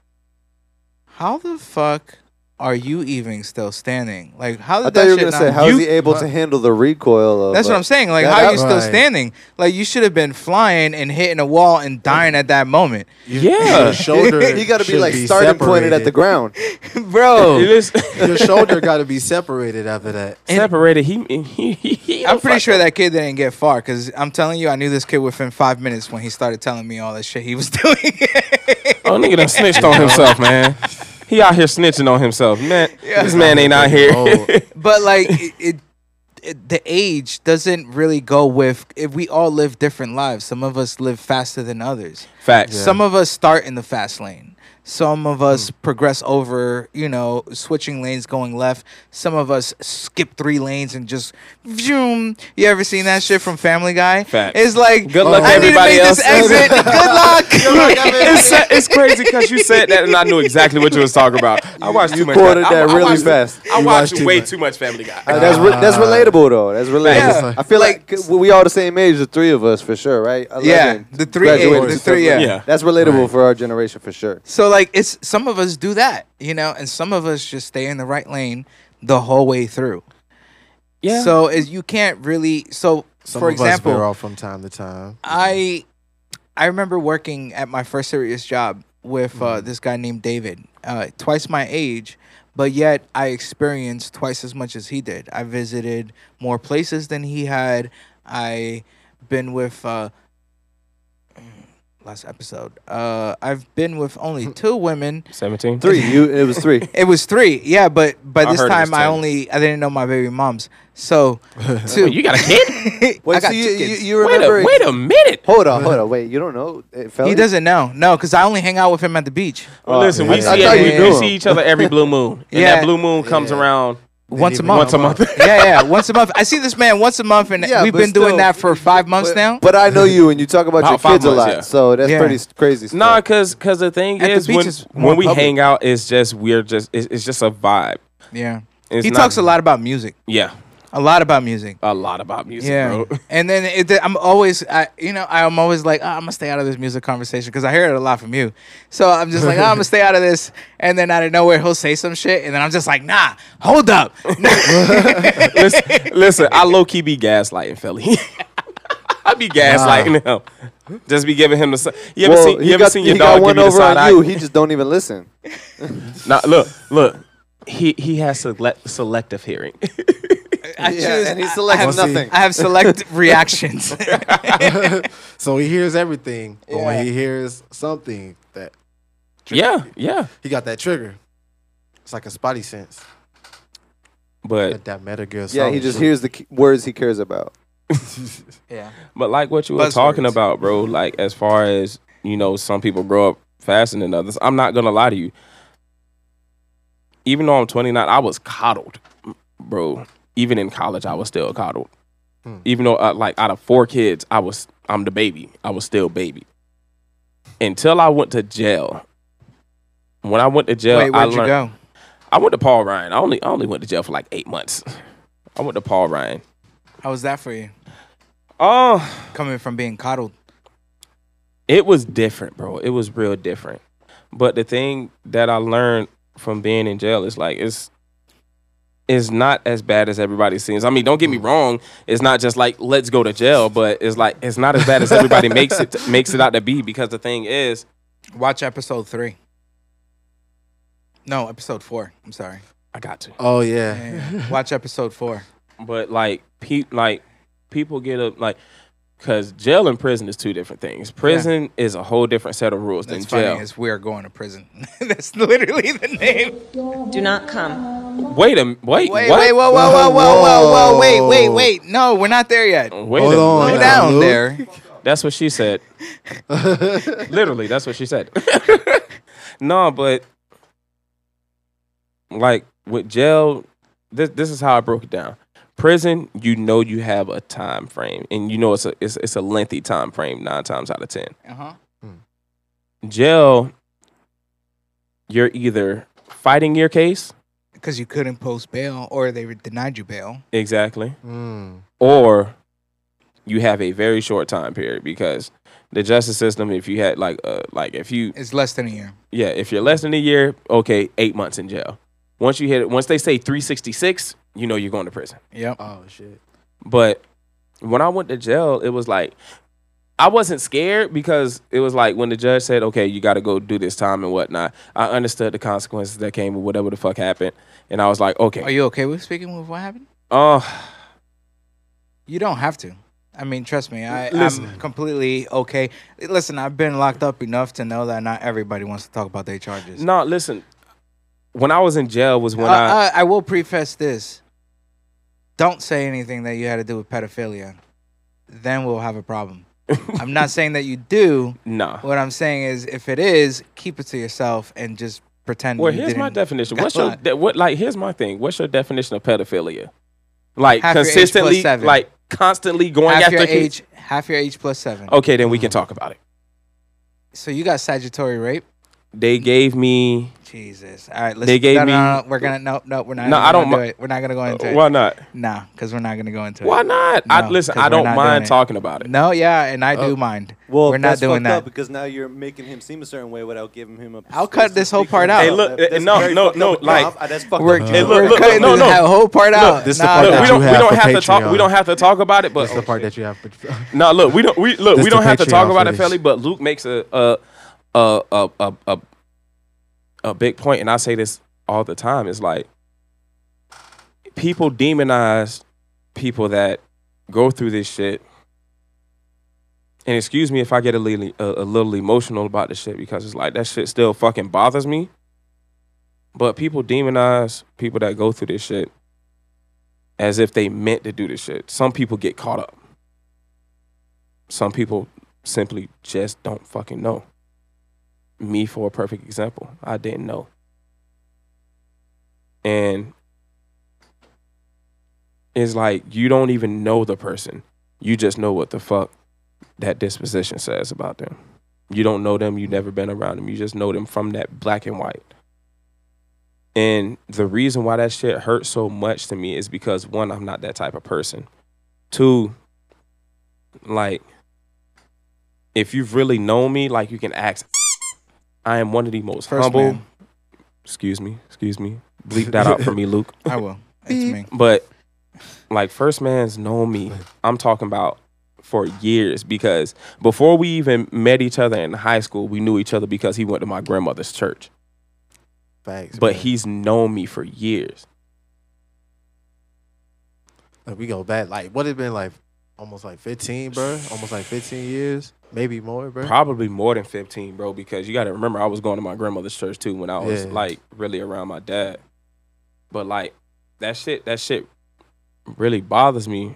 [SPEAKER 1] how the fuck are you even still standing? Like, how did
[SPEAKER 4] I
[SPEAKER 1] that
[SPEAKER 4] thought you were
[SPEAKER 1] shit
[SPEAKER 4] gonna say,
[SPEAKER 1] not-
[SPEAKER 4] how is
[SPEAKER 1] You-
[SPEAKER 4] he able to handle the recoil of?
[SPEAKER 1] that's what
[SPEAKER 4] uh,
[SPEAKER 1] I'm saying. Like,
[SPEAKER 4] that
[SPEAKER 1] how are you
[SPEAKER 4] out-
[SPEAKER 1] still
[SPEAKER 2] Right.
[SPEAKER 1] standing? Like, you should have been flying and hitting a wall and dying at that
[SPEAKER 4] [LAUGHS]
[SPEAKER 1] moment,
[SPEAKER 3] Yeah.
[SPEAKER 2] Your shoulder.
[SPEAKER 4] You got to be
[SPEAKER 2] should
[SPEAKER 4] like starting pointed at the
[SPEAKER 2] separated.
[SPEAKER 1] [LAUGHS]
[SPEAKER 4] ground.
[SPEAKER 1] bro.
[SPEAKER 3] [LAUGHS] It is
[SPEAKER 2] [LAUGHS] Your shoulder got to be separated after
[SPEAKER 4] [LAUGHS]
[SPEAKER 2] that.
[SPEAKER 3] [LAUGHS] separated. He, he, he
[SPEAKER 1] I'm pretty sure that kid didn't get far because I'm telling you, I knew this kid within five minutes when he started telling me all that shit he was [LAUGHS] doing.
[SPEAKER 3] Oh, nigga done snitched on himself, man. He out here snitching on himself, man. This man ain't out here.
[SPEAKER 2] Oh,
[SPEAKER 1] but [LAUGHS] like, it, it, it, the age doesn't really go with. If we all live different lives, some of us live faster than others.
[SPEAKER 3] [LAUGHS] Facts.
[SPEAKER 1] Some of us start in the fast lane. Some of us progress over, you know, switching lanes, going left. Some of us skip three lanes and just, zoom. You ever seen that shit from Family Guy?
[SPEAKER 3] Facts.
[SPEAKER 1] It's like,
[SPEAKER 3] Good luck to
[SPEAKER 1] I need to
[SPEAKER 3] everybody
[SPEAKER 1] make this [LAUGHS]
[SPEAKER 3] else.
[SPEAKER 1] exit. Good luck.
[SPEAKER 3] [LAUGHS] it's, sa- it's crazy because you said that and I knew exactly what you was talking about. I watched too much.
[SPEAKER 4] quoted
[SPEAKER 3] I-
[SPEAKER 4] that
[SPEAKER 3] I
[SPEAKER 4] really
[SPEAKER 3] watched-
[SPEAKER 4] fast.
[SPEAKER 3] I
[SPEAKER 2] You
[SPEAKER 3] watched
[SPEAKER 2] watched too
[SPEAKER 3] way
[SPEAKER 2] much.
[SPEAKER 3] too much Family Guy.
[SPEAKER 4] Uh, that's re- that's relatable though. That's
[SPEAKER 1] Yeah.
[SPEAKER 4] relatable. I feel like, c- we all the same age, the three of us for sure, right? 11,
[SPEAKER 1] Yeah, the three,
[SPEAKER 4] graduated
[SPEAKER 1] the
[SPEAKER 4] and
[SPEAKER 1] three,
[SPEAKER 4] stuff
[SPEAKER 1] yeah.
[SPEAKER 4] like-
[SPEAKER 3] Yeah.
[SPEAKER 4] That's relatable for our generation for sure.
[SPEAKER 1] So like, it's some of us do that, you know, and some of us just stay in the right lane the whole way through.
[SPEAKER 3] Yeah.
[SPEAKER 1] So is you can't really. So
[SPEAKER 2] Some
[SPEAKER 1] for
[SPEAKER 2] of
[SPEAKER 1] example,
[SPEAKER 2] us veer off from time to time.
[SPEAKER 1] I I remember working at my first serious job with uh,
[SPEAKER 3] Mm-hmm.
[SPEAKER 1] this guy named David, uh, twice my age, but yet I experienced twice as much as he did. I visited more places than he had. I been with uh, last episode. Uh, I've been with
[SPEAKER 3] [LAUGHS]
[SPEAKER 1] only two women.
[SPEAKER 3] 17?
[SPEAKER 4] Three. You. It was
[SPEAKER 1] [LAUGHS]
[SPEAKER 4] three.
[SPEAKER 1] It was three, yeah, but by
[SPEAKER 3] I
[SPEAKER 1] this
[SPEAKER 3] heard it was
[SPEAKER 1] time I
[SPEAKER 3] 10.
[SPEAKER 1] only I didn't know my baby moms.
[SPEAKER 3] [LAUGHS]
[SPEAKER 1] So two.
[SPEAKER 3] Wait, Oh, you got a kid?
[SPEAKER 1] [LAUGHS] I got
[SPEAKER 4] Wait. so you,
[SPEAKER 1] two kids.
[SPEAKER 4] you, you
[SPEAKER 3] wait,
[SPEAKER 4] remember?
[SPEAKER 3] a, wait a minute.
[SPEAKER 4] Hold on. Hold on. Wait. You don't know? It felt
[SPEAKER 1] he doesn't know, no, because I only hang out with him at the beach
[SPEAKER 4] Oh,
[SPEAKER 3] Listen, we,
[SPEAKER 4] man. I
[SPEAKER 3] see,
[SPEAKER 4] thought you
[SPEAKER 3] every-
[SPEAKER 4] knew
[SPEAKER 3] we
[SPEAKER 4] him.
[SPEAKER 3] see each other every blue moon. And
[SPEAKER 1] Yeah.
[SPEAKER 3] that blue moon comes around
[SPEAKER 1] once a
[SPEAKER 2] even
[SPEAKER 1] month.
[SPEAKER 3] once a month.
[SPEAKER 1] yeah, yeah, once a month. I see this man once a month, and
[SPEAKER 4] Yeah,
[SPEAKER 1] we've
[SPEAKER 4] but
[SPEAKER 1] been doing
[SPEAKER 4] still,
[SPEAKER 1] that for five months
[SPEAKER 4] But,
[SPEAKER 1] now.
[SPEAKER 4] but I know you, and you talk about,
[SPEAKER 3] About
[SPEAKER 4] your
[SPEAKER 3] five
[SPEAKER 4] kids a
[SPEAKER 3] months,
[SPEAKER 4] lot.
[SPEAKER 3] yeah.
[SPEAKER 4] So that's
[SPEAKER 1] Yeah.
[SPEAKER 4] pretty s- crazy.
[SPEAKER 3] [LAUGHS]
[SPEAKER 4] Stuff.
[SPEAKER 3] Nah, cause cause the thing
[SPEAKER 1] At the
[SPEAKER 3] is
[SPEAKER 1] beach
[SPEAKER 3] when,
[SPEAKER 1] it's more
[SPEAKER 3] when we
[SPEAKER 1] public.
[SPEAKER 3] hang out, it's just weird. Just it's, it's just a vibe.
[SPEAKER 1] Yeah,
[SPEAKER 3] It's
[SPEAKER 1] he
[SPEAKER 3] not-
[SPEAKER 1] talks a lot about music,
[SPEAKER 3] Yeah,
[SPEAKER 1] a lot about music.
[SPEAKER 3] a lot about music,
[SPEAKER 1] Yeah,
[SPEAKER 4] [LAUGHS]
[SPEAKER 3] bro. [LAUGHS]
[SPEAKER 1] and then it, I'm always, I, you know, I'm always like, "Ah, I'm gonna stay out of this music conversation because I hear it a lot from you. So I'm just like, "Ah, I'm gonna stay out of this, and then out of nowhere he'll say some shit, and then I'm just like, nah, hold
[SPEAKER 4] [LAUGHS]
[SPEAKER 1] up. [LAUGHS]
[SPEAKER 3] listen, listen, I low key be gaslighting Philly. [LAUGHS] I be gaslighting him. Just be giving him the. si- You ever
[SPEAKER 4] well,
[SPEAKER 3] seen?
[SPEAKER 4] he
[SPEAKER 3] You ever
[SPEAKER 4] got,
[SPEAKER 3] seen
[SPEAKER 4] he
[SPEAKER 3] your
[SPEAKER 4] got
[SPEAKER 3] dog give
[SPEAKER 4] one
[SPEAKER 3] you the
[SPEAKER 4] over
[SPEAKER 3] side
[SPEAKER 4] on
[SPEAKER 3] eye?
[SPEAKER 4] you. He just don't even
[SPEAKER 3] [LAUGHS]
[SPEAKER 4] listen.
[SPEAKER 3] Nah, look, look. He he has select, selective hearing.
[SPEAKER 1] I choose.
[SPEAKER 4] and he
[SPEAKER 1] I-
[SPEAKER 4] selects
[SPEAKER 1] I have,
[SPEAKER 4] nothing.
[SPEAKER 1] I have select reactions. [LAUGHS]
[SPEAKER 2] so he hears everything, but
[SPEAKER 1] Yeah.
[SPEAKER 2] when he hears something that
[SPEAKER 3] yeah, yeah.
[SPEAKER 2] he got that trigger. It's like a spotty sense.
[SPEAKER 3] But
[SPEAKER 2] That, that meta girl.
[SPEAKER 4] [LAUGHS] Yeah, he
[SPEAKER 2] solid
[SPEAKER 4] just
[SPEAKER 2] shit.
[SPEAKER 4] hears the k- words he cares about.
[SPEAKER 1] yeah,
[SPEAKER 3] But [LAUGHS] like what you were
[SPEAKER 1] Buzzwords.
[SPEAKER 3] talking about, bro, like as far as, you know, some people grow up faster than others, I'm not going to lie to you. Even though I'm 29, I was coddled, bro. Even in college, I was still coddled.
[SPEAKER 2] Hmm.
[SPEAKER 3] Even though, uh, like, out of four kids, I was, I'm the baby. I was still baby. Until I went to jail. When I went to jail,
[SPEAKER 1] Wait,
[SPEAKER 3] I
[SPEAKER 1] where'd you
[SPEAKER 3] learned-
[SPEAKER 1] go?
[SPEAKER 3] I went to Paul Ryan. I only, I only went to jail for like eight months. I went to Paul Ryan.
[SPEAKER 1] How was that for you?
[SPEAKER 3] Oh,
[SPEAKER 1] Coming from being coddled.
[SPEAKER 3] it was different, bro. It was real different. But the thing that I learned from being in jail is like it's it's not as bad as everybody seems. I mean, don't get
[SPEAKER 1] Mm.
[SPEAKER 3] me wrong. It's not just like let's go to jail, but it's like it's not as bad as everybody makes it [LAUGHS] makes it out to be. Because the thing is,
[SPEAKER 1] Watch episode three. No, episode four. I'm [LAUGHS] sorry.
[SPEAKER 3] I got to.
[SPEAKER 2] Oh yeah.
[SPEAKER 1] Yeah, yeah. Watch episode four.
[SPEAKER 3] But like, pe- like people get up like because jail and prison is two different things. Prison is a whole different set of rules
[SPEAKER 1] That's
[SPEAKER 3] than jail.
[SPEAKER 1] funny. Is we're going to prison. [LAUGHS] That's literally the name.
[SPEAKER 10] Do not come.
[SPEAKER 3] Wait a m- wait
[SPEAKER 1] Wait,
[SPEAKER 3] what?
[SPEAKER 1] wait, whoa, whoa, whoa, whoa, whoa, whoa, wait, wait, wait. No, we're not there yet.
[SPEAKER 3] Wait
[SPEAKER 2] Hold
[SPEAKER 3] a
[SPEAKER 2] on.
[SPEAKER 1] Slow
[SPEAKER 2] Wait,
[SPEAKER 1] down
[SPEAKER 2] Luke.
[SPEAKER 1] there.
[SPEAKER 3] That's what she said. Literally, that's what she said. [LAUGHS] no, but like with jail, this this is how I broke it down. Prison, you know you have a time frame, and you know it's a it's, it's a lengthy time frame. Nine times out of ten,
[SPEAKER 1] Uh-huh.
[SPEAKER 3] jail, you're either fighting your case
[SPEAKER 1] Because you couldn't post bail or they denied you bail.
[SPEAKER 3] exactly,
[SPEAKER 2] [LAUGHS] Mm.
[SPEAKER 3] or you have a very short time period because the justice system, if you had like uh like if you
[SPEAKER 1] It's less than a year.
[SPEAKER 3] Yeah, if you're less than a year, okay, eight months in jail. Once you hit it, once they say 366, you know you're going to prison.
[SPEAKER 1] Yep.
[SPEAKER 2] Oh shit.
[SPEAKER 3] But when I went to jail, it was like I wasn't scared because it was like when the judge said, "Okay, you got to go do this time and whatnot." I understood the consequences that came with whatever the fuck happened, and I was like,
[SPEAKER 1] Are
[SPEAKER 3] "Okay,
[SPEAKER 1] you okay with speaking with what happened?
[SPEAKER 3] oh,
[SPEAKER 1] You don't have to. I mean, trust me, I, I'm
[SPEAKER 2] Listen.
[SPEAKER 1] completely okay. Listen, I've been locked up enough to know that not everybody wants to talk about their charges.
[SPEAKER 3] no, listen." When I was in jail was when
[SPEAKER 1] Uh,
[SPEAKER 3] I
[SPEAKER 1] uh, I will preface this. Don't say anything that you had to do with pedophilia. Then we'll have a
[SPEAKER 3] [LAUGHS]
[SPEAKER 1] problem. I'm not saying that you do.
[SPEAKER 3] nah.
[SPEAKER 1] What I'm saying is, if it is, keep it to yourself and just pretend.
[SPEAKER 3] Well,
[SPEAKER 1] you
[SPEAKER 3] here's
[SPEAKER 1] [LAUGHS]
[SPEAKER 3] my
[SPEAKER 1] didn't-
[SPEAKER 3] definition.
[SPEAKER 1] Got
[SPEAKER 3] What's your
[SPEAKER 1] that.
[SPEAKER 3] de- what like? Here's my thing. What's your definition of pedophilia? Like
[SPEAKER 1] Half your age plus
[SPEAKER 3] consistently,
[SPEAKER 1] seven.
[SPEAKER 3] like constantly going
[SPEAKER 1] half
[SPEAKER 3] after
[SPEAKER 1] your
[SPEAKER 3] kids.
[SPEAKER 1] age, half your age plus seven.
[SPEAKER 3] Okay, then we can talk about it.
[SPEAKER 1] So you got Sagittarius rape.
[SPEAKER 3] They gave me.
[SPEAKER 1] Jesus. All right, let's.
[SPEAKER 3] They gave
[SPEAKER 1] no, no,
[SPEAKER 3] me-
[SPEAKER 1] no, no, we're gonna. No, no, we're not.
[SPEAKER 3] No,
[SPEAKER 1] gonna
[SPEAKER 3] I don't
[SPEAKER 1] Do
[SPEAKER 3] mi- Uh,
[SPEAKER 1] it. We're not gonna go into it.
[SPEAKER 3] Why not?
[SPEAKER 1] Nah, because we're not gonna go into
[SPEAKER 3] Why
[SPEAKER 1] it.
[SPEAKER 3] not? I
[SPEAKER 1] No,
[SPEAKER 3] listen.
[SPEAKER 1] 'cause
[SPEAKER 3] I
[SPEAKER 1] we're
[SPEAKER 3] don't
[SPEAKER 1] not doing
[SPEAKER 3] mind
[SPEAKER 1] it.
[SPEAKER 3] talking about it.
[SPEAKER 1] No, yeah, and I
[SPEAKER 3] Oh.
[SPEAKER 1] do mind. we're not doing that.
[SPEAKER 4] because now you're making him seem a certain way without giving him a.
[SPEAKER 1] I'll cut this whole part out.
[SPEAKER 3] Hey, look, eh, no, no, no, like-
[SPEAKER 4] that's fucked
[SPEAKER 1] We're,
[SPEAKER 4] up.
[SPEAKER 3] Hey, look,
[SPEAKER 1] we're
[SPEAKER 3] look,
[SPEAKER 1] cutting
[SPEAKER 3] no, no.
[SPEAKER 1] that whole part out.
[SPEAKER 2] this the
[SPEAKER 1] Nah,
[SPEAKER 2] part
[SPEAKER 3] Look,
[SPEAKER 1] nah.
[SPEAKER 2] that
[SPEAKER 3] we
[SPEAKER 2] you
[SPEAKER 3] don't. We
[SPEAKER 2] have
[SPEAKER 3] don't
[SPEAKER 2] for
[SPEAKER 3] have to talk. We
[SPEAKER 2] Patreon.
[SPEAKER 3] don't have to talk
[SPEAKER 1] [LAUGHS]
[SPEAKER 3] about it. But
[SPEAKER 4] oh,
[SPEAKER 2] That's the part that you have. to- [LAUGHS]
[SPEAKER 3] [LAUGHS] No, look, we don't. We look.
[SPEAKER 2] This
[SPEAKER 3] we
[SPEAKER 2] the
[SPEAKER 3] don't have to
[SPEAKER 2] Patreon
[SPEAKER 3] talk about it,
[SPEAKER 2] footage.
[SPEAKER 3] Felly. But Luke makes a a a a a a, a big point, and I say this all the time. It's like people demonize people that go through this shit and excuse me if I get a little a, a little emotional about this shit because it's like that shit still fucking bothers me. But people demonize people that go through this shit as if they meant to do this shit. Some people get caught up. Some people simply just don't fucking know. Me for a perfect example, I didn't know. And it's like you don't even know the person. You just know what the fuck that disposition says about them. You don't know them, you've never been around them. You just know them from that black and white. And the reason why that shit hurts so much to me is because one, I'm not that type of person. Two, like, if you've really known me, like you can ask. I am one of the most
[SPEAKER 1] First
[SPEAKER 3] humble.
[SPEAKER 1] man.
[SPEAKER 3] Excuse me, excuse me. Bleep that out for me, Luke.
[SPEAKER 1] I
[SPEAKER 3] [LAUGHS]
[SPEAKER 1] will. It's me.
[SPEAKER 3] But like first man's known me. I'm talking about for years because before we even met each other in high school, we knew each other because he went to my grandmother's church.
[SPEAKER 2] Facts.
[SPEAKER 3] But
[SPEAKER 2] man.
[SPEAKER 3] he's known me for years.
[SPEAKER 2] Like, we go back like what it been like almost like 15, bro. Almost like 15 years, maybe more, bro.
[SPEAKER 3] Probably more than 15, bro, because you got to remember I was going to my grandmother's church too when I was
[SPEAKER 2] Yeah.
[SPEAKER 3] like really around my dad. But like that shit that shit really bothers me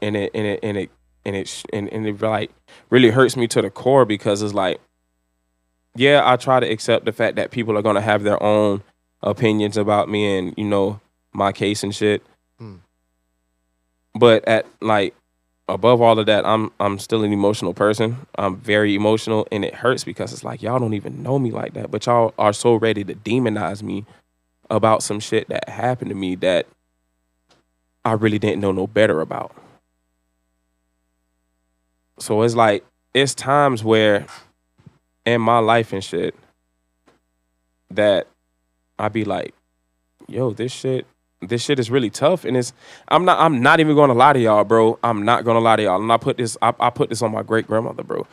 [SPEAKER 3] and it and it and it and it sh- and, and it like really hurts me to the core because it's like yeah, I try to accept the fact that people are going to have their own opinions about me and, you know, my case and shit.
[SPEAKER 2] Hmm.
[SPEAKER 3] But at like above all of that, I'm I'm still an emotional person. I'm very emotional and it hurts because it's like y'all don't even know me like that, but y'all are so ready to demonize me about some shit that happened to me that I really didn't know no better about. So it's like it's times where in my life and shit that I be like, yo, this shit, this shit is really tough. And it's I'm not I'm not even gonna lie to y'all, bro. I'm not gonna lie to y'all. And I put this I, I put this on my great grandmother, bro.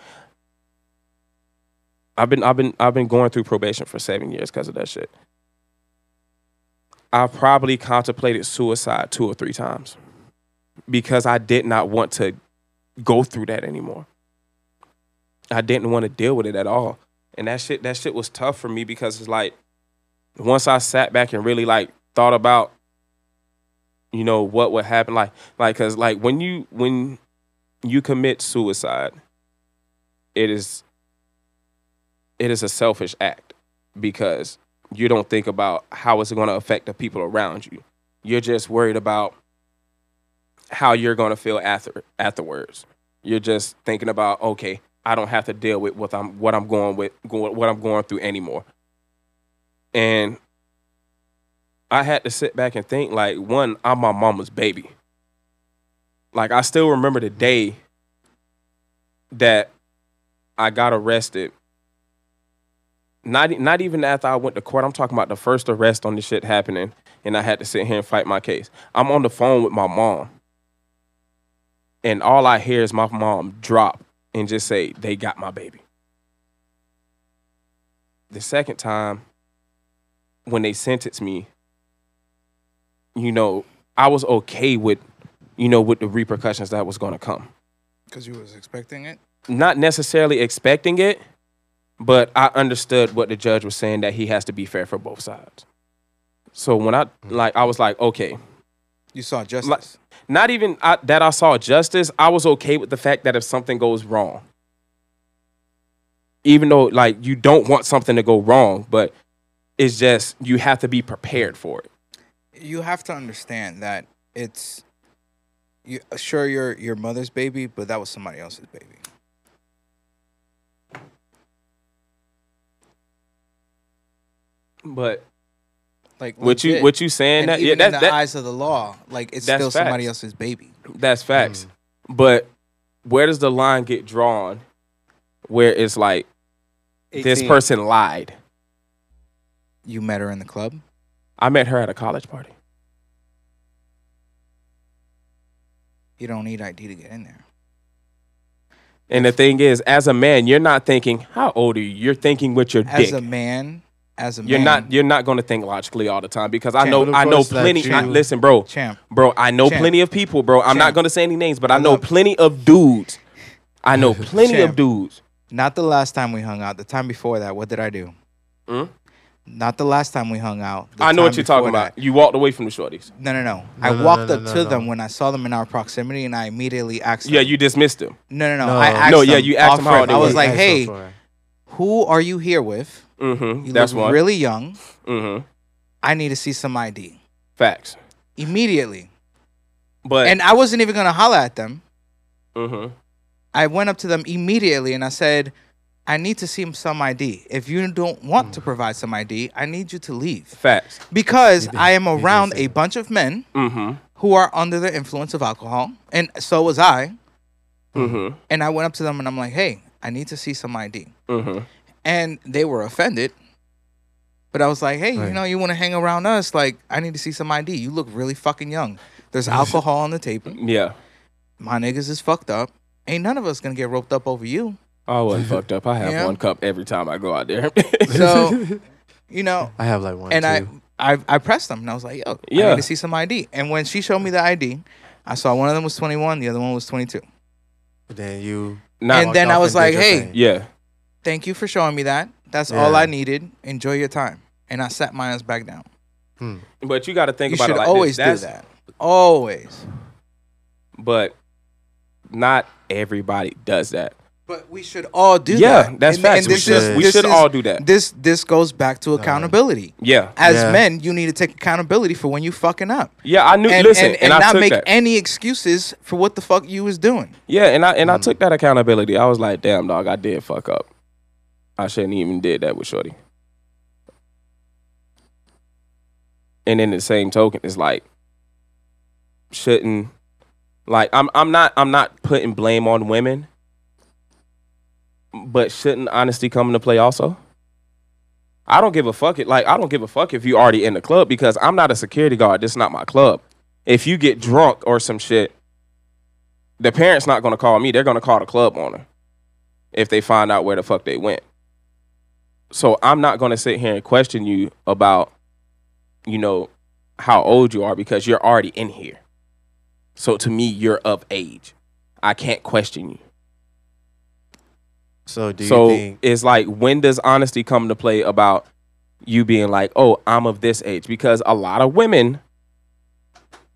[SPEAKER 3] I've been I've been I've been going through probation for seven years because of that shit. I've probably contemplated suicide two or three times because I did not want to go through that anymore. I didn't want to deal with it at all. And that shit, that shit was tough for me because it's like once I sat back and really like thought about, you know, what would happen. Like, like, cause like when you when you commit suicide, it is it is a selfish act because you don't think about how it's gonna affect the people around you. You're just worried about how you're gonna feel after afterwards. You're just thinking about, okay, I don't have to deal with what I'm what I'm going with going, what I'm going through anymore. And I had to sit back and think, like, one, I'm my mama's baby. Like I still remember the day that I got arrested. Not e, not even after I went to court. I'm talking about the first arrest on this shit happening, and I had to sit here and fight my case. I'm on the phone with my mom, and all I hear is my mom drop and just say, "They got my baby." The second time, when they sentenced me, you know, I was okay with, you know, with the repercussions that was going to come
[SPEAKER 1] Because you was expecting it.
[SPEAKER 3] not necessarily expecting it, but I understood what the judge was saying that he has to be fair for both sides. So when I
[SPEAKER 1] Mm-hmm.
[SPEAKER 3] like, I was like, okay,
[SPEAKER 1] You saw justice.
[SPEAKER 3] Like- not even I, that I saw justice. I was okay with the fact that if something goes wrong, even though like you don't want something to go wrong, but it's just you have to be prepared for it.
[SPEAKER 1] you have to understand that it's you sure your your mother's baby, but that was somebody else's baby.
[SPEAKER 3] But
[SPEAKER 1] Like
[SPEAKER 3] what you
[SPEAKER 1] legit.
[SPEAKER 3] what you saying
[SPEAKER 1] and
[SPEAKER 3] that yeah
[SPEAKER 1] even
[SPEAKER 3] that,
[SPEAKER 1] in the
[SPEAKER 3] that
[SPEAKER 1] eyes of the law, like it's
[SPEAKER 3] That's
[SPEAKER 1] still somebody
[SPEAKER 3] facts.
[SPEAKER 1] else's baby.
[SPEAKER 3] That's facts.
[SPEAKER 1] Mm.
[SPEAKER 3] But where does the line get drawn where it's like this
[SPEAKER 4] 18.
[SPEAKER 3] person lied?
[SPEAKER 1] You met her in the club.
[SPEAKER 3] I met her at a college party.
[SPEAKER 1] You don't need ID to get in there.
[SPEAKER 3] And the thing is, as a man, you're not thinking, how old are you? You're thinking with your
[SPEAKER 1] As
[SPEAKER 3] dick.
[SPEAKER 1] a man, as a
[SPEAKER 3] you're
[SPEAKER 1] man,
[SPEAKER 3] not you're not gonna think logically all the time because I
[SPEAKER 1] Champ,
[SPEAKER 3] know
[SPEAKER 2] but of
[SPEAKER 3] I know
[SPEAKER 2] course, like,
[SPEAKER 3] plenty I,
[SPEAKER 2] you-
[SPEAKER 3] listen, bro.
[SPEAKER 1] champ.
[SPEAKER 3] Bro, I know
[SPEAKER 1] Champ.
[SPEAKER 3] plenty of people, bro. I'm not
[SPEAKER 1] Champ.
[SPEAKER 3] gonna say any names, but I,
[SPEAKER 1] I
[SPEAKER 3] know
[SPEAKER 1] love-
[SPEAKER 3] plenty of dudes
[SPEAKER 1] [LAUGHS]
[SPEAKER 3] I know plenty
[SPEAKER 1] Champ.
[SPEAKER 3] of dudes.
[SPEAKER 1] Not the last time we hung out. The time before that, what did I do?
[SPEAKER 3] Hmm?
[SPEAKER 1] Not the last time we hung out. the
[SPEAKER 3] I know what
[SPEAKER 1] time
[SPEAKER 3] you're talking
[SPEAKER 1] before that.
[SPEAKER 3] about. You walked away from the shorties.
[SPEAKER 1] No, no, no. I
[SPEAKER 2] no, no,
[SPEAKER 1] walked
[SPEAKER 2] no,
[SPEAKER 1] up
[SPEAKER 2] no,
[SPEAKER 1] to
[SPEAKER 2] no.
[SPEAKER 1] them when I saw them in our proximity, and I immediately asked.
[SPEAKER 3] Yeah,
[SPEAKER 1] them.
[SPEAKER 3] you dismissed them.
[SPEAKER 1] No, no, no.
[SPEAKER 2] No.
[SPEAKER 1] I asked
[SPEAKER 3] No, yeah,
[SPEAKER 1] them
[SPEAKER 3] you asked
[SPEAKER 1] off
[SPEAKER 3] them how
[SPEAKER 1] rip.
[SPEAKER 3] they
[SPEAKER 1] I was
[SPEAKER 3] were.
[SPEAKER 1] like,
[SPEAKER 2] Asked them
[SPEAKER 1] "Hey,
[SPEAKER 2] for it.
[SPEAKER 1] who are you here with?
[SPEAKER 3] Mm-hmm.
[SPEAKER 1] You
[SPEAKER 3] That's
[SPEAKER 1] look
[SPEAKER 3] one.
[SPEAKER 1] really young.
[SPEAKER 3] mm-hmm.
[SPEAKER 1] I need to see some ID
[SPEAKER 3] Facts.
[SPEAKER 1] immediately."
[SPEAKER 3] But
[SPEAKER 1] And I wasn't even gonna holler at them.
[SPEAKER 3] mhm.
[SPEAKER 1] I went up to them immediately and I said, "I need to see some ID. If you don't want
[SPEAKER 2] Mm.
[SPEAKER 1] to provide some ID, I need you to leave
[SPEAKER 3] facts.
[SPEAKER 1] because I am
[SPEAKER 2] did
[SPEAKER 1] around
[SPEAKER 2] say
[SPEAKER 1] a bunch of men
[SPEAKER 3] Mm-hmm.
[SPEAKER 1] who are under the influence of alcohol, and so was I."
[SPEAKER 3] Mm-hmm.
[SPEAKER 1] And I went up to them and I'm like, hey, I need to see some ID.
[SPEAKER 3] Mm-hmm.
[SPEAKER 1] And they were offended. But I was like, hey, you
[SPEAKER 2] Right.
[SPEAKER 1] know, you want to hang around us? Like, I need to see some ID. You look really fucking young. There's alcohol on the table.
[SPEAKER 3] Yeah.
[SPEAKER 1] My niggas is fucked up. Ain't none of us gonna get roped up over you.
[SPEAKER 3] I wasn't fucked up. I have
[SPEAKER 1] Mm-hmm. Yeah.
[SPEAKER 3] one cup every time I go
[SPEAKER 1] [LAUGHS]
[SPEAKER 3] out there. [LAUGHS]
[SPEAKER 1] So, you know,
[SPEAKER 2] I have like one.
[SPEAKER 1] and I,
[SPEAKER 2] too.
[SPEAKER 1] I I pressed them and I was like, yo, I
[SPEAKER 3] Yeah.
[SPEAKER 1] need to see some ID. And when she showed me the ID, I saw one of them was 21, the other one was 22.
[SPEAKER 2] But then you.
[SPEAKER 3] Not
[SPEAKER 1] And then I
[SPEAKER 2] off
[SPEAKER 1] was
[SPEAKER 2] did
[SPEAKER 1] like,
[SPEAKER 2] your
[SPEAKER 1] hey,
[SPEAKER 2] thing.
[SPEAKER 3] yeah.
[SPEAKER 1] Thank you for showing me that. That's all I
[SPEAKER 2] Yeah.
[SPEAKER 1] needed. Enjoy your time. And I sat my ass back down.
[SPEAKER 3] But you got to think
[SPEAKER 1] you
[SPEAKER 3] about
[SPEAKER 1] should
[SPEAKER 3] it like
[SPEAKER 1] always
[SPEAKER 3] this.
[SPEAKER 1] do
[SPEAKER 3] That's-
[SPEAKER 1] that. Always.
[SPEAKER 3] But not everybody does that.
[SPEAKER 1] But we should all do
[SPEAKER 3] yeah,
[SPEAKER 1] that.
[SPEAKER 3] that's
[SPEAKER 1] And-
[SPEAKER 3] facts.
[SPEAKER 1] and
[SPEAKER 3] we
[SPEAKER 1] this
[SPEAKER 3] should,
[SPEAKER 1] is-
[SPEAKER 3] we
[SPEAKER 1] this
[SPEAKER 3] should
[SPEAKER 1] is-
[SPEAKER 3] all do that.
[SPEAKER 1] This this goes back to accountability.
[SPEAKER 3] yeah.
[SPEAKER 1] As
[SPEAKER 2] Yeah.
[SPEAKER 1] men, you need to take accountability for when you fucking up.
[SPEAKER 3] Yeah, I knew.
[SPEAKER 1] And,
[SPEAKER 3] listen,
[SPEAKER 1] and,
[SPEAKER 3] and,
[SPEAKER 1] and
[SPEAKER 3] I
[SPEAKER 1] not
[SPEAKER 3] took
[SPEAKER 1] make
[SPEAKER 3] that.
[SPEAKER 1] any excuses for what the fuck you was doing.
[SPEAKER 3] yeah, and I and I took that accountability. I was like, damn dog, I did fuck up. I shouldn't even did that with Shorty. And in the same token, it's like shouldn't like I'm I'm not I'm not putting blame on women, but shouldn't honesty come into play also? I don't give a fuck it. Like I don't give a fuck if you already in the club because I'm not a security guard. This is not my club. If you get drunk or some shit, the parents not gonna call me. They're gonna call the club owner if they find out where the fuck they went. So I'm not gonna sit here and question you about, you know, how old you are because you're already in here. So to me, you're of age. I can't question you.
[SPEAKER 2] So do you
[SPEAKER 3] so
[SPEAKER 2] think?
[SPEAKER 3] it's like when does honesty come to play about you being like, oh, I'm of this age? Because a lot of women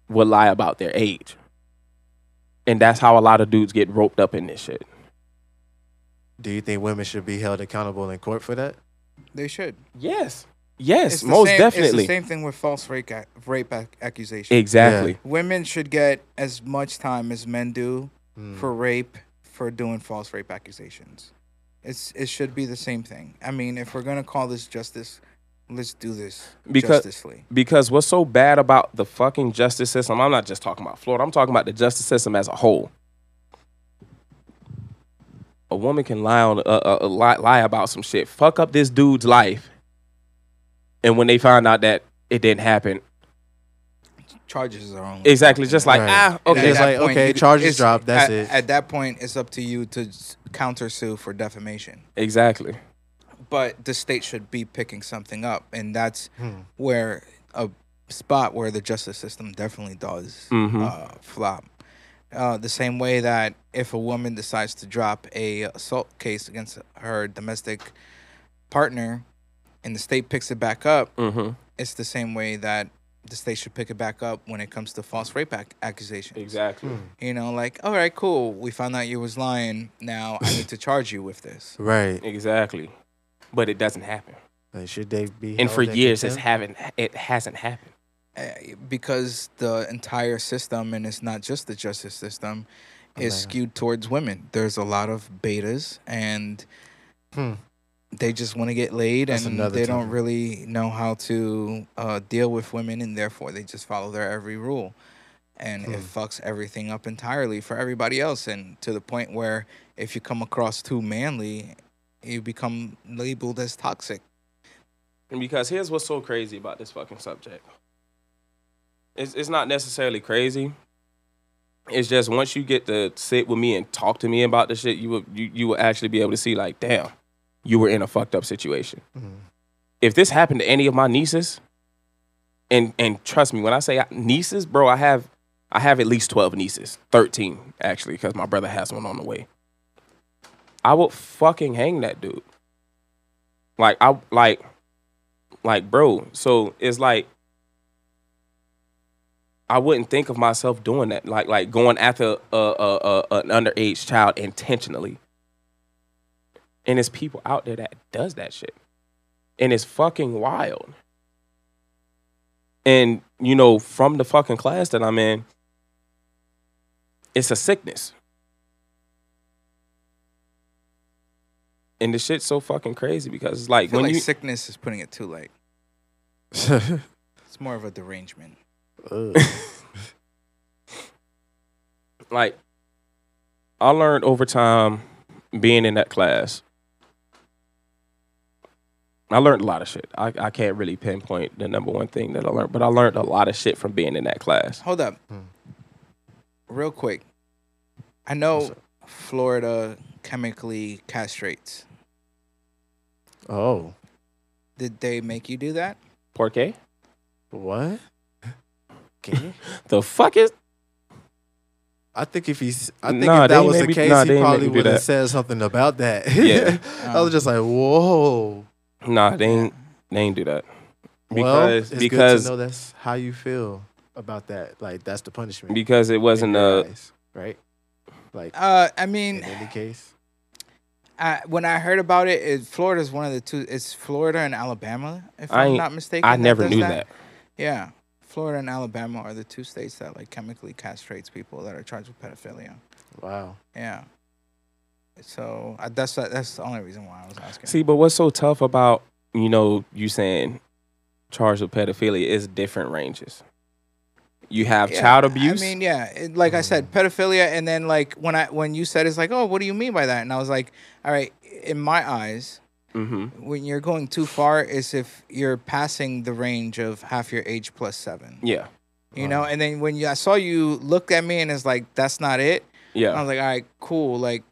[SPEAKER 3] will lie about their age. And that's how a lot of dudes get roped up in this shit.
[SPEAKER 2] Do you think women should be held accountable in court for that?
[SPEAKER 1] They should.
[SPEAKER 3] Yes. Yes, most definitely.
[SPEAKER 1] It's the same thing with false rape, rape accusations.
[SPEAKER 3] Exactly.
[SPEAKER 1] Women should get as much time as men do
[SPEAKER 2] Hmm.
[SPEAKER 1] for rape for doing false rape accusations. It's it should be the same thing. I mean, if we're gonna call this justice, let's do this
[SPEAKER 3] Because-
[SPEAKER 1] justicely.
[SPEAKER 3] Because what's so bad about the fucking justice system, I'm not just talking about Florida, I'm talking about the justice system as a whole. A woman can lie on uh, uh, lie, lie about some shit, fuck up this dude's life, and when they find out that it didn't happen,
[SPEAKER 1] Charges are on.
[SPEAKER 3] exactly, just like
[SPEAKER 2] Right.
[SPEAKER 3] ah,
[SPEAKER 2] And
[SPEAKER 3] okay,
[SPEAKER 2] it's like, okay, charges
[SPEAKER 1] it's-
[SPEAKER 2] dropped, that's
[SPEAKER 1] at,
[SPEAKER 2] it.
[SPEAKER 1] At that point, it's up to you to s- countersue for defamation.
[SPEAKER 3] exactly,
[SPEAKER 1] But the state should be picking something up, and that's
[SPEAKER 2] Hmm.
[SPEAKER 1] where a spot where the justice system definitely does
[SPEAKER 3] Mhm.
[SPEAKER 1] uh, flop. Uh, the same way that if a woman decides to drop a assault case against her domestic partner, and the state picks it back up,
[SPEAKER 3] hmm
[SPEAKER 1] it's the same way that the state should pick it back up when it comes to false rape ac- accusations.
[SPEAKER 3] exactly,
[SPEAKER 1] You know, like, all right, cool. We found out you was lying. Now I need to charge you with this.
[SPEAKER 2] Right.
[SPEAKER 3] exactly, but it doesn't happen,
[SPEAKER 2] Like, should they be?
[SPEAKER 3] and for
[SPEAKER 2] held in
[SPEAKER 3] years it's
[SPEAKER 2] contempt?
[SPEAKER 3] haven't, it hasn't happened.
[SPEAKER 1] Uh, because the entire system, and it's not just the justice system, is skewed towards women. There's a lot of betas, and
[SPEAKER 2] Hmm.
[SPEAKER 1] they just want to get laid,
[SPEAKER 2] That's
[SPEAKER 1] and
[SPEAKER 2] another
[SPEAKER 1] they don't
[SPEAKER 2] topic.
[SPEAKER 1] really know how to uh, deal with women, and therefore they just follow their every rule. And it
[SPEAKER 2] Hmm.
[SPEAKER 1] fucks everything up entirely for everybody else, and to the point where if you come across too manly, you become labeled as toxic.
[SPEAKER 3] And because here's what's so crazy about this fucking subject. It's it's not necessarily crazy. It's just once you get to sit with me and talk to me about the shit, you will you, you will actually be able to see like, damn, you were in a fucked up situation. If this happened to any of my nieces, and and trust me when I say I- nieces, bro, I have I have at least twelve nieces, thirteen actually, because my brother has one on the way. I would fucking hang that dude. Like I like like bro, so it's like I wouldn't think of myself doing that, like like going after a, a, a an underage child intentionally. And it's people out there that does that shit, and it's fucking wild. And you know, from the fucking class that I'm in, it's a sickness. And the shit's so fucking crazy because it's
[SPEAKER 1] I
[SPEAKER 3] like
[SPEAKER 1] feel
[SPEAKER 3] when
[SPEAKER 1] like
[SPEAKER 3] you
[SPEAKER 1] sickness is putting it too
[SPEAKER 3] [LAUGHS]
[SPEAKER 1] light. It's more of a derangement.
[SPEAKER 3] [LAUGHS] like I learned over time being in that class. I learned a lot of shit. I, I can't really pinpoint the number one thing that I learned, but I learned a lot of shit from being in that class.
[SPEAKER 1] Hold up.
[SPEAKER 3] Hmm.
[SPEAKER 1] Real quick. I know Florida chemically castrates.
[SPEAKER 2] Oh,
[SPEAKER 1] Did they make you do that?
[SPEAKER 3] Porque?
[SPEAKER 2] what?
[SPEAKER 3] [LAUGHS] The fuck is
[SPEAKER 2] I think if he's, I think
[SPEAKER 3] Nah,
[SPEAKER 2] if
[SPEAKER 3] they
[SPEAKER 2] that
[SPEAKER 3] ain't
[SPEAKER 2] was
[SPEAKER 3] make
[SPEAKER 2] the
[SPEAKER 3] me-
[SPEAKER 2] case,
[SPEAKER 3] nah, they
[SPEAKER 2] he
[SPEAKER 3] ain't make
[SPEAKER 2] probably
[SPEAKER 3] me do
[SPEAKER 2] would have
[SPEAKER 3] that.
[SPEAKER 2] said something about that.
[SPEAKER 3] Yeah.
[SPEAKER 2] [LAUGHS] I was just like, whoa.
[SPEAKER 3] nah? They ain't they ain't do that
[SPEAKER 2] well,
[SPEAKER 3] because
[SPEAKER 2] it's good
[SPEAKER 3] because
[SPEAKER 2] to know that's how you feel about that. Like that's the punishment.
[SPEAKER 3] because it
[SPEAKER 2] in
[SPEAKER 3] wasn't
[SPEAKER 2] your
[SPEAKER 3] uh
[SPEAKER 2] eyes, right? Like
[SPEAKER 1] Uh, I
[SPEAKER 2] in
[SPEAKER 1] mean,
[SPEAKER 2] any case,
[SPEAKER 1] I, when I heard about it, it, Florida's one of the two. It's Florida and Alabama, if I
[SPEAKER 3] I
[SPEAKER 1] am
[SPEAKER 3] ain't-
[SPEAKER 1] not mistaken.
[SPEAKER 3] I
[SPEAKER 1] that
[SPEAKER 3] never
[SPEAKER 1] does
[SPEAKER 3] knew that.
[SPEAKER 1] Yeah. Florida and Alabama are the two states that like chemically castrates people that are charged with pedophilia.
[SPEAKER 2] wow.
[SPEAKER 1] Yeah. So I, that's that's the only reason why I was asking.
[SPEAKER 3] See, but what's so tough about you know you saying charged with pedophilia is different ranges. You have
[SPEAKER 1] Yeah,
[SPEAKER 3] child abuse. Mm.
[SPEAKER 1] I mean, yeah, it, like I said, pedophilia, and then like when I when you said it's like, oh, what do you mean by that? And I was like, all right, in my eyes,
[SPEAKER 3] hmm
[SPEAKER 1] when you're going too far is if you're passing the range of half your age plus seven,
[SPEAKER 3] Yeah,
[SPEAKER 1] you know. And then when you, I saw you look at me and it's like, that's not it. I
[SPEAKER 3] yeah.
[SPEAKER 1] was like, all right, cool, like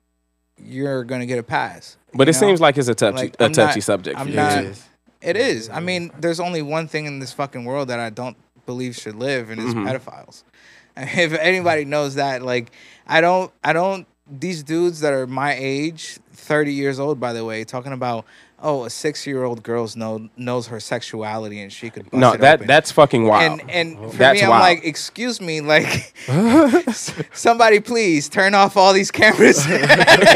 [SPEAKER 1] you're gonna get a pass.
[SPEAKER 3] But
[SPEAKER 1] you
[SPEAKER 3] it
[SPEAKER 1] know?
[SPEAKER 3] seems like it's a touchy,
[SPEAKER 1] Like,
[SPEAKER 3] a
[SPEAKER 1] I'm
[SPEAKER 3] touchy
[SPEAKER 1] not-
[SPEAKER 3] subject. for
[SPEAKER 1] I'm
[SPEAKER 3] you.
[SPEAKER 1] not-
[SPEAKER 2] It is.
[SPEAKER 1] it is. I mean, there's only one thing in this fucking world that I don't believe should live, and it's
[SPEAKER 3] Mhm.
[SPEAKER 1] pedophiles. [LAUGHS] And if anybody knows that, like, I don't, I don't. These dudes that are my age, thirty years old, by the way, talking about oh, a six-year-old girl's know knows her sexuality and she could bust
[SPEAKER 3] no,
[SPEAKER 1] it
[SPEAKER 3] that
[SPEAKER 1] open.
[SPEAKER 3] that's fucking wild.
[SPEAKER 1] [LAUGHS] And and for
[SPEAKER 3] That's
[SPEAKER 1] me, I'm
[SPEAKER 3] wild.
[SPEAKER 1] like, excuse me,
[SPEAKER 3] [LAUGHS]
[SPEAKER 1] like, [LAUGHS] s- somebody please turn off all these cameras. [LAUGHS]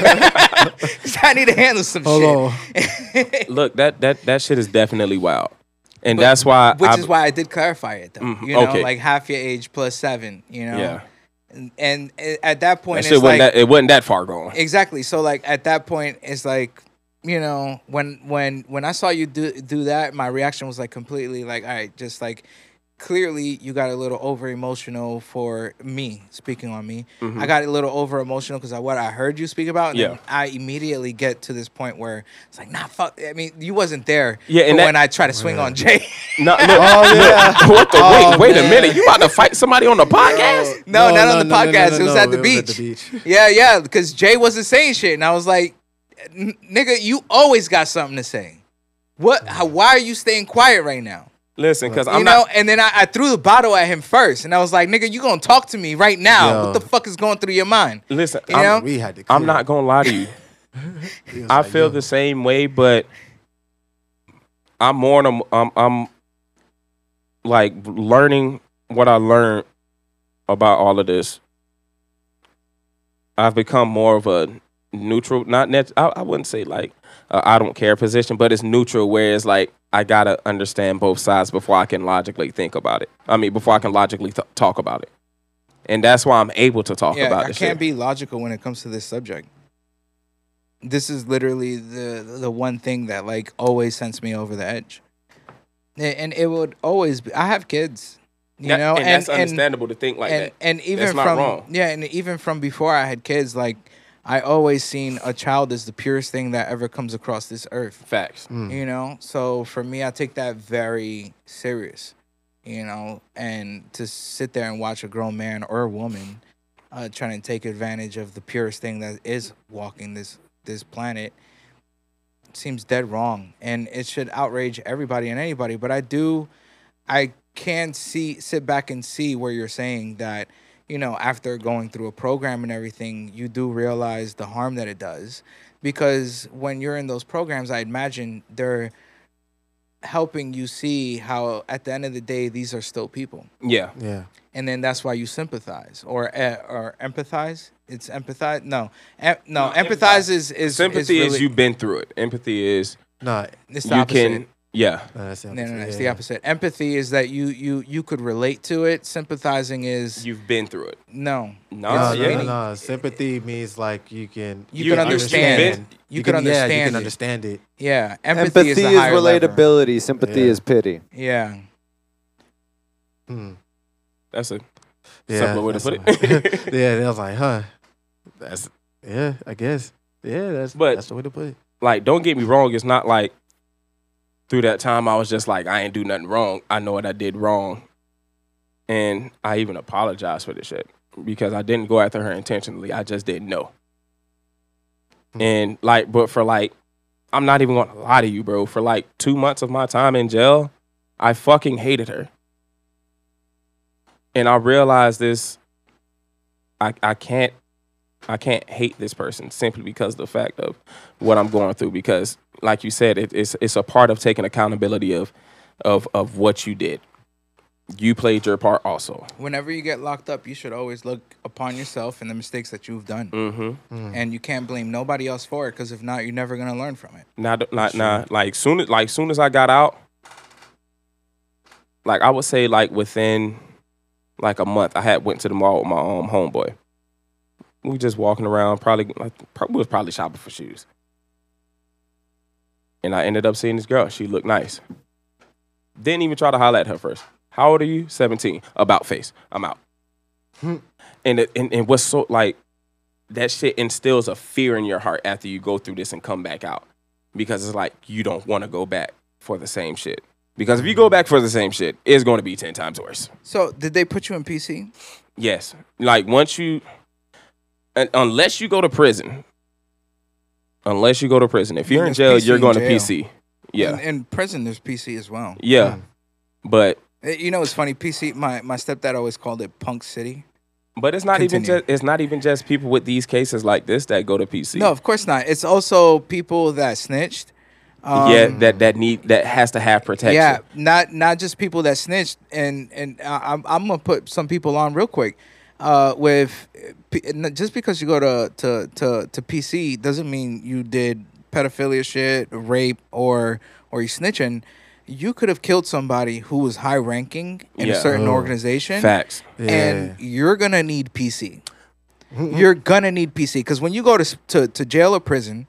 [SPEAKER 1] 'Cause I need to handle some
[SPEAKER 2] Hold
[SPEAKER 1] shit.
[SPEAKER 3] Look, that that that shit is definitely wild, and
[SPEAKER 1] But-
[SPEAKER 3] that's why.
[SPEAKER 1] which
[SPEAKER 3] I've-
[SPEAKER 1] is why I did clarify it though.
[SPEAKER 3] Mhm,
[SPEAKER 1] You know,
[SPEAKER 3] okay.
[SPEAKER 1] like half your age plus seven. You know,
[SPEAKER 3] Yeah,
[SPEAKER 1] and, and a- at that
[SPEAKER 3] that
[SPEAKER 1] point,
[SPEAKER 3] shit
[SPEAKER 1] it's
[SPEAKER 3] wasn't
[SPEAKER 1] like
[SPEAKER 3] that, it wasn't that far gone.
[SPEAKER 1] exactly. So like at that point, it's like you know when when when I saw you do do that, my reaction was like completely like all right, just like clearly you got a little over emotional for me speaking on me. I got a little over emotional because of what I heard you speak about. And
[SPEAKER 3] Mm-hmm. Yeah.
[SPEAKER 1] then I immediately get to this point where it's like, nah, fuck. I mean, you wasn't there.
[SPEAKER 3] Yeah, and
[SPEAKER 1] for
[SPEAKER 3] that-
[SPEAKER 1] when I try to swing on Jay.
[SPEAKER 3] [LAUGHS] No, look,
[SPEAKER 2] Oh,
[SPEAKER 3] look, [LAUGHS] what the?
[SPEAKER 1] Oh,
[SPEAKER 3] wait, wait a minute! You about to fight somebody on the
[SPEAKER 1] [LAUGHS]
[SPEAKER 3] podcast?
[SPEAKER 1] No, not on the podcast. it was at the beach.
[SPEAKER 2] beach. [LAUGHS]
[SPEAKER 1] Yeah, yeah, because Jay wasn't saying shit, and I was like, "N- "Nigga, you always got something to say. What? How, why are you staying quiet right now?
[SPEAKER 3] Listen, because
[SPEAKER 1] You
[SPEAKER 3] I'm
[SPEAKER 1] know."
[SPEAKER 3] not.
[SPEAKER 1] And then I, I threw the bottle at him first, and I was like, "Nigga, you gonna talk to me right now?
[SPEAKER 2] Yo.
[SPEAKER 1] What the fuck is going through your mind?"
[SPEAKER 3] Listen,
[SPEAKER 1] You
[SPEAKER 3] I'm,
[SPEAKER 1] know?
[SPEAKER 2] We had to. Clear.
[SPEAKER 3] I'm not gonna lie to you.
[SPEAKER 2] It was
[SPEAKER 3] I
[SPEAKER 2] like,
[SPEAKER 3] feel
[SPEAKER 2] yo,
[SPEAKER 3] the same way, but I'm more on a, I'm, I'm like learning what I learned about all of this. I've become more of a neutral, not net. I, I wouldn't say like I I don't care position, but it's neutral. Where it's like I gotta understand both sides before I can logically think about it. I mean, before I can logically th- talk about it, and that's why I'm able to talk
[SPEAKER 1] yeah,
[SPEAKER 3] about
[SPEAKER 1] I
[SPEAKER 3] this
[SPEAKER 1] can't
[SPEAKER 3] shit.
[SPEAKER 1] be logical when it comes to this subject. This is literally the the one thing that like always sends me over the edge, and, and it would always be. I have kids, you
[SPEAKER 3] That-
[SPEAKER 1] know,
[SPEAKER 3] and, that's understandable to think like
[SPEAKER 1] and
[SPEAKER 3] that.
[SPEAKER 1] and even
[SPEAKER 3] not
[SPEAKER 1] from
[SPEAKER 3] wrong.
[SPEAKER 1] yeah, and even from before I had kids, like I always seen a child as the purest thing that ever comes across this earth.
[SPEAKER 3] Facts.
[SPEAKER 1] You know, so for me, I take that very serious. You know, and to sit there and watch a grown man or a woman uh, trying to take advantage of the purest thing that is walking this this planet seems dead wrong, and it should outrage everybody and anybody. But I do I can see sit back and see where you're saying that you know after going through a program and everything you do realize the harm that it does because when you're in those programs, I imagine they're helping you see how at the end of the day these are still people.
[SPEAKER 3] Yeah.
[SPEAKER 2] Yeah.
[SPEAKER 1] and then that's why you sympathize or eh, or empathize. It's empathize. No, em- no, empathize is is
[SPEAKER 3] Sympathy is,
[SPEAKER 1] really-
[SPEAKER 3] you've been through it. Empathy is
[SPEAKER 2] Nah,
[SPEAKER 1] It's the
[SPEAKER 3] you
[SPEAKER 1] opposite.
[SPEAKER 3] can. Yeah.
[SPEAKER 2] nah, that's the
[SPEAKER 1] no, no, no,
[SPEAKER 2] opposite.
[SPEAKER 1] it's
[SPEAKER 2] Yeah,
[SPEAKER 1] the
[SPEAKER 2] yeah.
[SPEAKER 1] opposite. Empathy is that you you you could relate to it. Sympathizing is
[SPEAKER 3] You've been through it.
[SPEAKER 1] no.
[SPEAKER 3] No.
[SPEAKER 2] No,
[SPEAKER 1] It's
[SPEAKER 2] no, no,
[SPEAKER 1] really-
[SPEAKER 2] no. Sympathy means like you can
[SPEAKER 1] You,
[SPEAKER 3] You
[SPEAKER 1] can
[SPEAKER 3] can
[SPEAKER 1] understand.
[SPEAKER 3] understand.
[SPEAKER 1] You, can, understand.
[SPEAKER 2] Yeah, you can
[SPEAKER 1] it.
[SPEAKER 2] understand it.
[SPEAKER 1] Yeah, empathy,
[SPEAKER 4] Empathy
[SPEAKER 1] is,
[SPEAKER 4] is,
[SPEAKER 1] the higher level.
[SPEAKER 4] relatability. Sympathy
[SPEAKER 2] Yeah.
[SPEAKER 4] is pity.
[SPEAKER 1] Yeah,
[SPEAKER 2] Hmm.
[SPEAKER 3] That's a
[SPEAKER 2] Yeah,
[SPEAKER 3] simpler way to put
[SPEAKER 2] that's
[SPEAKER 3] it.
[SPEAKER 2] a-
[SPEAKER 3] [LAUGHS]
[SPEAKER 2] yeah, and I was like, huh. That's yeah, I guess. Yeah, that's
[SPEAKER 3] But-
[SPEAKER 2] that's the way to put it.
[SPEAKER 3] like don't get me wrong it's not like through that time i was just like i ain't do nothing wrong i know what i did wrong and i even apologized for this shit because i didn't go after her intentionally i just didn't know and like but for like i'm not even gonna lie to you bro for like two months of my time in jail i fucking hated her and i realized this i, I can't i can't hate this person simply because of the fact of what I'm going through because, like you said, it, it's it's a part of taking accountability of of of what you did. You played your part also.
[SPEAKER 1] whenever you get locked up, you should always look upon yourself and the mistakes that you've done,
[SPEAKER 3] Mm-hmm.
[SPEAKER 1] and you can't blame nobody else for it because if not, you're never gonna learn from it.
[SPEAKER 3] Not not not like soon as like soon as I got out, like I would say like within like a month, I had went to the mall with my um homeboy. We were just walking around, probably like probably we was probably shopping for shoes. And I ended up seeing this girl. She looked nice. Didn't even try to holler at her first. How old are you? 17. About face. I'm out. and, it, and and what's so like that shit instills a fear in your heart after you go through this and come back out. Because it's like you don't want to go back for the same shit. Because if you go back for the same shit, it's going to be 10 times worse.
[SPEAKER 1] So, did they put you in PC?
[SPEAKER 3] Yes. Like once you, un- unless you go to prison, unless you go to prison, if you're in
[SPEAKER 1] It's
[SPEAKER 3] jail,
[SPEAKER 1] PC
[SPEAKER 3] you're
[SPEAKER 1] in
[SPEAKER 3] going
[SPEAKER 1] jail.
[SPEAKER 3] to PC.
[SPEAKER 1] In,
[SPEAKER 3] Yeah.
[SPEAKER 1] in prison, there's PC as well.
[SPEAKER 3] Yeah. But,
[SPEAKER 1] Eh, You know, it's funny. PC, my, my stepdad always called it Punk City.
[SPEAKER 3] but it's not even
[SPEAKER 1] Continue.
[SPEAKER 3] just, it's not even just people with these cases like this that go to PC.
[SPEAKER 1] No, of course not. It's also people that snitched. Um,
[SPEAKER 3] yeah. That, that need, that has to have protection.
[SPEAKER 1] Yeah, not not just people that snitched, and and I- I'm I'm gonna put some people on real quick. Uh, with uh, p- n- just because you go to to to to PC doesn't mean you did pedophilia shit, rape, or or you snitching. You could have killed somebody who was high ranking in a
[SPEAKER 3] Yeah.
[SPEAKER 1] certain
[SPEAKER 2] Oh.
[SPEAKER 1] organization.
[SPEAKER 3] Facts.
[SPEAKER 1] and you're gonna need PC. you're gonna need PC because when you go to, s- to to jail or prison,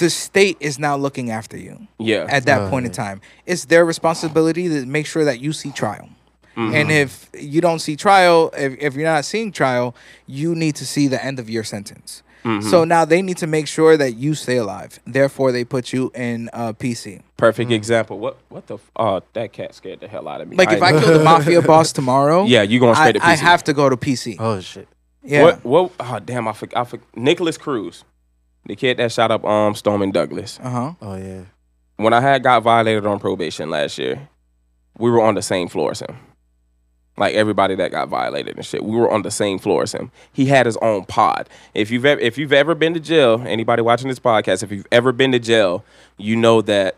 [SPEAKER 1] the state is now looking after you
[SPEAKER 3] Yeah.
[SPEAKER 1] at that point in time. It's their responsibility to make sure that you see trial.
[SPEAKER 3] Mm-hmm.
[SPEAKER 1] And if you don't see trial, if, if you're not seeing trial, you need to see the end of your sentence.
[SPEAKER 3] Mm-hmm.
[SPEAKER 1] So now they need to make sure that you stay alive. Therefore, they put you in uh, PC.
[SPEAKER 3] Perfect example. What, what the, f- oh, that cat scared the hell out of me.
[SPEAKER 1] Like if I kill the
[SPEAKER 3] [LAUGHS]
[SPEAKER 1] mafia boss tomorrow,
[SPEAKER 3] Yeah, you going
[SPEAKER 1] Oh, I,
[SPEAKER 3] straight to
[SPEAKER 1] I
[SPEAKER 3] PC.
[SPEAKER 1] have to go to PC.
[SPEAKER 2] Oh shit.
[SPEAKER 1] yeah,
[SPEAKER 3] What? What? Oh damn! I forgot. I forgot. Nicholas Cruz, the kid that shot up um Stoneman Douglas.
[SPEAKER 1] uh huh.
[SPEAKER 2] Oh yeah.
[SPEAKER 3] When I had got violated on probation last year, we were on the same floor as him. Like everybody that got violated and shit, we were on the same floor as him. He had his own pod. If you've ever, if you've ever been to jail, anybody watching this podcast, if you've ever been to jail, you know that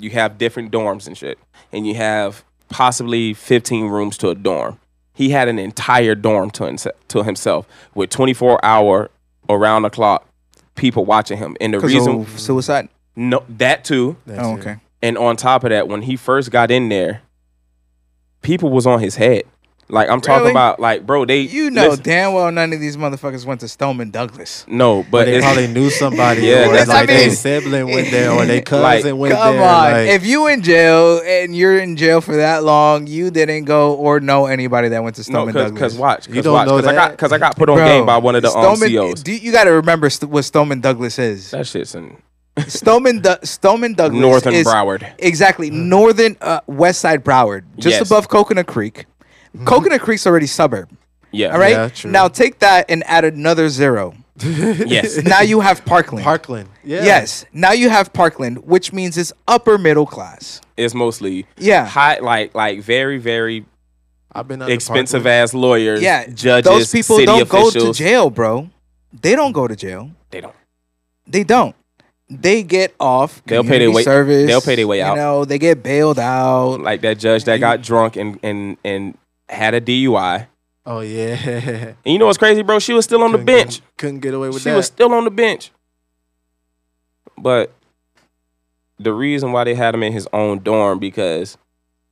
[SPEAKER 3] you have different dorms and shit, and you have possibly 15 rooms to a dorm. He had an entire dorm to, himse- to himself with 24 hour around the clock people watching him. And the
[SPEAKER 1] Because
[SPEAKER 3] reason
[SPEAKER 1] of suicide.
[SPEAKER 3] no that too,
[SPEAKER 2] That's
[SPEAKER 1] Oh,
[SPEAKER 2] it.
[SPEAKER 1] okay.
[SPEAKER 3] and on top of that, when he first got in there, people was on his head. Like I'm
[SPEAKER 1] Really?
[SPEAKER 3] talking about, like bro, they
[SPEAKER 1] You know
[SPEAKER 3] listen-
[SPEAKER 1] damn well none of these motherfuckers went to Stoneman Douglas.
[SPEAKER 3] [LAUGHS] no,
[SPEAKER 2] But
[SPEAKER 3] but
[SPEAKER 2] they
[SPEAKER 3] it's,
[SPEAKER 2] probably knew somebody.
[SPEAKER 3] Yeah,
[SPEAKER 2] or
[SPEAKER 3] that's
[SPEAKER 2] like
[SPEAKER 1] what I
[SPEAKER 2] their
[SPEAKER 1] mean.
[SPEAKER 2] sibling went there
[SPEAKER 3] [LAUGHS]
[SPEAKER 2] or their cousin went
[SPEAKER 1] Come
[SPEAKER 2] there.
[SPEAKER 1] on.
[SPEAKER 2] like- [LAUGHS]
[SPEAKER 1] if you in jail and you're in jail for that long, you didn't go or know anybody that went to
[SPEAKER 3] no,
[SPEAKER 1] Stoneman
[SPEAKER 3] because
[SPEAKER 1] Douglas.
[SPEAKER 3] because watch,
[SPEAKER 2] You
[SPEAKER 3] because
[SPEAKER 2] don't
[SPEAKER 3] watch,
[SPEAKER 2] know
[SPEAKER 3] because I
[SPEAKER 2] that?
[SPEAKER 3] got because I got put on
[SPEAKER 1] Bro,
[SPEAKER 3] game by one of the um,
[SPEAKER 1] Stoneman-
[SPEAKER 3] COs.
[SPEAKER 1] do- you got to remember st- what Stoneman Douglas
[SPEAKER 3] [LAUGHS]
[SPEAKER 1] is.
[SPEAKER 3] that shit's in
[SPEAKER 1] Stoneman Du- Stoneman Douglas
[SPEAKER 3] Northern
[SPEAKER 1] is
[SPEAKER 3] Broward. Mm.
[SPEAKER 1] exactly northern uh, west side Broward, just
[SPEAKER 3] Yes. Mm-hmm.
[SPEAKER 1] above Coconut Creek. Coconut Creek's already suburb.
[SPEAKER 3] Yeah.
[SPEAKER 1] All right.
[SPEAKER 2] Yeah, true.
[SPEAKER 1] Now take that and add another
[SPEAKER 3] [LAUGHS]
[SPEAKER 1] zero.
[SPEAKER 2] [LAUGHS]
[SPEAKER 3] Yes.
[SPEAKER 1] Now you have Parkland.
[SPEAKER 2] Parkland. Yeah.
[SPEAKER 1] Yes. Now you have Parkland, which means it's upper middle class.
[SPEAKER 3] it's mostly
[SPEAKER 1] Yeah.
[SPEAKER 3] high, like like very very
[SPEAKER 2] I've been out to
[SPEAKER 3] expensive
[SPEAKER 2] Parkland.
[SPEAKER 3] ass lawyers.
[SPEAKER 1] Yeah,
[SPEAKER 3] Judges.
[SPEAKER 1] Those people
[SPEAKER 3] city
[SPEAKER 1] don't
[SPEAKER 3] officials.
[SPEAKER 1] go to jail, bro. They don't go to jail.
[SPEAKER 3] They don't.
[SPEAKER 1] They don't. They get off.
[SPEAKER 3] They'll pay their
[SPEAKER 1] community
[SPEAKER 3] way-
[SPEAKER 1] Service.
[SPEAKER 3] they'll pay their way out.
[SPEAKER 1] You know, they get bailed out.
[SPEAKER 3] Like that judge that got drunk and and and had a DUI.
[SPEAKER 2] Oh yeah.
[SPEAKER 3] And you know what's crazy, bro? She was still [LAUGHS] on the
[SPEAKER 2] Couldn't get-
[SPEAKER 3] bench.
[SPEAKER 2] couldn't get away with
[SPEAKER 3] She
[SPEAKER 2] that.
[SPEAKER 3] was still on the bench. But the reason why they had him in his own dorm because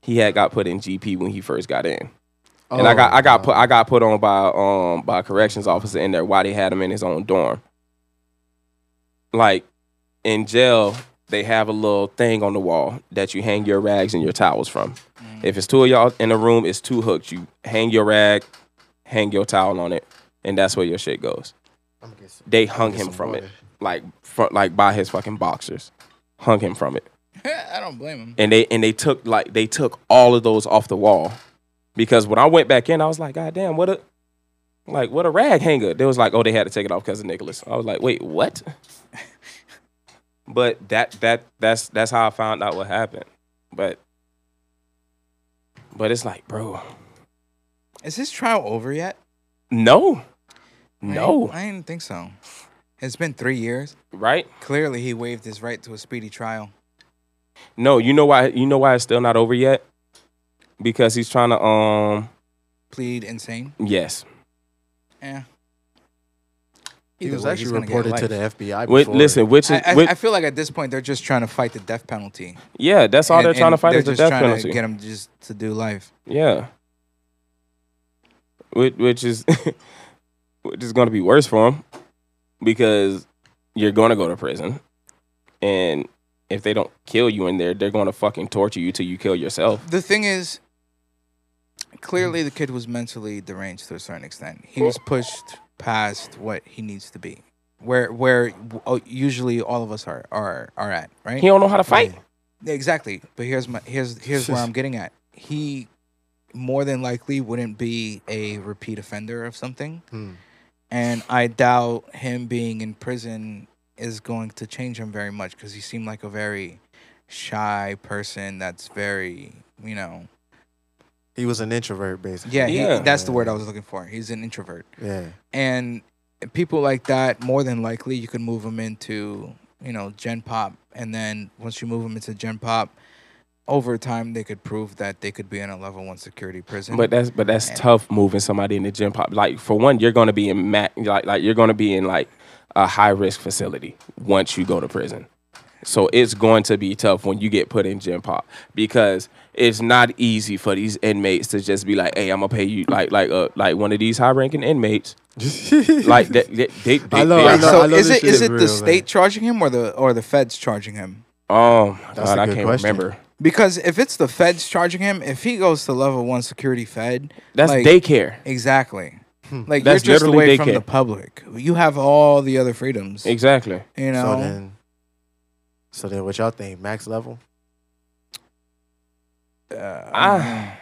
[SPEAKER 3] he had got put in GP when he first got in. and I got I
[SPEAKER 2] Oh.
[SPEAKER 3] got put I got put on by um by a corrections officer in there why they had him in his own dorm. Like in jail, they have a little thing on the wall that you hang your rags and your towels from. If it's two of y'all in a room, it's two hooks. You hang your rag, hang your towel on it, and that's where your shit goes. They hung him from it, like fro- like by his fucking boxers, hung him from it
[SPEAKER 1] [LAUGHS] I don't blame them.
[SPEAKER 3] and they and they took like they took all of those off the wall because when I went back in, I was like, God damn, what a like what a rag hanger. They was like, oh, they had to take it off because of Nicholas. I was like, wait, what? but that that that's that's how I found out what happened. But but it's like, bro,
[SPEAKER 1] Is his trial over yet?
[SPEAKER 3] no,
[SPEAKER 1] I
[SPEAKER 3] no,
[SPEAKER 1] didn't- I didn't think so. It's been three years.
[SPEAKER 3] right?
[SPEAKER 1] Clearly, he waived his right to a speedy trial.
[SPEAKER 3] No, you know why? You know why it's still not over yet? Because he's trying to um
[SPEAKER 1] Plead insane. Eh.
[SPEAKER 3] yes.
[SPEAKER 1] Yeah.
[SPEAKER 2] He
[SPEAKER 1] Either
[SPEAKER 2] was
[SPEAKER 1] way, he's
[SPEAKER 2] actually
[SPEAKER 1] gonna get
[SPEAKER 2] reported to
[SPEAKER 1] life.
[SPEAKER 2] the FBI.
[SPEAKER 3] Wait,
[SPEAKER 2] Before.
[SPEAKER 3] listen, which is
[SPEAKER 1] I, I,
[SPEAKER 3] which,
[SPEAKER 1] I feel like at this point they're just trying to fight the death penalty.
[SPEAKER 3] yeah, that's all
[SPEAKER 1] And-
[SPEAKER 3] they're trying to
[SPEAKER 1] and
[SPEAKER 3] fight
[SPEAKER 1] they're
[SPEAKER 3] is the
[SPEAKER 1] just
[SPEAKER 3] death
[SPEAKER 1] trying
[SPEAKER 3] penalty.
[SPEAKER 1] To get him just to do life.
[SPEAKER 3] Yeah. Which, which is [LAUGHS] which is going to be worse for him because you're going to go to prison, and if they don't kill you in there, they're going to fucking torture you till you kill yourself.
[SPEAKER 1] The thing is, clearly the kid was mentally deranged to a certain extent. He was pushed past what he needs to be, where where oh, usually all of us are are are at, right?
[SPEAKER 3] He don't know how to fight.
[SPEAKER 1] Exactly. But here's my here's here's where I'm getting at. He more than likely wouldn't be a repeat offender of something.
[SPEAKER 2] Hmm.
[SPEAKER 1] And I doubt him being in prison is going to change him very much because he seemed like a very shy person that's very, you know,
[SPEAKER 2] he was an introvert, basically.
[SPEAKER 1] yeah,
[SPEAKER 3] Yeah.
[SPEAKER 1] He, that's the word I was looking for. He's an introvert.
[SPEAKER 2] Yeah.
[SPEAKER 1] And people like that, more than likely, you can move them into, you know, Gen Pop. And then once you move them into Gen Pop, over time, they could prove that they could be in a level one security prison.
[SPEAKER 3] But that's but that's
[SPEAKER 1] Yeah.
[SPEAKER 3] tough moving somebody in the gym pop. Like for one, you're going to be in ma- like like you're going to be in like a high risk facility once you go to prison. So it's going to be tough when you get put in gym pop because it's not easy for these inmates to just be like, "Hey, I'm gonna pay you like like uh, like one of these high ranking inmates."
[SPEAKER 2] [LAUGHS]
[SPEAKER 3] Like that, they, they, they,
[SPEAKER 2] I know,
[SPEAKER 3] they-
[SPEAKER 2] I know.
[SPEAKER 1] so is
[SPEAKER 2] this
[SPEAKER 1] it
[SPEAKER 2] shit
[SPEAKER 1] is it
[SPEAKER 2] real,
[SPEAKER 1] the
[SPEAKER 2] man.
[SPEAKER 1] state charging him or the or the feds charging him?
[SPEAKER 3] Oh my
[SPEAKER 2] That's
[SPEAKER 3] god,
[SPEAKER 2] a
[SPEAKER 3] I
[SPEAKER 2] good
[SPEAKER 3] can't
[SPEAKER 2] question.
[SPEAKER 3] remember.
[SPEAKER 1] Because if it's the feds charging him, if he goes to level one security fed,
[SPEAKER 3] That's
[SPEAKER 1] like,
[SPEAKER 3] daycare.
[SPEAKER 1] Exactly.
[SPEAKER 2] Hmm.
[SPEAKER 1] Like
[SPEAKER 3] That's
[SPEAKER 1] you're just
[SPEAKER 3] literally
[SPEAKER 1] away from
[SPEAKER 3] daycare.
[SPEAKER 1] the public. You have all the other freedoms.
[SPEAKER 3] Exactly.
[SPEAKER 1] You know.
[SPEAKER 2] So then, so then, what y'all think? Max level?
[SPEAKER 1] Uh,
[SPEAKER 3] Ah. I,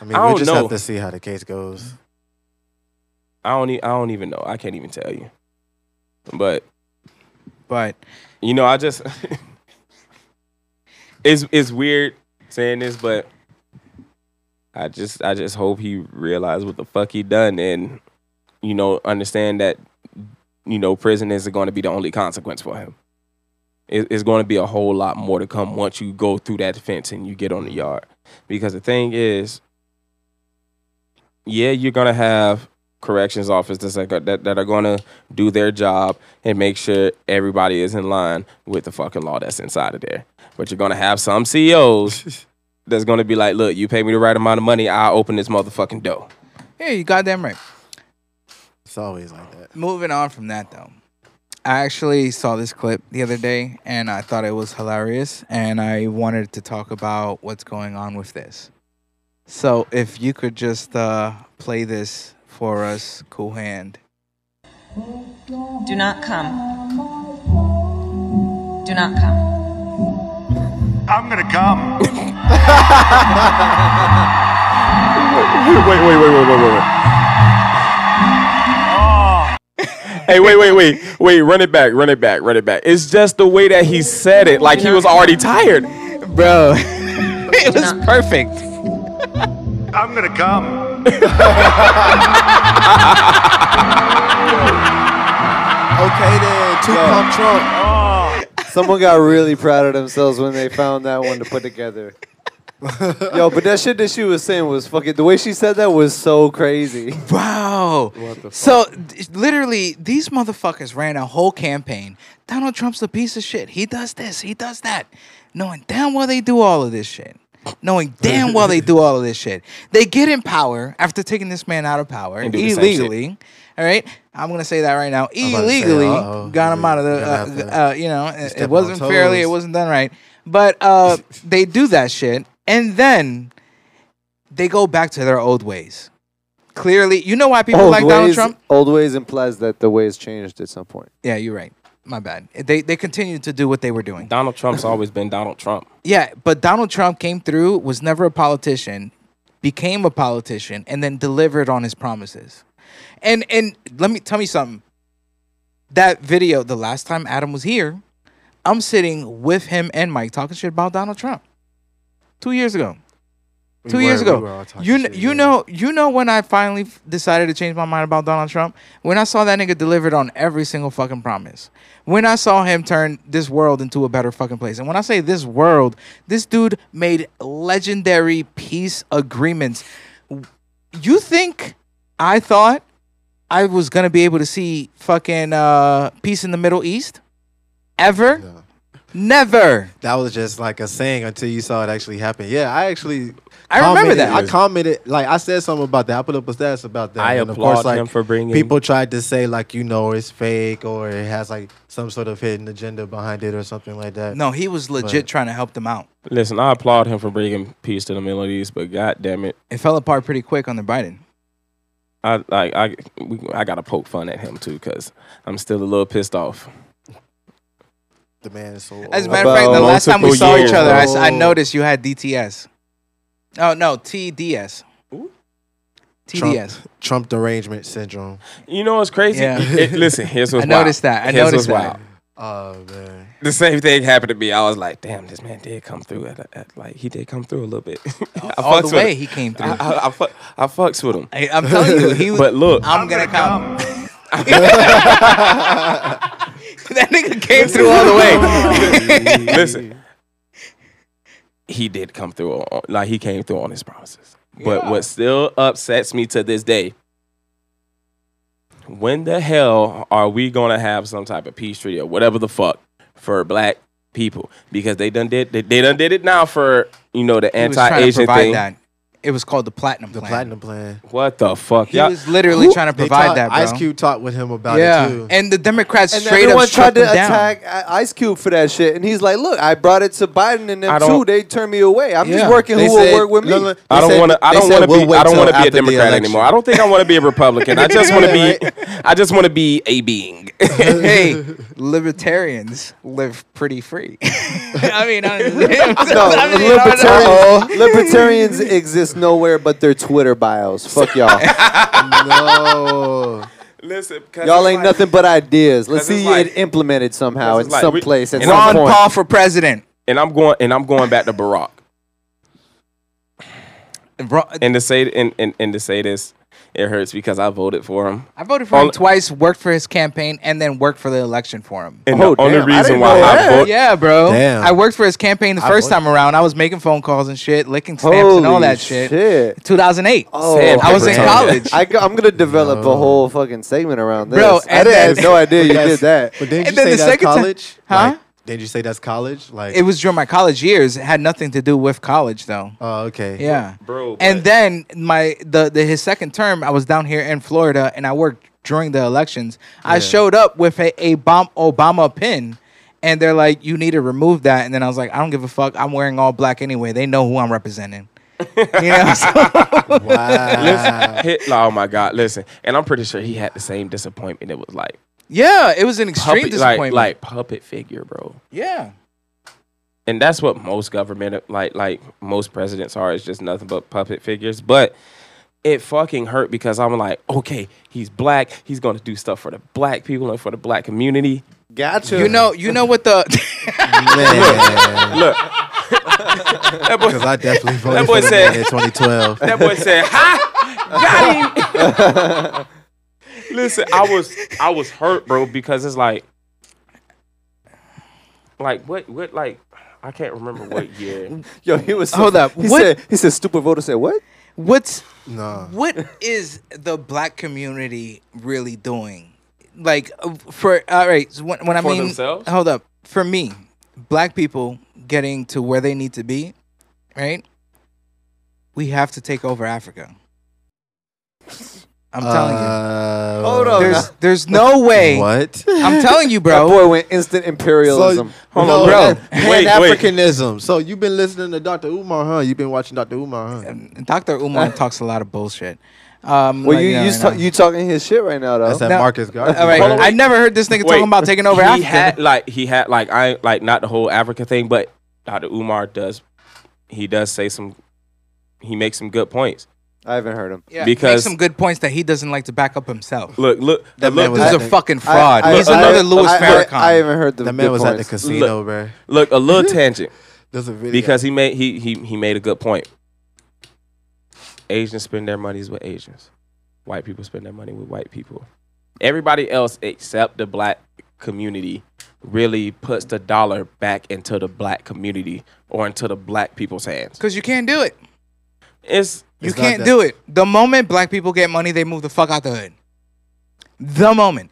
[SPEAKER 2] I mean,
[SPEAKER 3] I
[SPEAKER 2] we
[SPEAKER 3] don't
[SPEAKER 2] just
[SPEAKER 3] know.
[SPEAKER 2] have to see how the case goes.
[SPEAKER 3] I don't e- I don't even know. I can't even tell you. But
[SPEAKER 1] but
[SPEAKER 3] You know, I just [LAUGHS] it's it's weird saying this, but I just I just hope he realized what the fuck he done and you know understand that you know prison isn't going to be the only consequence for him. It, it's going to be a whole lot more to come once you go through that fence and you get on the yard. Because the thing is, yeah, you're gonna have corrections officers that that, that are gonna do their job and make sure everybody is in line with the fucking law that's inside of there. But you're gonna have some [LAUGHS] CEOs that's gonna be like, look, you pay me the right amount of money, I'll open this motherfucking door.
[SPEAKER 1] yeah, you goddamn right.
[SPEAKER 2] It's always like that.
[SPEAKER 1] Moving on from that though. I actually saw this clip the other day and I thought it was hilarious and I wanted to talk about what's going on with this. So if you could just uh, play this for us, cool hand.
[SPEAKER 10] Do not come. Do not come.
[SPEAKER 6] I'm gonna come.
[SPEAKER 3] Wait, wait, wait, wait, wait, wait, wait. Hey, wait, wait, wait, wait! Run it back, run it back, run it back. It's just the way that he said it, like he was already tired.
[SPEAKER 1] Bro, it was perfect.
[SPEAKER 6] I'm gonna come.
[SPEAKER 2] Okay then, Two pump trunk.
[SPEAKER 4] [LAUGHS] Someone got really proud of themselves when they found that one to put [LAUGHS] together. Yo, but that shit that she was saying was fucking. The way she said that was so crazy.
[SPEAKER 1] Wow. So th- literally, these motherfuckers ran a whole campaign. Donald Trump's a piece of shit. He does this. He does that. Knowing damn well they do all of this shit. Knowing damn well they do all of this shit. They get in power after taking this man out of power
[SPEAKER 3] And do the same
[SPEAKER 1] illegally. All right, I'm gonna say that right now.
[SPEAKER 2] about to say,
[SPEAKER 1] Illegally
[SPEAKER 2] uh-oh.
[SPEAKER 1] got him out of
[SPEAKER 2] You're gonna
[SPEAKER 1] the.
[SPEAKER 2] have
[SPEAKER 1] Uh, uh, you know, it,
[SPEAKER 2] step
[SPEAKER 1] it
[SPEAKER 2] on
[SPEAKER 1] wasn't fairly. It
[SPEAKER 2] toes.
[SPEAKER 1] wasn't done right. But uh, they do that shit, and then they go back to their old ways. Clearly, you know why people
[SPEAKER 4] old
[SPEAKER 1] like
[SPEAKER 4] ways,
[SPEAKER 1] Donald Trump?
[SPEAKER 4] Old ways implies that the ways changed at some point.
[SPEAKER 1] Yeah, you're right. My bad. They they continued to do what they were doing.
[SPEAKER 3] Donald Trump's always been Donald Trump.
[SPEAKER 1] Yeah, but Donald Trump came through, was never a politician, became a politician, and then delivered on his promises. And and let me tell me something. That video, the last time Adam was here, I'm sitting with him and Mike talking shit about Donald Trump. Two years ago.
[SPEAKER 2] We
[SPEAKER 1] Two
[SPEAKER 2] were-
[SPEAKER 1] years
[SPEAKER 2] we
[SPEAKER 1] ago.
[SPEAKER 2] were all talking
[SPEAKER 1] you kn-
[SPEAKER 2] shit,
[SPEAKER 1] you
[SPEAKER 2] yeah.
[SPEAKER 1] know you know when I finally f- decided to change my mind about Donald Trump when I saw that nigga delivered on every single fucking promise. When I saw him turn this world into a better fucking place. And when I say this world, this dude made legendary peace agreements. W- You think I thought I was going to be able to see fucking uh peace in the Middle East ever? Never.
[SPEAKER 2] That was just like a saying until you saw it actually happen. Yeah, I actually.
[SPEAKER 1] I remember
[SPEAKER 2] commented-
[SPEAKER 1] that.
[SPEAKER 2] I commented, like I said something about that. I put up a status about that.
[SPEAKER 3] I
[SPEAKER 2] and of
[SPEAKER 3] applaud
[SPEAKER 2] course, like,
[SPEAKER 3] him for bringing-
[SPEAKER 2] People tried to say like you know it's fake or it has like some sort of hidden agenda behind it or something like that.
[SPEAKER 1] No, he was legit
[SPEAKER 2] But-
[SPEAKER 1] trying to help them out.
[SPEAKER 3] Listen, I applaud him for bringing peace to the Middle East, but god damn it,
[SPEAKER 1] It fell apart pretty quick under Biden.
[SPEAKER 3] I like I we, I gotta poke fun at him too because I'm still a little pissed off.
[SPEAKER 2] the man is so.
[SPEAKER 1] As a
[SPEAKER 2] old.
[SPEAKER 1] matter of fact, the
[SPEAKER 3] About
[SPEAKER 1] last time we
[SPEAKER 3] multiple
[SPEAKER 1] saw
[SPEAKER 3] years,
[SPEAKER 1] each other, I, s-
[SPEAKER 2] bro.
[SPEAKER 1] I noticed you had DTS. Oh no, TDS. TDS.
[SPEAKER 2] Trump, Trump derangement syndrome.
[SPEAKER 3] You know what's crazy?
[SPEAKER 1] Yeah. [LAUGHS]
[SPEAKER 3] It- listen, here's what's
[SPEAKER 1] I noticed
[SPEAKER 3] wild.
[SPEAKER 1] that. I
[SPEAKER 3] Here's
[SPEAKER 1] noticed
[SPEAKER 3] what's
[SPEAKER 1] that.
[SPEAKER 3] wild.
[SPEAKER 2] Oh man,
[SPEAKER 3] The same thing happened to me. I was like, damn, this man did come through. At, at- like he did come through a little bit. [LAUGHS] I
[SPEAKER 1] All
[SPEAKER 3] fucks
[SPEAKER 1] the
[SPEAKER 3] with
[SPEAKER 1] way
[SPEAKER 3] him.
[SPEAKER 1] he came through.
[SPEAKER 3] I, I, I, fuck, I fucks with him.
[SPEAKER 1] I, am telling you, he was.
[SPEAKER 3] [LAUGHS] But look,
[SPEAKER 1] I'm gonna come. [LAUGHS]
[SPEAKER 3] [LAUGHS]
[SPEAKER 1] that nigga came through all the way.
[SPEAKER 3] [LAUGHS] listen, he did come through. On, like he came through on his promises. But what still upsets me to this day, when the hell are we gonna have some type of peace treaty or whatever the fuck for black people? Because they done did they, they done did it now for you know the
[SPEAKER 1] He was trying to
[SPEAKER 3] anti-Asian
[SPEAKER 1] provide
[SPEAKER 3] thing.
[SPEAKER 1] that. It was called the Platinum
[SPEAKER 2] the
[SPEAKER 1] Plan.
[SPEAKER 2] platinum plan.
[SPEAKER 3] What the fuck?
[SPEAKER 1] He
[SPEAKER 3] y'all-
[SPEAKER 1] was literally trying to
[SPEAKER 2] They
[SPEAKER 1] provide
[SPEAKER 2] talked-
[SPEAKER 1] that, bro.
[SPEAKER 2] Ice Cube talked with him about it
[SPEAKER 1] yeah,
[SPEAKER 2] too.
[SPEAKER 1] and the Democrats
[SPEAKER 4] And
[SPEAKER 1] straight
[SPEAKER 4] everyone
[SPEAKER 1] up
[SPEAKER 4] tried
[SPEAKER 1] shut
[SPEAKER 4] to
[SPEAKER 1] them down. [LAUGHS]
[SPEAKER 4] attack I- Ice Cube for that shit, and he's like, "Look, I brought it to Biden and
[SPEAKER 3] I
[SPEAKER 4] them
[SPEAKER 3] don't-
[SPEAKER 4] too. They turned me away. I'm
[SPEAKER 1] Yeah.
[SPEAKER 4] just working
[SPEAKER 2] They
[SPEAKER 4] who will
[SPEAKER 2] said-
[SPEAKER 4] work with me."
[SPEAKER 2] no, no, they
[SPEAKER 3] I don't
[SPEAKER 2] said-
[SPEAKER 3] want to. I
[SPEAKER 2] they
[SPEAKER 3] don't
[SPEAKER 2] said,
[SPEAKER 3] want to
[SPEAKER 2] "We'll
[SPEAKER 3] be.
[SPEAKER 2] wait
[SPEAKER 3] I don't
[SPEAKER 2] till
[SPEAKER 3] want to be
[SPEAKER 2] after
[SPEAKER 3] a
[SPEAKER 2] the
[SPEAKER 3] Democrat
[SPEAKER 2] election."
[SPEAKER 3] anymore. I don't think I want to be a Republican. I just want to be. I just want to be a being.
[SPEAKER 1] hey, libertarians live pretty free. [LAUGHS] I mean, I,
[SPEAKER 4] [LAUGHS]
[SPEAKER 1] [LAUGHS]
[SPEAKER 4] No,
[SPEAKER 1] I mean, you know,
[SPEAKER 4] libertarians, libertarians exist nowhere but their Twitter bios. Fuck
[SPEAKER 1] [LAUGHS]
[SPEAKER 4] y'all.
[SPEAKER 2] No,
[SPEAKER 3] Listen,
[SPEAKER 4] y'all ain't nothing but ideas. Let's
[SPEAKER 3] 'cause it's
[SPEAKER 4] see
[SPEAKER 3] like-
[SPEAKER 4] it implemented somehow
[SPEAKER 3] 'cause
[SPEAKER 4] in
[SPEAKER 3] it's like
[SPEAKER 4] some
[SPEAKER 3] we-
[SPEAKER 4] place at
[SPEAKER 3] and
[SPEAKER 4] some
[SPEAKER 1] Ron
[SPEAKER 4] point.
[SPEAKER 1] Paul for president.
[SPEAKER 3] And I'm going. And I'm going back to Barack.
[SPEAKER 1] Ro-
[SPEAKER 3] And to say and, and, and to say this, it hurts because I voted for him.
[SPEAKER 1] I voted for him
[SPEAKER 3] Only-
[SPEAKER 1] twice, worked for his campaign, and then worked for the election for him.
[SPEAKER 3] And
[SPEAKER 4] Oh,
[SPEAKER 3] the only
[SPEAKER 4] damn, I
[SPEAKER 3] reason
[SPEAKER 4] didn't
[SPEAKER 3] why
[SPEAKER 4] know
[SPEAKER 3] I
[SPEAKER 4] that.
[SPEAKER 3] voted.
[SPEAKER 1] Yeah, bro.
[SPEAKER 2] Damn.
[SPEAKER 1] I worked for his campaign the
[SPEAKER 2] I
[SPEAKER 1] first
[SPEAKER 2] voted-
[SPEAKER 1] time around. I was making phone calls and shit, licking stamps and all
[SPEAKER 4] Holy
[SPEAKER 1] that shit.
[SPEAKER 4] shit.
[SPEAKER 1] 2008.
[SPEAKER 4] Oh,
[SPEAKER 1] I was in
[SPEAKER 3] Pepper.
[SPEAKER 1] college.
[SPEAKER 4] I, am gonna develop a whole fucking segment around this.
[SPEAKER 1] Bro,
[SPEAKER 4] I
[SPEAKER 1] and
[SPEAKER 4] didn't have
[SPEAKER 1] then-
[SPEAKER 4] no idea you
[SPEAKER 2] Yes.
[SPEAKER 4] did that.
[SPEAKER 2] But didn't
[SPEAKER 1] And
[SPEAKER 2] you
[SPEAKER 1] then
[SPEAKER 2] say
[SPEAKER 1] the
[SPEAKER 2] that's
[SPEAKER 1] second ti-
[SPEAKER 2] college?
[SPEAKER 1] Huh?
[SPEAKER 2] Like, didn't you say that's college? Like,
[SPEAKER 1] it was during my college years. It had nothing to do with college, though.
[SPEAKER 2] oh, okay.
[SPEAKER 1] Yeah,
[SPEAKER 3] Bro,
[SPEAKER 1] And
[SPEAKER 3] but-
[SPEAKER 1] then my the, the his second term, I was down here in Florida, and I worked during the elections. I showed up with a, a bomb Obama pin, and they're like, "You need to remove that." And then I was like, "I don't give a fuck. I'm wearing all black anyway. They know who I'm
[SPEAKER 3] [LAUGHS]
[SPEAKER 1] representing." you know, so,
[SPEAKER 2] Wow.
[SPEAKER 3] Hit, oh my God! Listen, and I'm pretty sure he had the same disappointment. It was like
[SPEAKER 1] yeah, it was an extreme
[SPEAKER 3] puppet, like,
[SPEAKER 1] disappointment.
[SPEAKER 3] like puppet figure, bro.
[SPEAKER 1] yeah,
[SPEAKER 3] and that's what most government like like most presidents are is just nothing but puppet figures but it fucking hurt because i'm like okay he's black he's going to do stuff for the black people and for the black community
[SPEAKER 4] Gotcha.
[SPEAKER 1] you know, you know what the [LAUGHS]
[SPEAKER 2] Man.
[SPEAKER 3] look [LAUGHS] that boy,
[SPEAKER 2] Because I definitely voted
[SPEAKER 3] boy
[SPEAKER 2] for the
[SPEAKER 3] said-
[SPEAKER 2] man in
[SPEAKER 3] [LAUGHS]
[SPEAKER 2] 2012.
[SPEAKER 3] that boy said ha [LAUGHS] got him listen i was i was hurt bro because it's like like what what like I can't remember what
[SPEAKER 2] [LAUGHS]
[SPEAKER 3] year.
[SPEAKER 4] Yo, he was.
[SPEAKER 1] Hold up,
[SPEAKER 4] He
[SPEAKER 1] what-
[SPEAKER 4] said. He said. Stupid voter said what?
[SPEAKER 1] What's
[SPEAKER 2] Nah.
[SPEAKER 1] what is the black community really doing? Like uh, for all right, so when, when I
[SPEAKER 3] For
[SPEAKER 1] mean
[SPEAKER 3] themselves?
[SPEAKER 1] hold up, for me, black people getting to where they need to be, right? We have to take over Africa. I'm telling you.
[SPEAKER 2] Uh,
[SPEAKER 4] Hold on. [LAUGHS]
[SPEAKER 1] There's there's no way. [LAUGHS]
[SPEAKER 2] What?
[SPEAKER 1] I'm telling you,
[SPEAKER 4] That
[SPEAKER 1] bro.
[SPEAKER 4] boy went instant imperialism.
[SPEAKER 2] Hold
[SPEAKER 1] on, bro.
[SPEAKER 2] Pan Africanism. So you've been listening to Dr. Umar, huh? You've been watching Dr. Umar, huh?
[SPEAKER 1] Dr.
[SPEAKER 4] [LAUGHS]
[SPEAKER 1] Umar talks a lot of bullshit. Um,
[SPEAKER 4] well,
[SPEAKER 1] like,
[SPEAKER 4] you
[SPEAKER 1] know,
[SPEAKER 4] you,
[SPEAKER 1] know.
[SPEAKER 4] ta- you talking his shit right now though.
[SPEAKER 2] That's that
[SPEAKER 1] No.
[SPEAKER 2] Marcus Garvey.
[SPEAKER 1] All right,
[SPEAKER 3] Hold on,
[SPEAKER 1] I
[SPEAKER 3] wait.
[SPEAKER 1] never heard this nigga
[SPEAKER 3] Wait,
[SPEAKER 1] talking about taking over
[SPEAKER 3] he
[SPEAKER 1] Africa.
[SPEAKER 3] Had, like he had like I like not the whole Africa thing, but Dr. Umar does he does say some he makes some good points.
[SPEAKER 4] I haven't heard him.
[SPEAKER 1] yeah,
[SPEAKER 3] because-
[SPEAKER 1] makes some good points that he doesn't like to back up himself.
[SPEAKER 3] Look, look,
[SPEAKER 2] That
[SPEAKER 3] look,
[SPEAKER 2] man was
[SPEAKER 1] This is
[SPEAKER 2] at
[SPEAKER 1] a
[SPEAKER 2] the-
[SPEAKER 1] fucking fraud. He's another Louis
[SPEAKER 4] I,
[SPEAKER 1] Farrakhan.
[SPEAKER 4] I, haven't heard the
[SPEAKER 2] That man
[SPEAKER 4] good
[SPEAKER 2] was at the
[SPEAKER 4] points.
[SPEAKER 2] casino, bro.
[SPEAKER 3] look
[SPEAKER 2] [LAUGHS]
[SPEAKER 3] a little tangent
[SPEAKER 2] There's a video.
[SPEAKER 3] because he made he he he made a good point. Asians spend their monies with Asians. White people spend their money with white people. Everybody else except the black community really puts the dollar back into the black community or into the black people's hands.
[SPEAKER 1] Because you can't do it.
[SPEAKER 3] It's
[SPEAKER 1] You
[SPEAKER 2] It's not
[SPEAKER 1] can't
[SPEAKER 2] that-
[SPEAKER 1] do it. The moment black people get money, they move the fuck out the hood. The moment.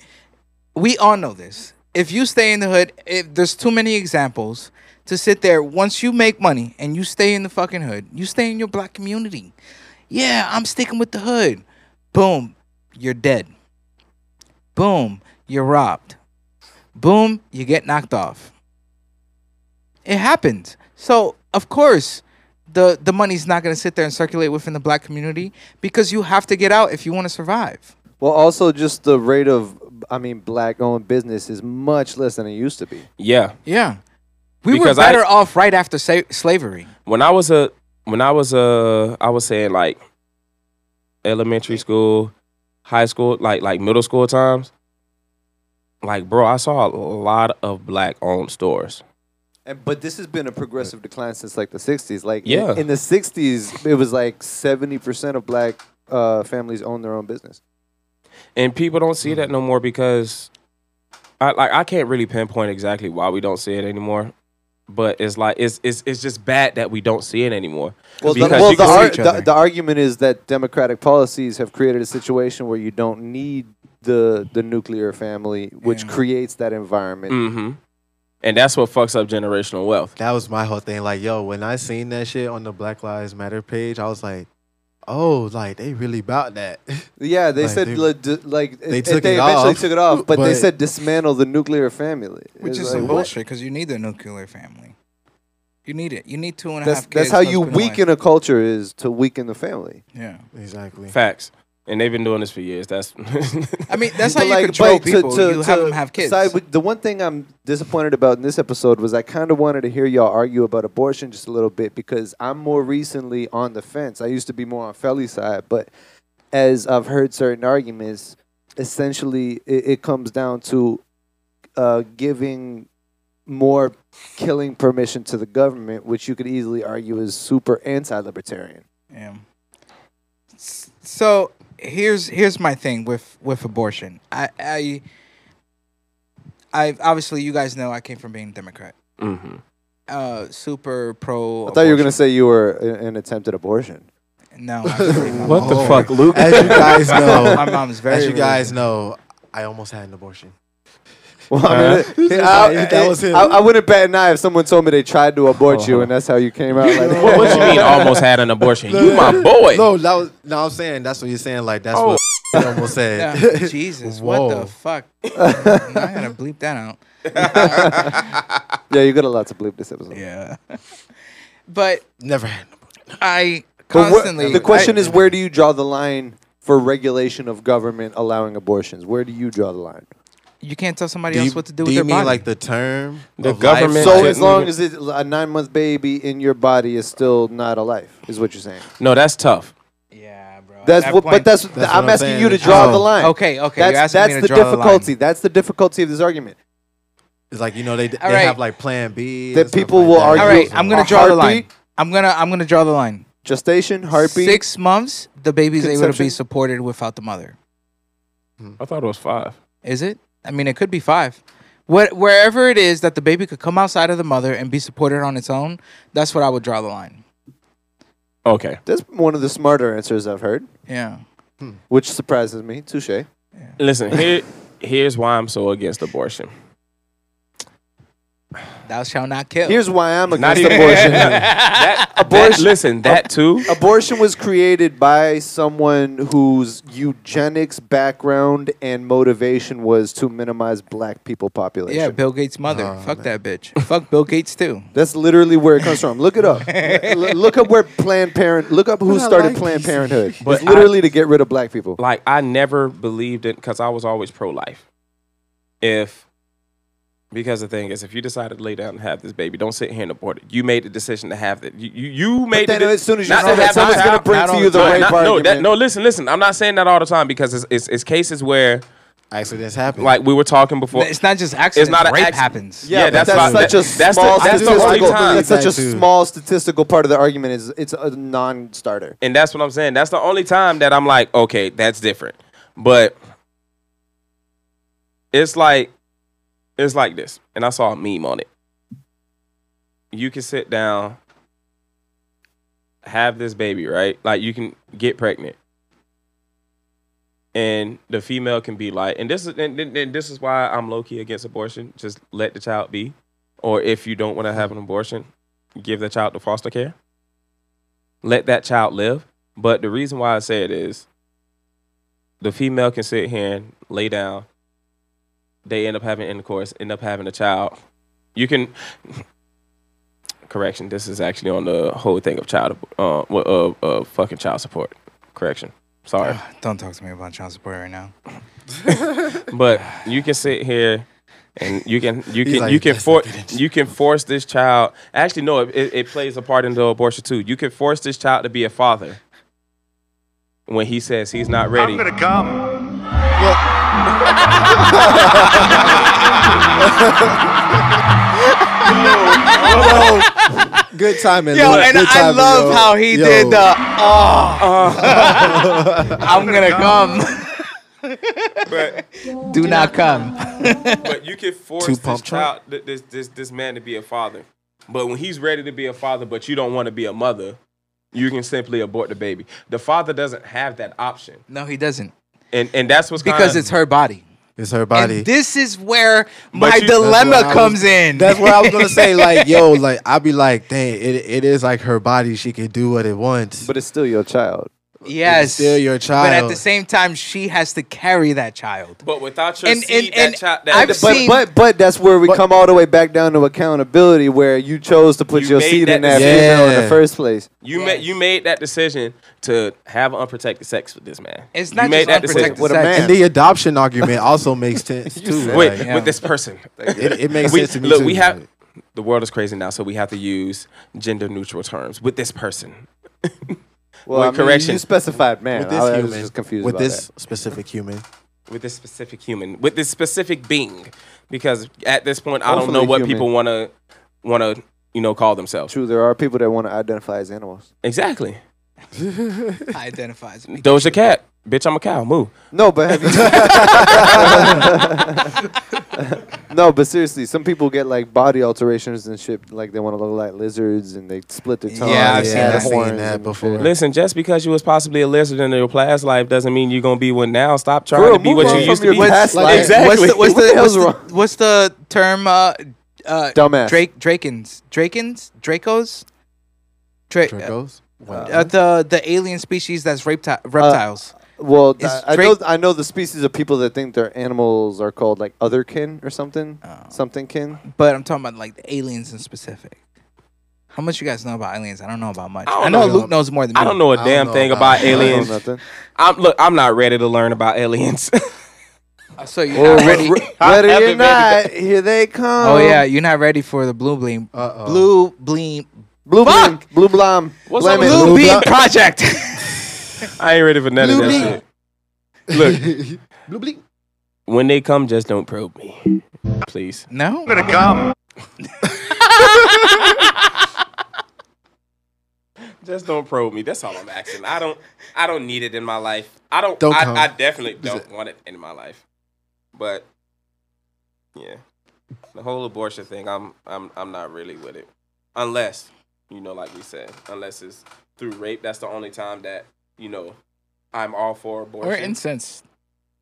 [SPEAKER 1] We all know this. If you stay in the hood, if there's too many examples to sit there. Once you make money and you stay in the fucking hood, you stay in your black community. Yeah, I'm sticking with the hood. Boom, you're dead. Boom, you're robbed. Boom, you get knocked off. It happens. So of course, the the money's not going to sit there and circulate within the black community because you have to get out if you want to survive.
[SPEAKER 4] Well, also just the rate of, I mean, black-owned business is much less than it used to be.
[SPEAKER 3] yeah.
[SPEAKER 1] Yeah, we
[SPEAKER 3] Because
[SPEAKER 1] were
[SPEAKER 3] I-
[SPEAKER 1] better off right after sa- slavery.
[SPEAKER 3] when I was a when I was a I was saying like elementary school, high school, like like middle school times. Like bro, I saw a lot of black owned stores.
[SPEAKER 4] And, but this has been a progressive decline since like the '60s. Like,
[SPEAKER 3] Yeah.
[SPEAKER 4] in, in the '60s, it was like 70 percent of black uh, families own their own business.
[SPEAKER 3] And people don't see that no more because I like I can't really pinpoint exactly why we don't see it anymore. But it's like it's it's it's just bad that we don't see it anymore.
[SPEAKER 4] Well, the,
[SPEAKER 3] Because
[SPEAKER 4] well,
[SPEAKER 3] you
[SPEAKER 4] the,
[SPEAKER 3] can see
[SPEAKER 4] ar-
[SPEAKER 1] each
[SPEAKER 4] the,
[SPEAKER 1] other.
[SPEAKER 4] the argument is that democratic policies have created a situation where you don't need the the nuclear family, which
[SPEAKER 1] Yeah. Mm.
[SPEAKER 4] creates that environment.
[SPEAKER 3] Mm-hmm. And that's what fucks up generational wealth.
[SPEAKER 2] That was my whole thing. Like, yo, when I seen that shit on the Black Lives Matter page, I was like, oh, like they really about that. [LAUGHS]
[SPEAKER 4] Yeah, they
[SPEAKER 2] Like,
[SPEAKER 4] said
[SPEAKER 2] they-
[SPEAKER 4] le- d- like
[SPEAKER 2] they
[SPEAKER 4] they,
[SPEAKER 2] took
[SPEAKER 4] they
[SPEAKER 2] it
[SPEAKER 4] eventually
[SPEAKER 2] off,
[SPEAKER 4] took it off, but, they
[SPEAKER 2] but-
[SPEAKER 4] said dismantle the nuclear family.
[SPEAKER 1] Which
[SPEAKER 4] It's
[SPEAKER 1] is
[SPEAKER 4] like,
[SPEAKER 1] some
[SPEAKER 4] what?
[SPEAKER 1] bullshit because you need a nuclear family. You need it. You need two and a half.
[SPEAKER 4] That's that's
[SPEAKER 1] kids
[SPEAKER 4] how
[SPEAKER 1] to
[SPEAKER 4] you
[SPEAKER 1] spend life.
[SPEAKER 4] weaken a culture is to weaken the family.
[SPEAKER 1] Yeah,
[SPEAKER 2] exactly.
[SPEAKER 3] Facts. And they've been doing this for years. That's [LAUGHS]
[SPEAKER 1] I mean that's how
[SPEAKER 4] But
[SPEAKER 1] you
[SPEAKER 4] like-
[SPEAKER 1] control
[SPEAKER 4] but to-
[SPEAKER 1] people.
[SPEAKER 4] to-
[SPEAKER 1] you have
[SPEAKER 4] to
[SPEAKER 1] them have kids.
[SPEAKER 4] side with- the one thing I'm disappointed about in this episode was I kind of wanted to hear y'all argue about abortion just a little bit because I'm more recently on the fence. I used to be more on Felly's side, but as I've heard certain arguments, essentially it, it comes down to uh, giving more killing permission to the government, which you could easily argue is super anti-libertarian.
[SPEAKER 1] Yeah. S- So here's here's my thing with with abortion. I I I obviously you guys know I came from being a Democrat.
[SPEAKER 3] hmm
[SPEAKER 1] Uh super pro
[SPEAKER 4] I thought you were gonna say you were a- an attempted abortion. [LAUGHS]
[SPEAKER 1] No. actually, Oh, my
[SPEAKER 3] What the
[SPEAKER 1] mom-
[SPEAKER 3] fuck, Luke?
[SPEAKER 2] As you guys know,
[SPEAKER 1] My mom's very
[SPEAKER 2] as you guys
[SPEAKER 1] religious.
[SPEAKER 2] know, I almost had an abortion.
[SPEAKER 4] [LAUGHS] Well, I mean, it- I,
[SPEAKER 2] Like, that was
[SPEAKER 4] I-
[SPEAKER 2] him.
[SPEAKER 4] I- I wouldn't bat an eye if someone told me they tried to abort you and that's how you came out. Like,
[SPEAKER 3] What, [LAUGHS] what you mean almost had an abortion? You my boy.
[SPEAKER 2] No, that was no. I'm saying that's what you're saying. Like that's
[SPEAKER 3] Oh.
[SPEAKER 2] what [LAUGHS] I almost said.
[SPEAKER 1] Yeah, [LAUGHS] Jesus, what
[SPEAKER 2] Whoa.
[SPEAKER 1] the
[SPEAKER 4] [LAUGHS]
[SPEAKER 1] fuck? I'm not gonna bleep that out.
[SPEAKER 4] [LAUGHS] yeah, you got a lot to believe this episode.
[SPEAKER 1] Yeah. [LAUGHS] But
[SPEAKER 2] [LAUGHS] Never had. An abortion.
[SPEAKER 1] I
[SPEAKER 4] But what-
[SPEAKER 1] constantly
[SPEAKER 4] the question
[SPEAKER 1] I-
[SPEAKER 4] is, where do you draw the line for regulation of government allowing abortions? Where do you draw the line?
[SPEAKER 1] you can't tell somebody
[SPEAKER 2] Do you,
[SPEAKER 1] else what to do
[SPEAKER 2] do
[SPEAKER 1] with
[SPEAKER 2] you
[SPEAKER 1] their
[SPEAKER 2] mean
[SPEAKER 1] body.
[SPEAKER 2] like the term?
[SPEAKER 3] The
[SPEAKER 2] of life?
[SPEAKER 3] government-
[SPEAKER 4] So
[SPEAKER 3] I-
[SPEAKER 4] as long as it, a nine-month baby in your body is still not a life, is what you're saying.
[SPEAKER 3] No, that's tough.
[SPEAKER 1] yeah, bro. at
[SPEAKER 4] That's
[SPEAKER 1] that
[SPEAKER 4] what,
[SPEAKER 1] point-
[SPEAKER 4] but that's,
[SPEAKER 2] what
[SPEAKER 4] I'm
[SPEAKER 2] I'm
[SPEAKER 4] asking
[SPEAKER 2] saying.
[SPEAKER 4] you to draw the
[SPEAKER 2] Oh.
[SPEAKER 4] line.
[SPEAKER 1] Okay, okay, you're
[SPEAKER 4] That's,
[SPEAKER 1] asking me
[SPEAKER 4] that's
[SPEAKER 1] to
[SPEAKER 4] the
[SPEAKER 1] draw the line.
[SPEAKER 4] difficulty. that's the difficulty of this argument.
[SPEAKER 2] It's like you know they, they
[SPEAKER 1] All right.
[SPEAKER 2] have like Plan B. and
[SPEAKER 4] That
[SPEAKER 2] stuff
[SPEAKER 4] people
[SPEAKER 2] like
[SPEAKER 4] will
[SPEAKER 2] that.
[SPEAKER 4] argue-
[SPEAKER 1] All right, I'm gonna
[SPEAKER 4] A
[SPEAKER 1] draw the line.
[SPEAKER 4] heartbeat?
[SPEAKER 1] I'm gonna I'm gonna draw the line.
[SPEAKER 4] Gestation, heartbeat.
[SPEAKER 1] Six months, the baby's able to
[SPEAKER 4] Conception?
[SPEAKER 1] be supported without the mother.
[SPEAKER 3] I thought it was five.
[SPEAKER 1] Is it? I mean, it could be five, what wherever it is that the baby could come outside of the mother and be supported on its own, that's what I would draw the line.
[SPEAKER 3] Okay.
[SPEAKER 4] That's one of the smarter answers I've heard.
[SPEAKER 1] Yeah.
[SPEAKER 4] Which surprises me. Touche.
[SPEAKER 3] Listen, here, here's why I'm so against abortion.
[SPEAKER 1] Thou shall not kill.
[SPEAKER 4] Here's why I'm
[SPEAKER 3] Not [LAUGHS]
[SPEAKER 4] against
[SPEAKER 3] even-
[SPEAKER 4] abortion.
[SPEAKER 3] That- that-
[SPEAKER 4] abortion.
[SPEAKER 3] listen, that too.
[SPEAKER 4] Abortion was created by someone whose eugenics background and motivation was to minimize black people population.
[SPEAKER 1] Yeah, Bill Gates' mother. Fuck that bitch. Fuck Bill Gates [LAUGHS] too.
[SPEAKER 4] That's literally where it comes from. Look it up. L- look up where Planned Parent. Look up who
[SPEAKER 2] I
[SPEAKER 4] started
[SPEAKER 2] like
[SPEAKER 4] Planned [LAUGHS] Parenthood.
[SPEAKER 3] But
[SPEAKER 4] it's literally to get rid of black people.
[SPEAKER 3] Like I never believed it because I was always pro life. If because the thing is, if you decided to lay down and have this baby, don't sit here and abort it. You made the decision to have it. You you, you made.
[SPEAKER 4] then
[SPEAKER 3] the, de-
[SPEAKER 4] as soon as you
[SPEAKER 3] not
[SPEAKER 4] say
[SPEAKER 3] to
[SPEAKER 4] that,
[SPEAKER 3] have
[SPEAKER 4] someone's
[SPEAKER 3] a
[SPEAKER 4] gonna
[SPEAKER 3] child.
[SPEAKER 4] bring
[SPEAKER 3] Not
[SPEAKER 4] to
[SPEAKER 3] all
[SPEAKER 4] you the
[SPEAKER 3] the time.
[SPEAKER 4] rape
[SPEAKER 3] Not- no, that,
[SPEAKER 4] argument.
[SPEAKER 3] no. Listen, listen. I'm not saying that all the time because it's it's, it's cases where
[SPEAKER 2] Accidents happen.
[SPEAKER 3] like we were talking before.
[SPEAKER 1] It's not just accidents.
[SPEAKER 3] not an
[SPEAKER 1] rape
[SPEAKER 3] accident.
[SPEAKER 1] happens.
[SPEAKER 3] Yeah,
[SPEAKER 4] but
[SPEAKER 3] that's why-
[SPEAKER 4] such a
[SPEAKER 3] that- that's the-
[SPEAKER 4] small
[SPEAKER 3] that's the only
[SPEAKER 4] statistical.
[SPEAKER 3] time.
[SPEAKER 4] that's such a
[SPEAKER 2] That too.
[SPEAKER 4] small statistical part of the argument. Is it's a non-starter.
[SPEAKER 3] And that's what I'm saying. That's the only time that I'm like, okay, that's different. But it's like it's like this. And I saw a meme on it. You can sit down, have this baby, right? Like you can get pregnant. And the female can be like, and this is and, and- and this is why I'm low key against abortion. Just let the child be. Or if you don't want to have an abortion, give the child to foster care let that child live. But the reason why I say it is the female can sit here and lay down. They end up having intercourse, end up having a child. You can, [LAUGHS] correction, this is actually on the whole thing of child, uh, wha- uh, uh fucking child support. Correction. Sorry.
[SPEAKER 1] Don't talk to me about child support right now.
[SPEAKER 3] but you can sit here and you can you
[SPEAKER 2] He's
[SPEAKER 3] can
[SPEAKER 2] like,
[SPEAKER 3] you can
[SPEAKER 2] "That's
[SPEAKER 3] for,
[SPEAKER 2] not good."
[SPEAKER 3] you can force this child actually no it, it, it plays a part in the abortion too you can force this child to be a father when he says he's not ready
[SPEAKER 2] Good timing.
[SPEAKER 1] Yo,
[SPEAKER 2] Lil.
[SPEAKER 1] and
[SPEAKER 2] Good
[SPEAKER 1] I
[SPEAKER 2] timing,
[SPEAKER 1] love
[SPEAKER 2] yo.
[SPEAKER 1] how he
[SPEAKER 2] Yo.
[SPEAKER 1] did the
[SPEAKER 2] [LAUGHS]
[SPEAKER 1] oh, [LAUGHS] I'm gonna come.
[SPEAKER 3] but,
[SPEAKER 1] [LAUGHS] Do not [LAUGHS] come.
[SPEAKER 3] but you can force
[SPEAKER 2] Two
[SPEAKER 3] this
[SPEAKER 2] pump
[SPEAKER 3] child th- this, this this man to be a father but when he's ready to be a father but you don't want to be a mother you can simply abort the baby the father doesn't have that option
[SPEAKER 1] No, he doesn't.
[SPEAKER 3] and and that's what's
[SPEAKER 1] Because
[SPEAKER 3] kinda-
[SPEAKER 1] it's her body.
[SPEAKER 2] It's her
[SPEAKER 1] And
[SPEAKER 2] body.
[SPEAKER 1] this is where
[SPEAKER 3] But
[SPEAKER 1] my
[SPEAKER 3] you-
[SPEAKER 2] what
[SPEAKER 3] That's
[SPEAKER 2] I
[SPEAKER 1] dilemma
[SPEAKER 2] was-
[SPEAKER 1] comes in.
[SPEAKER 2] That's what I was
[SPEAKER 1] [LAUGHS]
[SPEAKER 2] gonna say. Like, yo, like I'd be like, dang, it, it is like her body. She can do what it wants.
[SPEAKER 4] But it's still your child.
[SPEAKER 1] yes.
[SPEAKER 2] still your
[SPEAKER 1] But at
[SPEAKER 2] child.
[SPEAKER 1] the same time, she has to carry that child.
[SPEAKER 3] but without your
[SPEAKER 1] And-
[SPEAKER 3] seed,
[SPEAKER 1] and- and
[SPEAKER 3] that child,
[SPEAKER 1] I've
[SPEAKER 3] that,
[SPEAKER 1] seen-
[SPEAKER 4] But
[SPEAKER 1] See-
[SPEAKER 4] but but that's where we come all the way back down to accountability, where you chose to put
[SPEAKER 3] You
[SPEAKER 4] your
[SPEAKER 3] made
[SPEAKER 4] seed in
[SPEAKER 3] that
[SPEAKER 4] that
[SPEAKER 2] decision.
[SPEAKER 4] female in the
[SPEAKER 2] Yeah.
[SPEAKER 4] first place.
[SPEAKER 3] You made you made that decision to have unprotected sex with this man.
[SPEAKER 1] It's
[SPEAKER 3] You
[SPEAKER 1] not just
[SPEAKER 3] made that
[SPEAKER 1] unprotected
[SPEAKER 3] decision.
[SPEAKER 4] With a
[SPEAKER 1] sex.
[SPEAKER 4] man.
[SPEAKER 2] and the adoption argument also makes
[SPEAKER 4] [LAUGHS]
[SPEAKER 2] sense too.
[SPEAKER 3] Wait,
[SPEAKER 2] Like,
[SPEAKER 1] Yeah.
[SPEAKER 3] with this person.
[SPEAKER 2] it, it makes
[SPEAKER 3] We,
[SPEAKER 2] sense to me
[SPEAKER 3] look,
[SPEAKER 2] too.
[SPEAKER 3] we have
[SPEAKER 2] Like,
[SPEAKER 3] the world is crazy now, so we have to use gender neutral terms with this person. [LAUGHS]
[SPEAKER 4] Well,
[SPEAKER 3] Wait,
[SPEAKER 4] I mean,
[SPEAKER 3] correction.
[SPEAKER 4] you specified man.
[SPEAKER 2] with this
[SPEAKER 4] I, I was
[SPEAKER 2] human,
[SPEAKER 4] just confused
[SPEAKER 2] with
[SPEAKER 4] about
[SPEAKER 2] this
[SPEAKER 4] that.
[SPEAKER 2] specific human.
[SPEAKER 3] with this specific human, with this specific being, because at this point, I don't
[SPEAKER 4] Hopefully
[SPEAKER 3] know what
[SPEAKER 4] human.
[SPEAKER 3] people want to want to you know call themselves.
[SPEAKER 4] True, there are people that want to identify as animals.
[SPEAKER 3] Exactly.
[SPEAKER 2] [LAUGHS]
[SPEAKER 1] Identifies me.
[SPEAKER 3] Doja Cat, bitch, I'm a cow. Move.
[SPEAKER 4] No, but have you? [LAUGHS] no, but seriously, some people get like body alterations and shit. Like they want to look like lizards and they split their tongue.
[SPEAKER 1] Yeah, I've
[SPEAKER 4] and
[SPEAKER 1] seen
[SPEAKER 4] add
[SPEAKER 1] that.
[SPEAKER 2] I've seen
[SPEAKER 4] horns
[SPEAKER 2] that
[SPEAKER 4] and
[SPEAKER 2] before.
[SPEAKER 4] shit.
[SPEAKER 3] Listen, just because you was possibly a lizard in your past life doesn't mean you're gonna be one now. Stop trying
[SPEAKER 4] Bro,
[SPEAKER 3] to be
[SPEAKER 4] move
[SPEAKER 3] what
[SPEAKER 4] on
[SPEAKER 3] you
[SPEAKER 4] from
[SPEAKER 3] used to
[SPEAKER 4] your
[SPEAKER 3] be.
[SPEAKER 4] past life.
[SPEAKER 3] Exactly.
[SPEAKER 1] What's the what's
[SPEAKER 4] What the
[SPEAKER 1] the,
[SPEAKER 4] hell's
[SPEAKER 1] what's the,
[SPEAKER 4] wrong?
[SPEAKER 1] what's the term? Uh, uh,
[SPEAKER 4] Dumbass.
[SPEAKER 1] Drake Drakens Drakens Dracos. Dra-
[SPEAKER 2] Dracos. Wow.
[SPEAKER 1] uh, the the alien species that's
[SPEAKER 2] Uh,
[SPEAKER 1] repti- reptiles.
[SPEAKER 4] Well,
[SPEAKER 1] Is
[SPEAKER 4] I, I know
[SPEAKER 1] Drake-
[SPEAKER 4] I know the species of people that think their animals are called like other kin or something,
[SPEAKER 1] Oh.
[SPEAKER 4] something kin.
[SPEAKER 1] but I'm talking about like the aliens in specific. How much you guys know about aliens? I don't know about much.
[SPEAKER 3] I don't
[SPEAKER 1] I, know,
[SPEAKER 3] know.
[SPEAKER 1] Luke knows more than me.
[SPEAKER 3] I don't know a
[SPEAKER 2] don't
[SPEAKER 3] damn
[SPEAKER 2] know
[SPEAKER 3] thing
[SPEAKER 2] about
[SPEAKER 3] about
[SPEAKER 2] that. I don't
[SPEAKER 3] aliens.
[SPEAKER 1] [LAUGHS]
[SPEAKER 4] I don't know nothing.
[SPEAKER 3] I'm look, I'm not ready to learn about aliens. [LAUGHS]
[SPEAKER 1] So you're not ready. [LAUGHS]
[SPEAKER 3] I haven't
[SPEAKER 4] Ready or
[SPEAKER 3] been-
[SPEAKER 4] not, here they come.
[SPEAKER 1] Oh yeah, you're not ready for the blue bleam.
[SPEAKER 2] Uh-oh.
[SPEAKER 1] Blue bleam.
[SPEAKER 4] blue blum,
[SPEAKER 1] Fuck!
[SPEAKER 4] blue blum.
[SPEAKER 3] What's up
[SPEAKER 4] blame
[SPEAKER 3] with
[SPEAKER 4] it.
[SPEAKER 1] Blue,
[SPEAKER 2] blue
[SPEAKER 1] beam
[SPEAKER 2] blo-
[SPEAKER 1] project.
[SPEAKER 3] I ain't ready for none
[SPEAKER 1] Blue
[SPEAKER 3] of
[SPEAKER 1] beam.
[SPEAKER 3] that shit. Look,
[SPEAKER 2] Blue bleep.
[SPEAKER 3] when they come, just don't probe me, please.
[SPEAKER 1] no.
[SPEAKER 3] Just don't probe me. That's all I'm asking. I don't. I don't need it in my life. I don't.
[SPEAKER 2] Don't
[SPEAKER 3] I,
[SPEAKER 2] come.
[SPEAKER 3] I definitely don't want it in my life. But yeah, the whole abortion thing, I'm I'm I'm not really with it, unless you know, like we said, unless it's through rape. That's the only time that you know I'm all for abortion
[SPEAKER 1] or incense.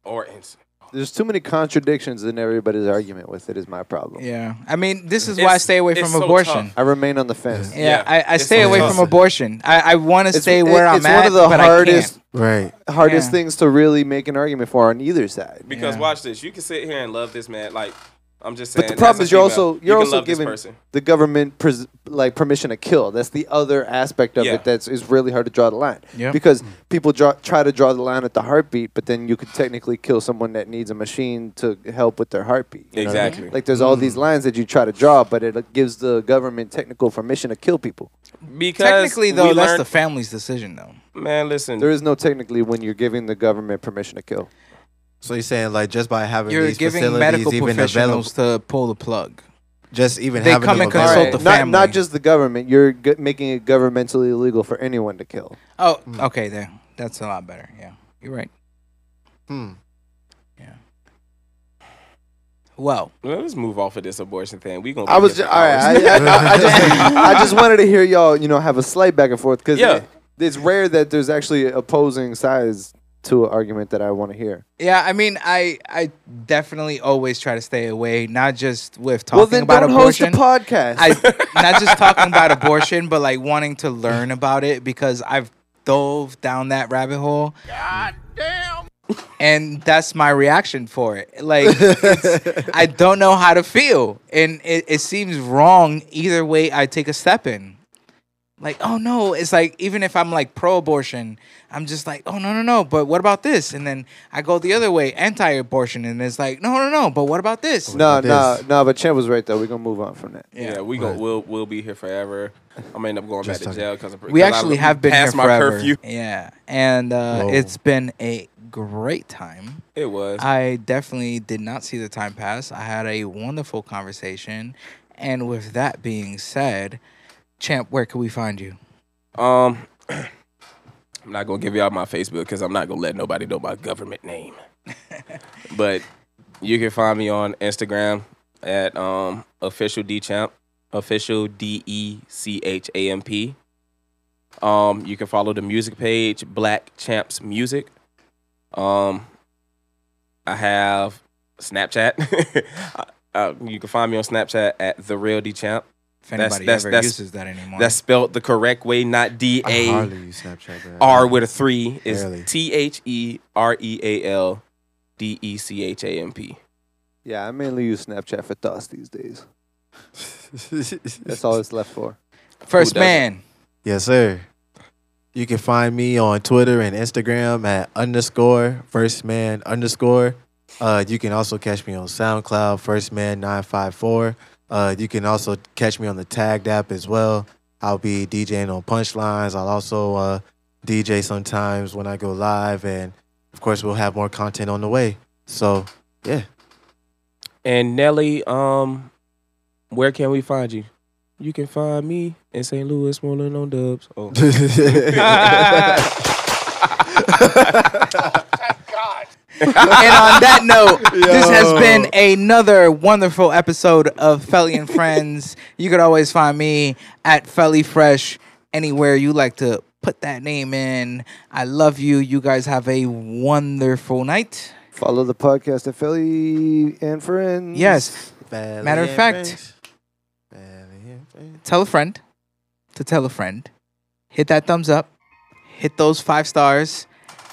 [SPEAKER 3] or incense.
[SPEAKER 4] There's too many contradictions in everybody's argument with it. Is my problem.
[SPEAKER 1] Yeah, I mean, this is why I stay away
[SPEAKER 4] It's-
[SPEAKER 1] from
[SPEAKER 4] it's so
[SPEAKER 1] abortion.
[SPEAKER 4] tough. I remain on the fence.
[SPEAKER 1] Yeah, I, I stay away from abortion. I, I want to
[SPEAKER 4] It's-
[SPEAKER 1] stay
[SPEAKER 4] it-
[SPEAKER 1] where I'm
[SPEAKER 4] it's
[SPEAKER 1] at,
[SPEAKER 4] one of the
[SPEAKER 1] but
[SPEAKER 4] hardest,
[SPEAKER 1] I
[SPEAKER 2] right?
[SPEAKER 4] Hardest
[SPEAKER 1] Yeah.
[SPEAKER 4] things to really make an argument for on either side.
[SPEAKER 3] Because watch this, you can sit here and love this man. Like I'm just saying.
[SPEAKER 4] But the
[SPEAKER 3] as
[SPEAKER 4] problem
[SPEAKER 3] a
[SPEAKER 4] is you're
[SPEAKER 3] female,
[SPEAKER 4] also you're
[SPEAKER 3] you can
[SPEAKER 4] also
[SPEAKER 3] love this
[SPEAKER 4] giving
[SPEAKER 3] person.
[SPEAKER 4] the government pres- like permission to kill. That's the other aspect of
[SPEAKER 3] Yeah.
[SPEAKER 4] it that's is really hard to draw the line.
[SPEAKER 3] Yeah.
[SPEAKER 4] Because people draw, try to draw the line at the heartbeat, but then you could technically kill someone that needs a machine to help with their heartbeat. you know what I mean?
[SPEAKER 3] Exactly.
[SPEAKER 4] Like there's all these
[SPEAKER 1] Mm.
[SPEAKER 4] lines that you try to draw, but it gives the government technical permission to kill people.
[SPEAKER 1] can't.
[SPEAKER 3] Because
[SPEAKER 1] technically, though,
[SPEAKER 3] we
[SPEAKER 1] that's
[SPEAKER 3] learned-
[SPEAKER 1] the family's decision, though.
[SPEAKER 3] Man, listen.
[SPEAKER 4] There is no technically when you're giving the government permission to kill.
[SPEAKER 2] So you're saying like just by having
[SPEAKER 1] You're
[SPEAKER 2] these
[SPEAKER 1] giving
[SPEAKER 2] facilities
[SPEAKER 1] medical
[SPEAKER 2] even
[SPEAKER 1] professionals
[SPEAKER 2] available,
[SPEAKER 1] to pull the plug.
[SPEAKER 2] just even
[SPEAKER 1] they
[SPEAKER 2] having
[SPEAKER 1] come
[SPEAKER 2] them
[SPEAKER 1] and consult
[SPEAKER 2] available.
[SPEAKER 1] the
[SPEAKER 4] Not
[SPEAKER 1] family.
[SPEAKER 4] not just the government. You're g- making it governmentally illegal for anyone to kill.
[SPEAKER 1] oh, okay, there. That's a lot better. Yeah, you're right.
[SPEAKER 2] Hmm.
[SPEAKER 1] Well,
[SPEAKER 3] Well, let's move off of this abortion thing. We gonna.
[SPEAKER 4] I
[SPEAKER 3] be
[SPEAKER 4] was
[SPEAKER 3] here
[SPEAKER 4] just,
[SPEAKER 3] for
[SPEAKER 4] all right. I,
[SPEAKER 3] hours.
[SPEAKER 4] I, I- I just, I just wanted to hear y'all, you know, have a slight back and forth because
[SPEAKER 3] Yeah.
[SPEAKER 4] it's rare that there's actually opposing sides to an argument that I want to hear.
[SPEAKER 1] Yeah, I mean, I I definitely always try to stay away, not just with talking
[SPEAKER 4] Well, then
[SPEAKER 1] about
[SPEAKER 4] don't host a
[SPEAKER 1] abortion.
[SPEAKER 4] podcast. [LAUGHS]
[SPEAKER 1] I not just talking about abortion, but like wanting to learn about it because I've dove down that rabbit hole. God damn. And that's my reaction for it. Like, it's, I don't know how to feel, and it, it seems wrong either way I take a step in like oh no it's like even if i'm like pro-abortion i'm just like oh no no no but what about this and then i go the other way anti-abortion and it's like no no no but what about this
[SPEAKER 4] no, no, no. But Champ was right though. We're gonna move on from that.
[SPEAKER 3] Yeah, we go. We'll we'll be here forever. I'm gonna end up going back to jail because
[SPEAKER 1] we actually have been here
[SPEAKER 3] past my
[SPEAKER 1] forever
[SPEAKER 3] curfew.
[SPEAKER 1] yeah and uh,
[SPEAKER 3] Whoa.
[SPEAKER 1] it's been a great time
[SPEAKER 3] It was.
[SPEAKER 1] i definitely did not see the time pass i had a wonderful conversation and with that being said champ where can we find you
[SPEAKER 3] Um, [CLEARS THROAT] I'm not gonna give y'all my Facebook because I'm not gonna let nobody know my government
[SPEAKER 2] [LAUGHS]
[SPEAKER 3] name. but you can find me on Instagram at um official dchamp, official d e c h a m p. Um, you can follow the music page Black Champs Music. Um, I have Snapchat. [LAUGHS] uh, you can find me on Snapchat at the real dchamp.
[SPEAKER 1] If anybody ever uses that anymore.
[SPEAKER 3] That's spelled the correct way, not D
[SPEAKER 2] I
[SPEAKER 3] A
[SPEAKER 2] hardly use Snapchat, man. [LAUGHS]
[SPEAKER 3] R with a three.
[SPEAKER 2] Uh-huh. Barely.
[SPEAKER 3] Is T H E R E A L D E C H A M P.
[SPEAKER 4] Yeah, I mainly use Snapchat for thoughts these days. That's all it's left for.
[SPEAKER 1] First man.
[SPEAKER 2] Yes, sir. You can find me on Twitter and Instagram at underscore first man underscore. Uh, you can also catch me on SoundCloud, First Man 954. Uh, you can also catch me on the Tagged app as well. I'll be DJing on punchlines. I'll also uh, DJ sometimes when I go live. And of course, we'll have more content on the way. So, yeah. [LAUGHS]
[SPEAKER 3] And Nelly, um, where can we find you? You can find me in St. Louis, rolling on dubs. Oh.
[SPEAKER 1] and on that note, this has been another wonderful episode of Felly and Friends. You could always find me at Felly Fresh anywhere you like to put that name in. I love you. You guys have a wonderful night.
[SPEAKER 4] Follow the podcast at Philly and friends.
[SPEAKER 1] Yes. Matter of fact, tell a friend to tell a friend. Hit that thumbs up. Hit those five stars.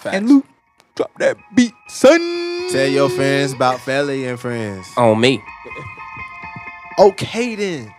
[SPEAKER 1] And Luke, drop that beat, son.
[SPEAKER 2] Tell your friends about Felly and friends.
[SPEAKER 3] On me.
[SPEAKER 2] Okay then.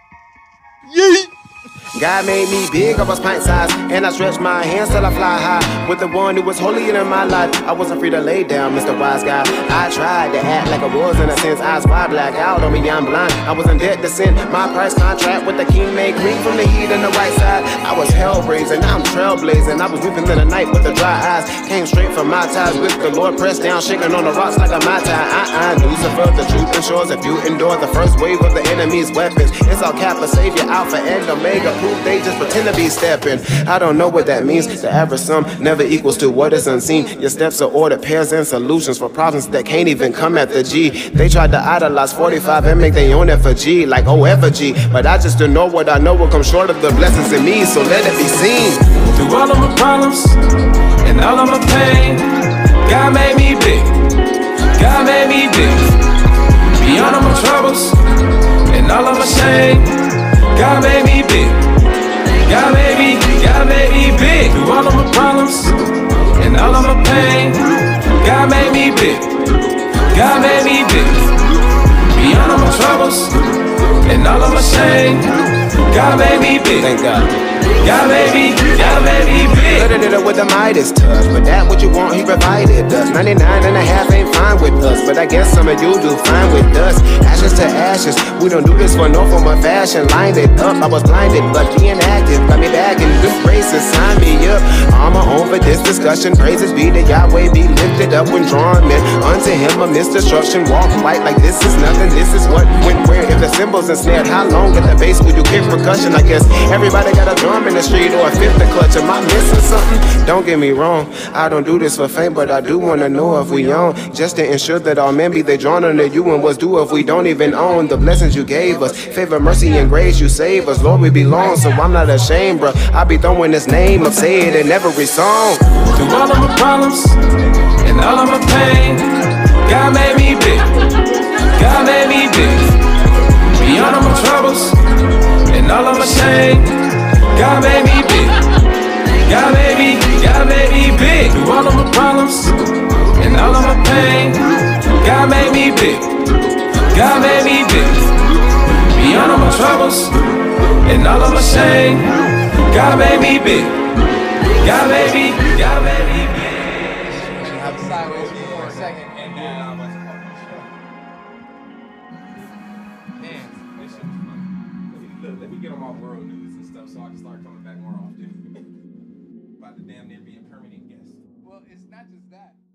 [SPEAKER 11] God made me big, I was pint sized, and I stretched my hands till I fly high. With the one who was holier than my life, I wasn't free to lay down, Mr. Wise Guy. I tried to act like I was in a sense, eyes wide, black out on me, I'm blind. I was in debt to sin, my price contract with the king made green from the heat on the right side. I was hell raising, I'm trailblazing, I was weeping in the night with the dry eyes. Came straight from my ties with the Lord pressed down, shaking on the rocks like a Mai Tai. I, I, Lucifer, the truth ensures if you endure the first wave of the enemy's weapons. It's all Kappa, Savior, Alpha, and Omega.
[SPEAKER 4] proof, they just pretend to be stepping. I don't know what that means. The average sum never equals to what is unseen. Your steps are ordered, pairs and solutions for problems that can't even come at the G. They tried to idolize 45 and make their own effigy, like OFG. But I just don't know what I know will come short of the blessings in me, so let it be seen. Through all of my problems and all of my pain, God made me big. God made me big. Beyond all my troubles and all of my shame, God made me big. God made me, God made me big. Through all of my problems and all of my pain, God made me big. God made me big. Beyond all my troubles and all of my shame, God made me big. Thank God. Y'all baby, y'all baby big. With the Midas touch, but that what you want, he provided us. 99 and a half ain't fine with us, but I guess some of you do fine with us. Ashes to ashes, we don't do this for no form of fashion. Lined it up, I was blinded, but being active got me back in good graces. Sign me up, on my own for this discussion. Praises be to Yahweh, be lifted up when drawn men unto him amidst destruction. Walk light like this is nothing, this is what went where. If the symbols ensnared, how long at the base would you kick percussion? I guess everybody got a drum in the street or a fifth of clutch. Am I missing something? Don't get me wrong, I don't do this for fame, but I do wanna know if we own. Just to ensure that our men be they drawn unto you and what's due if we don't even own the blessings you gave us. Favor, mercy, and grace you save us. Lord, we belong, so I'm not ashamed, bruh. I be throwing this name up, say it in every song. Through all of my problems and all of my pain, God made me big. God made me big. Beyond all my troubles and all of my shame. God made me big. God made me, God made me big. Through all of my problems and all of my pain, God made me big. God made me big. Beyond all my troubles and all of my shame, God made me big. God made me, God made me big.
[SPEAKER 3] uh, Look, let me get on my world news and stuff so I can start coming back more often. By the damn near being permanent guest.
[SPEAKER 12] Well, it's not just that.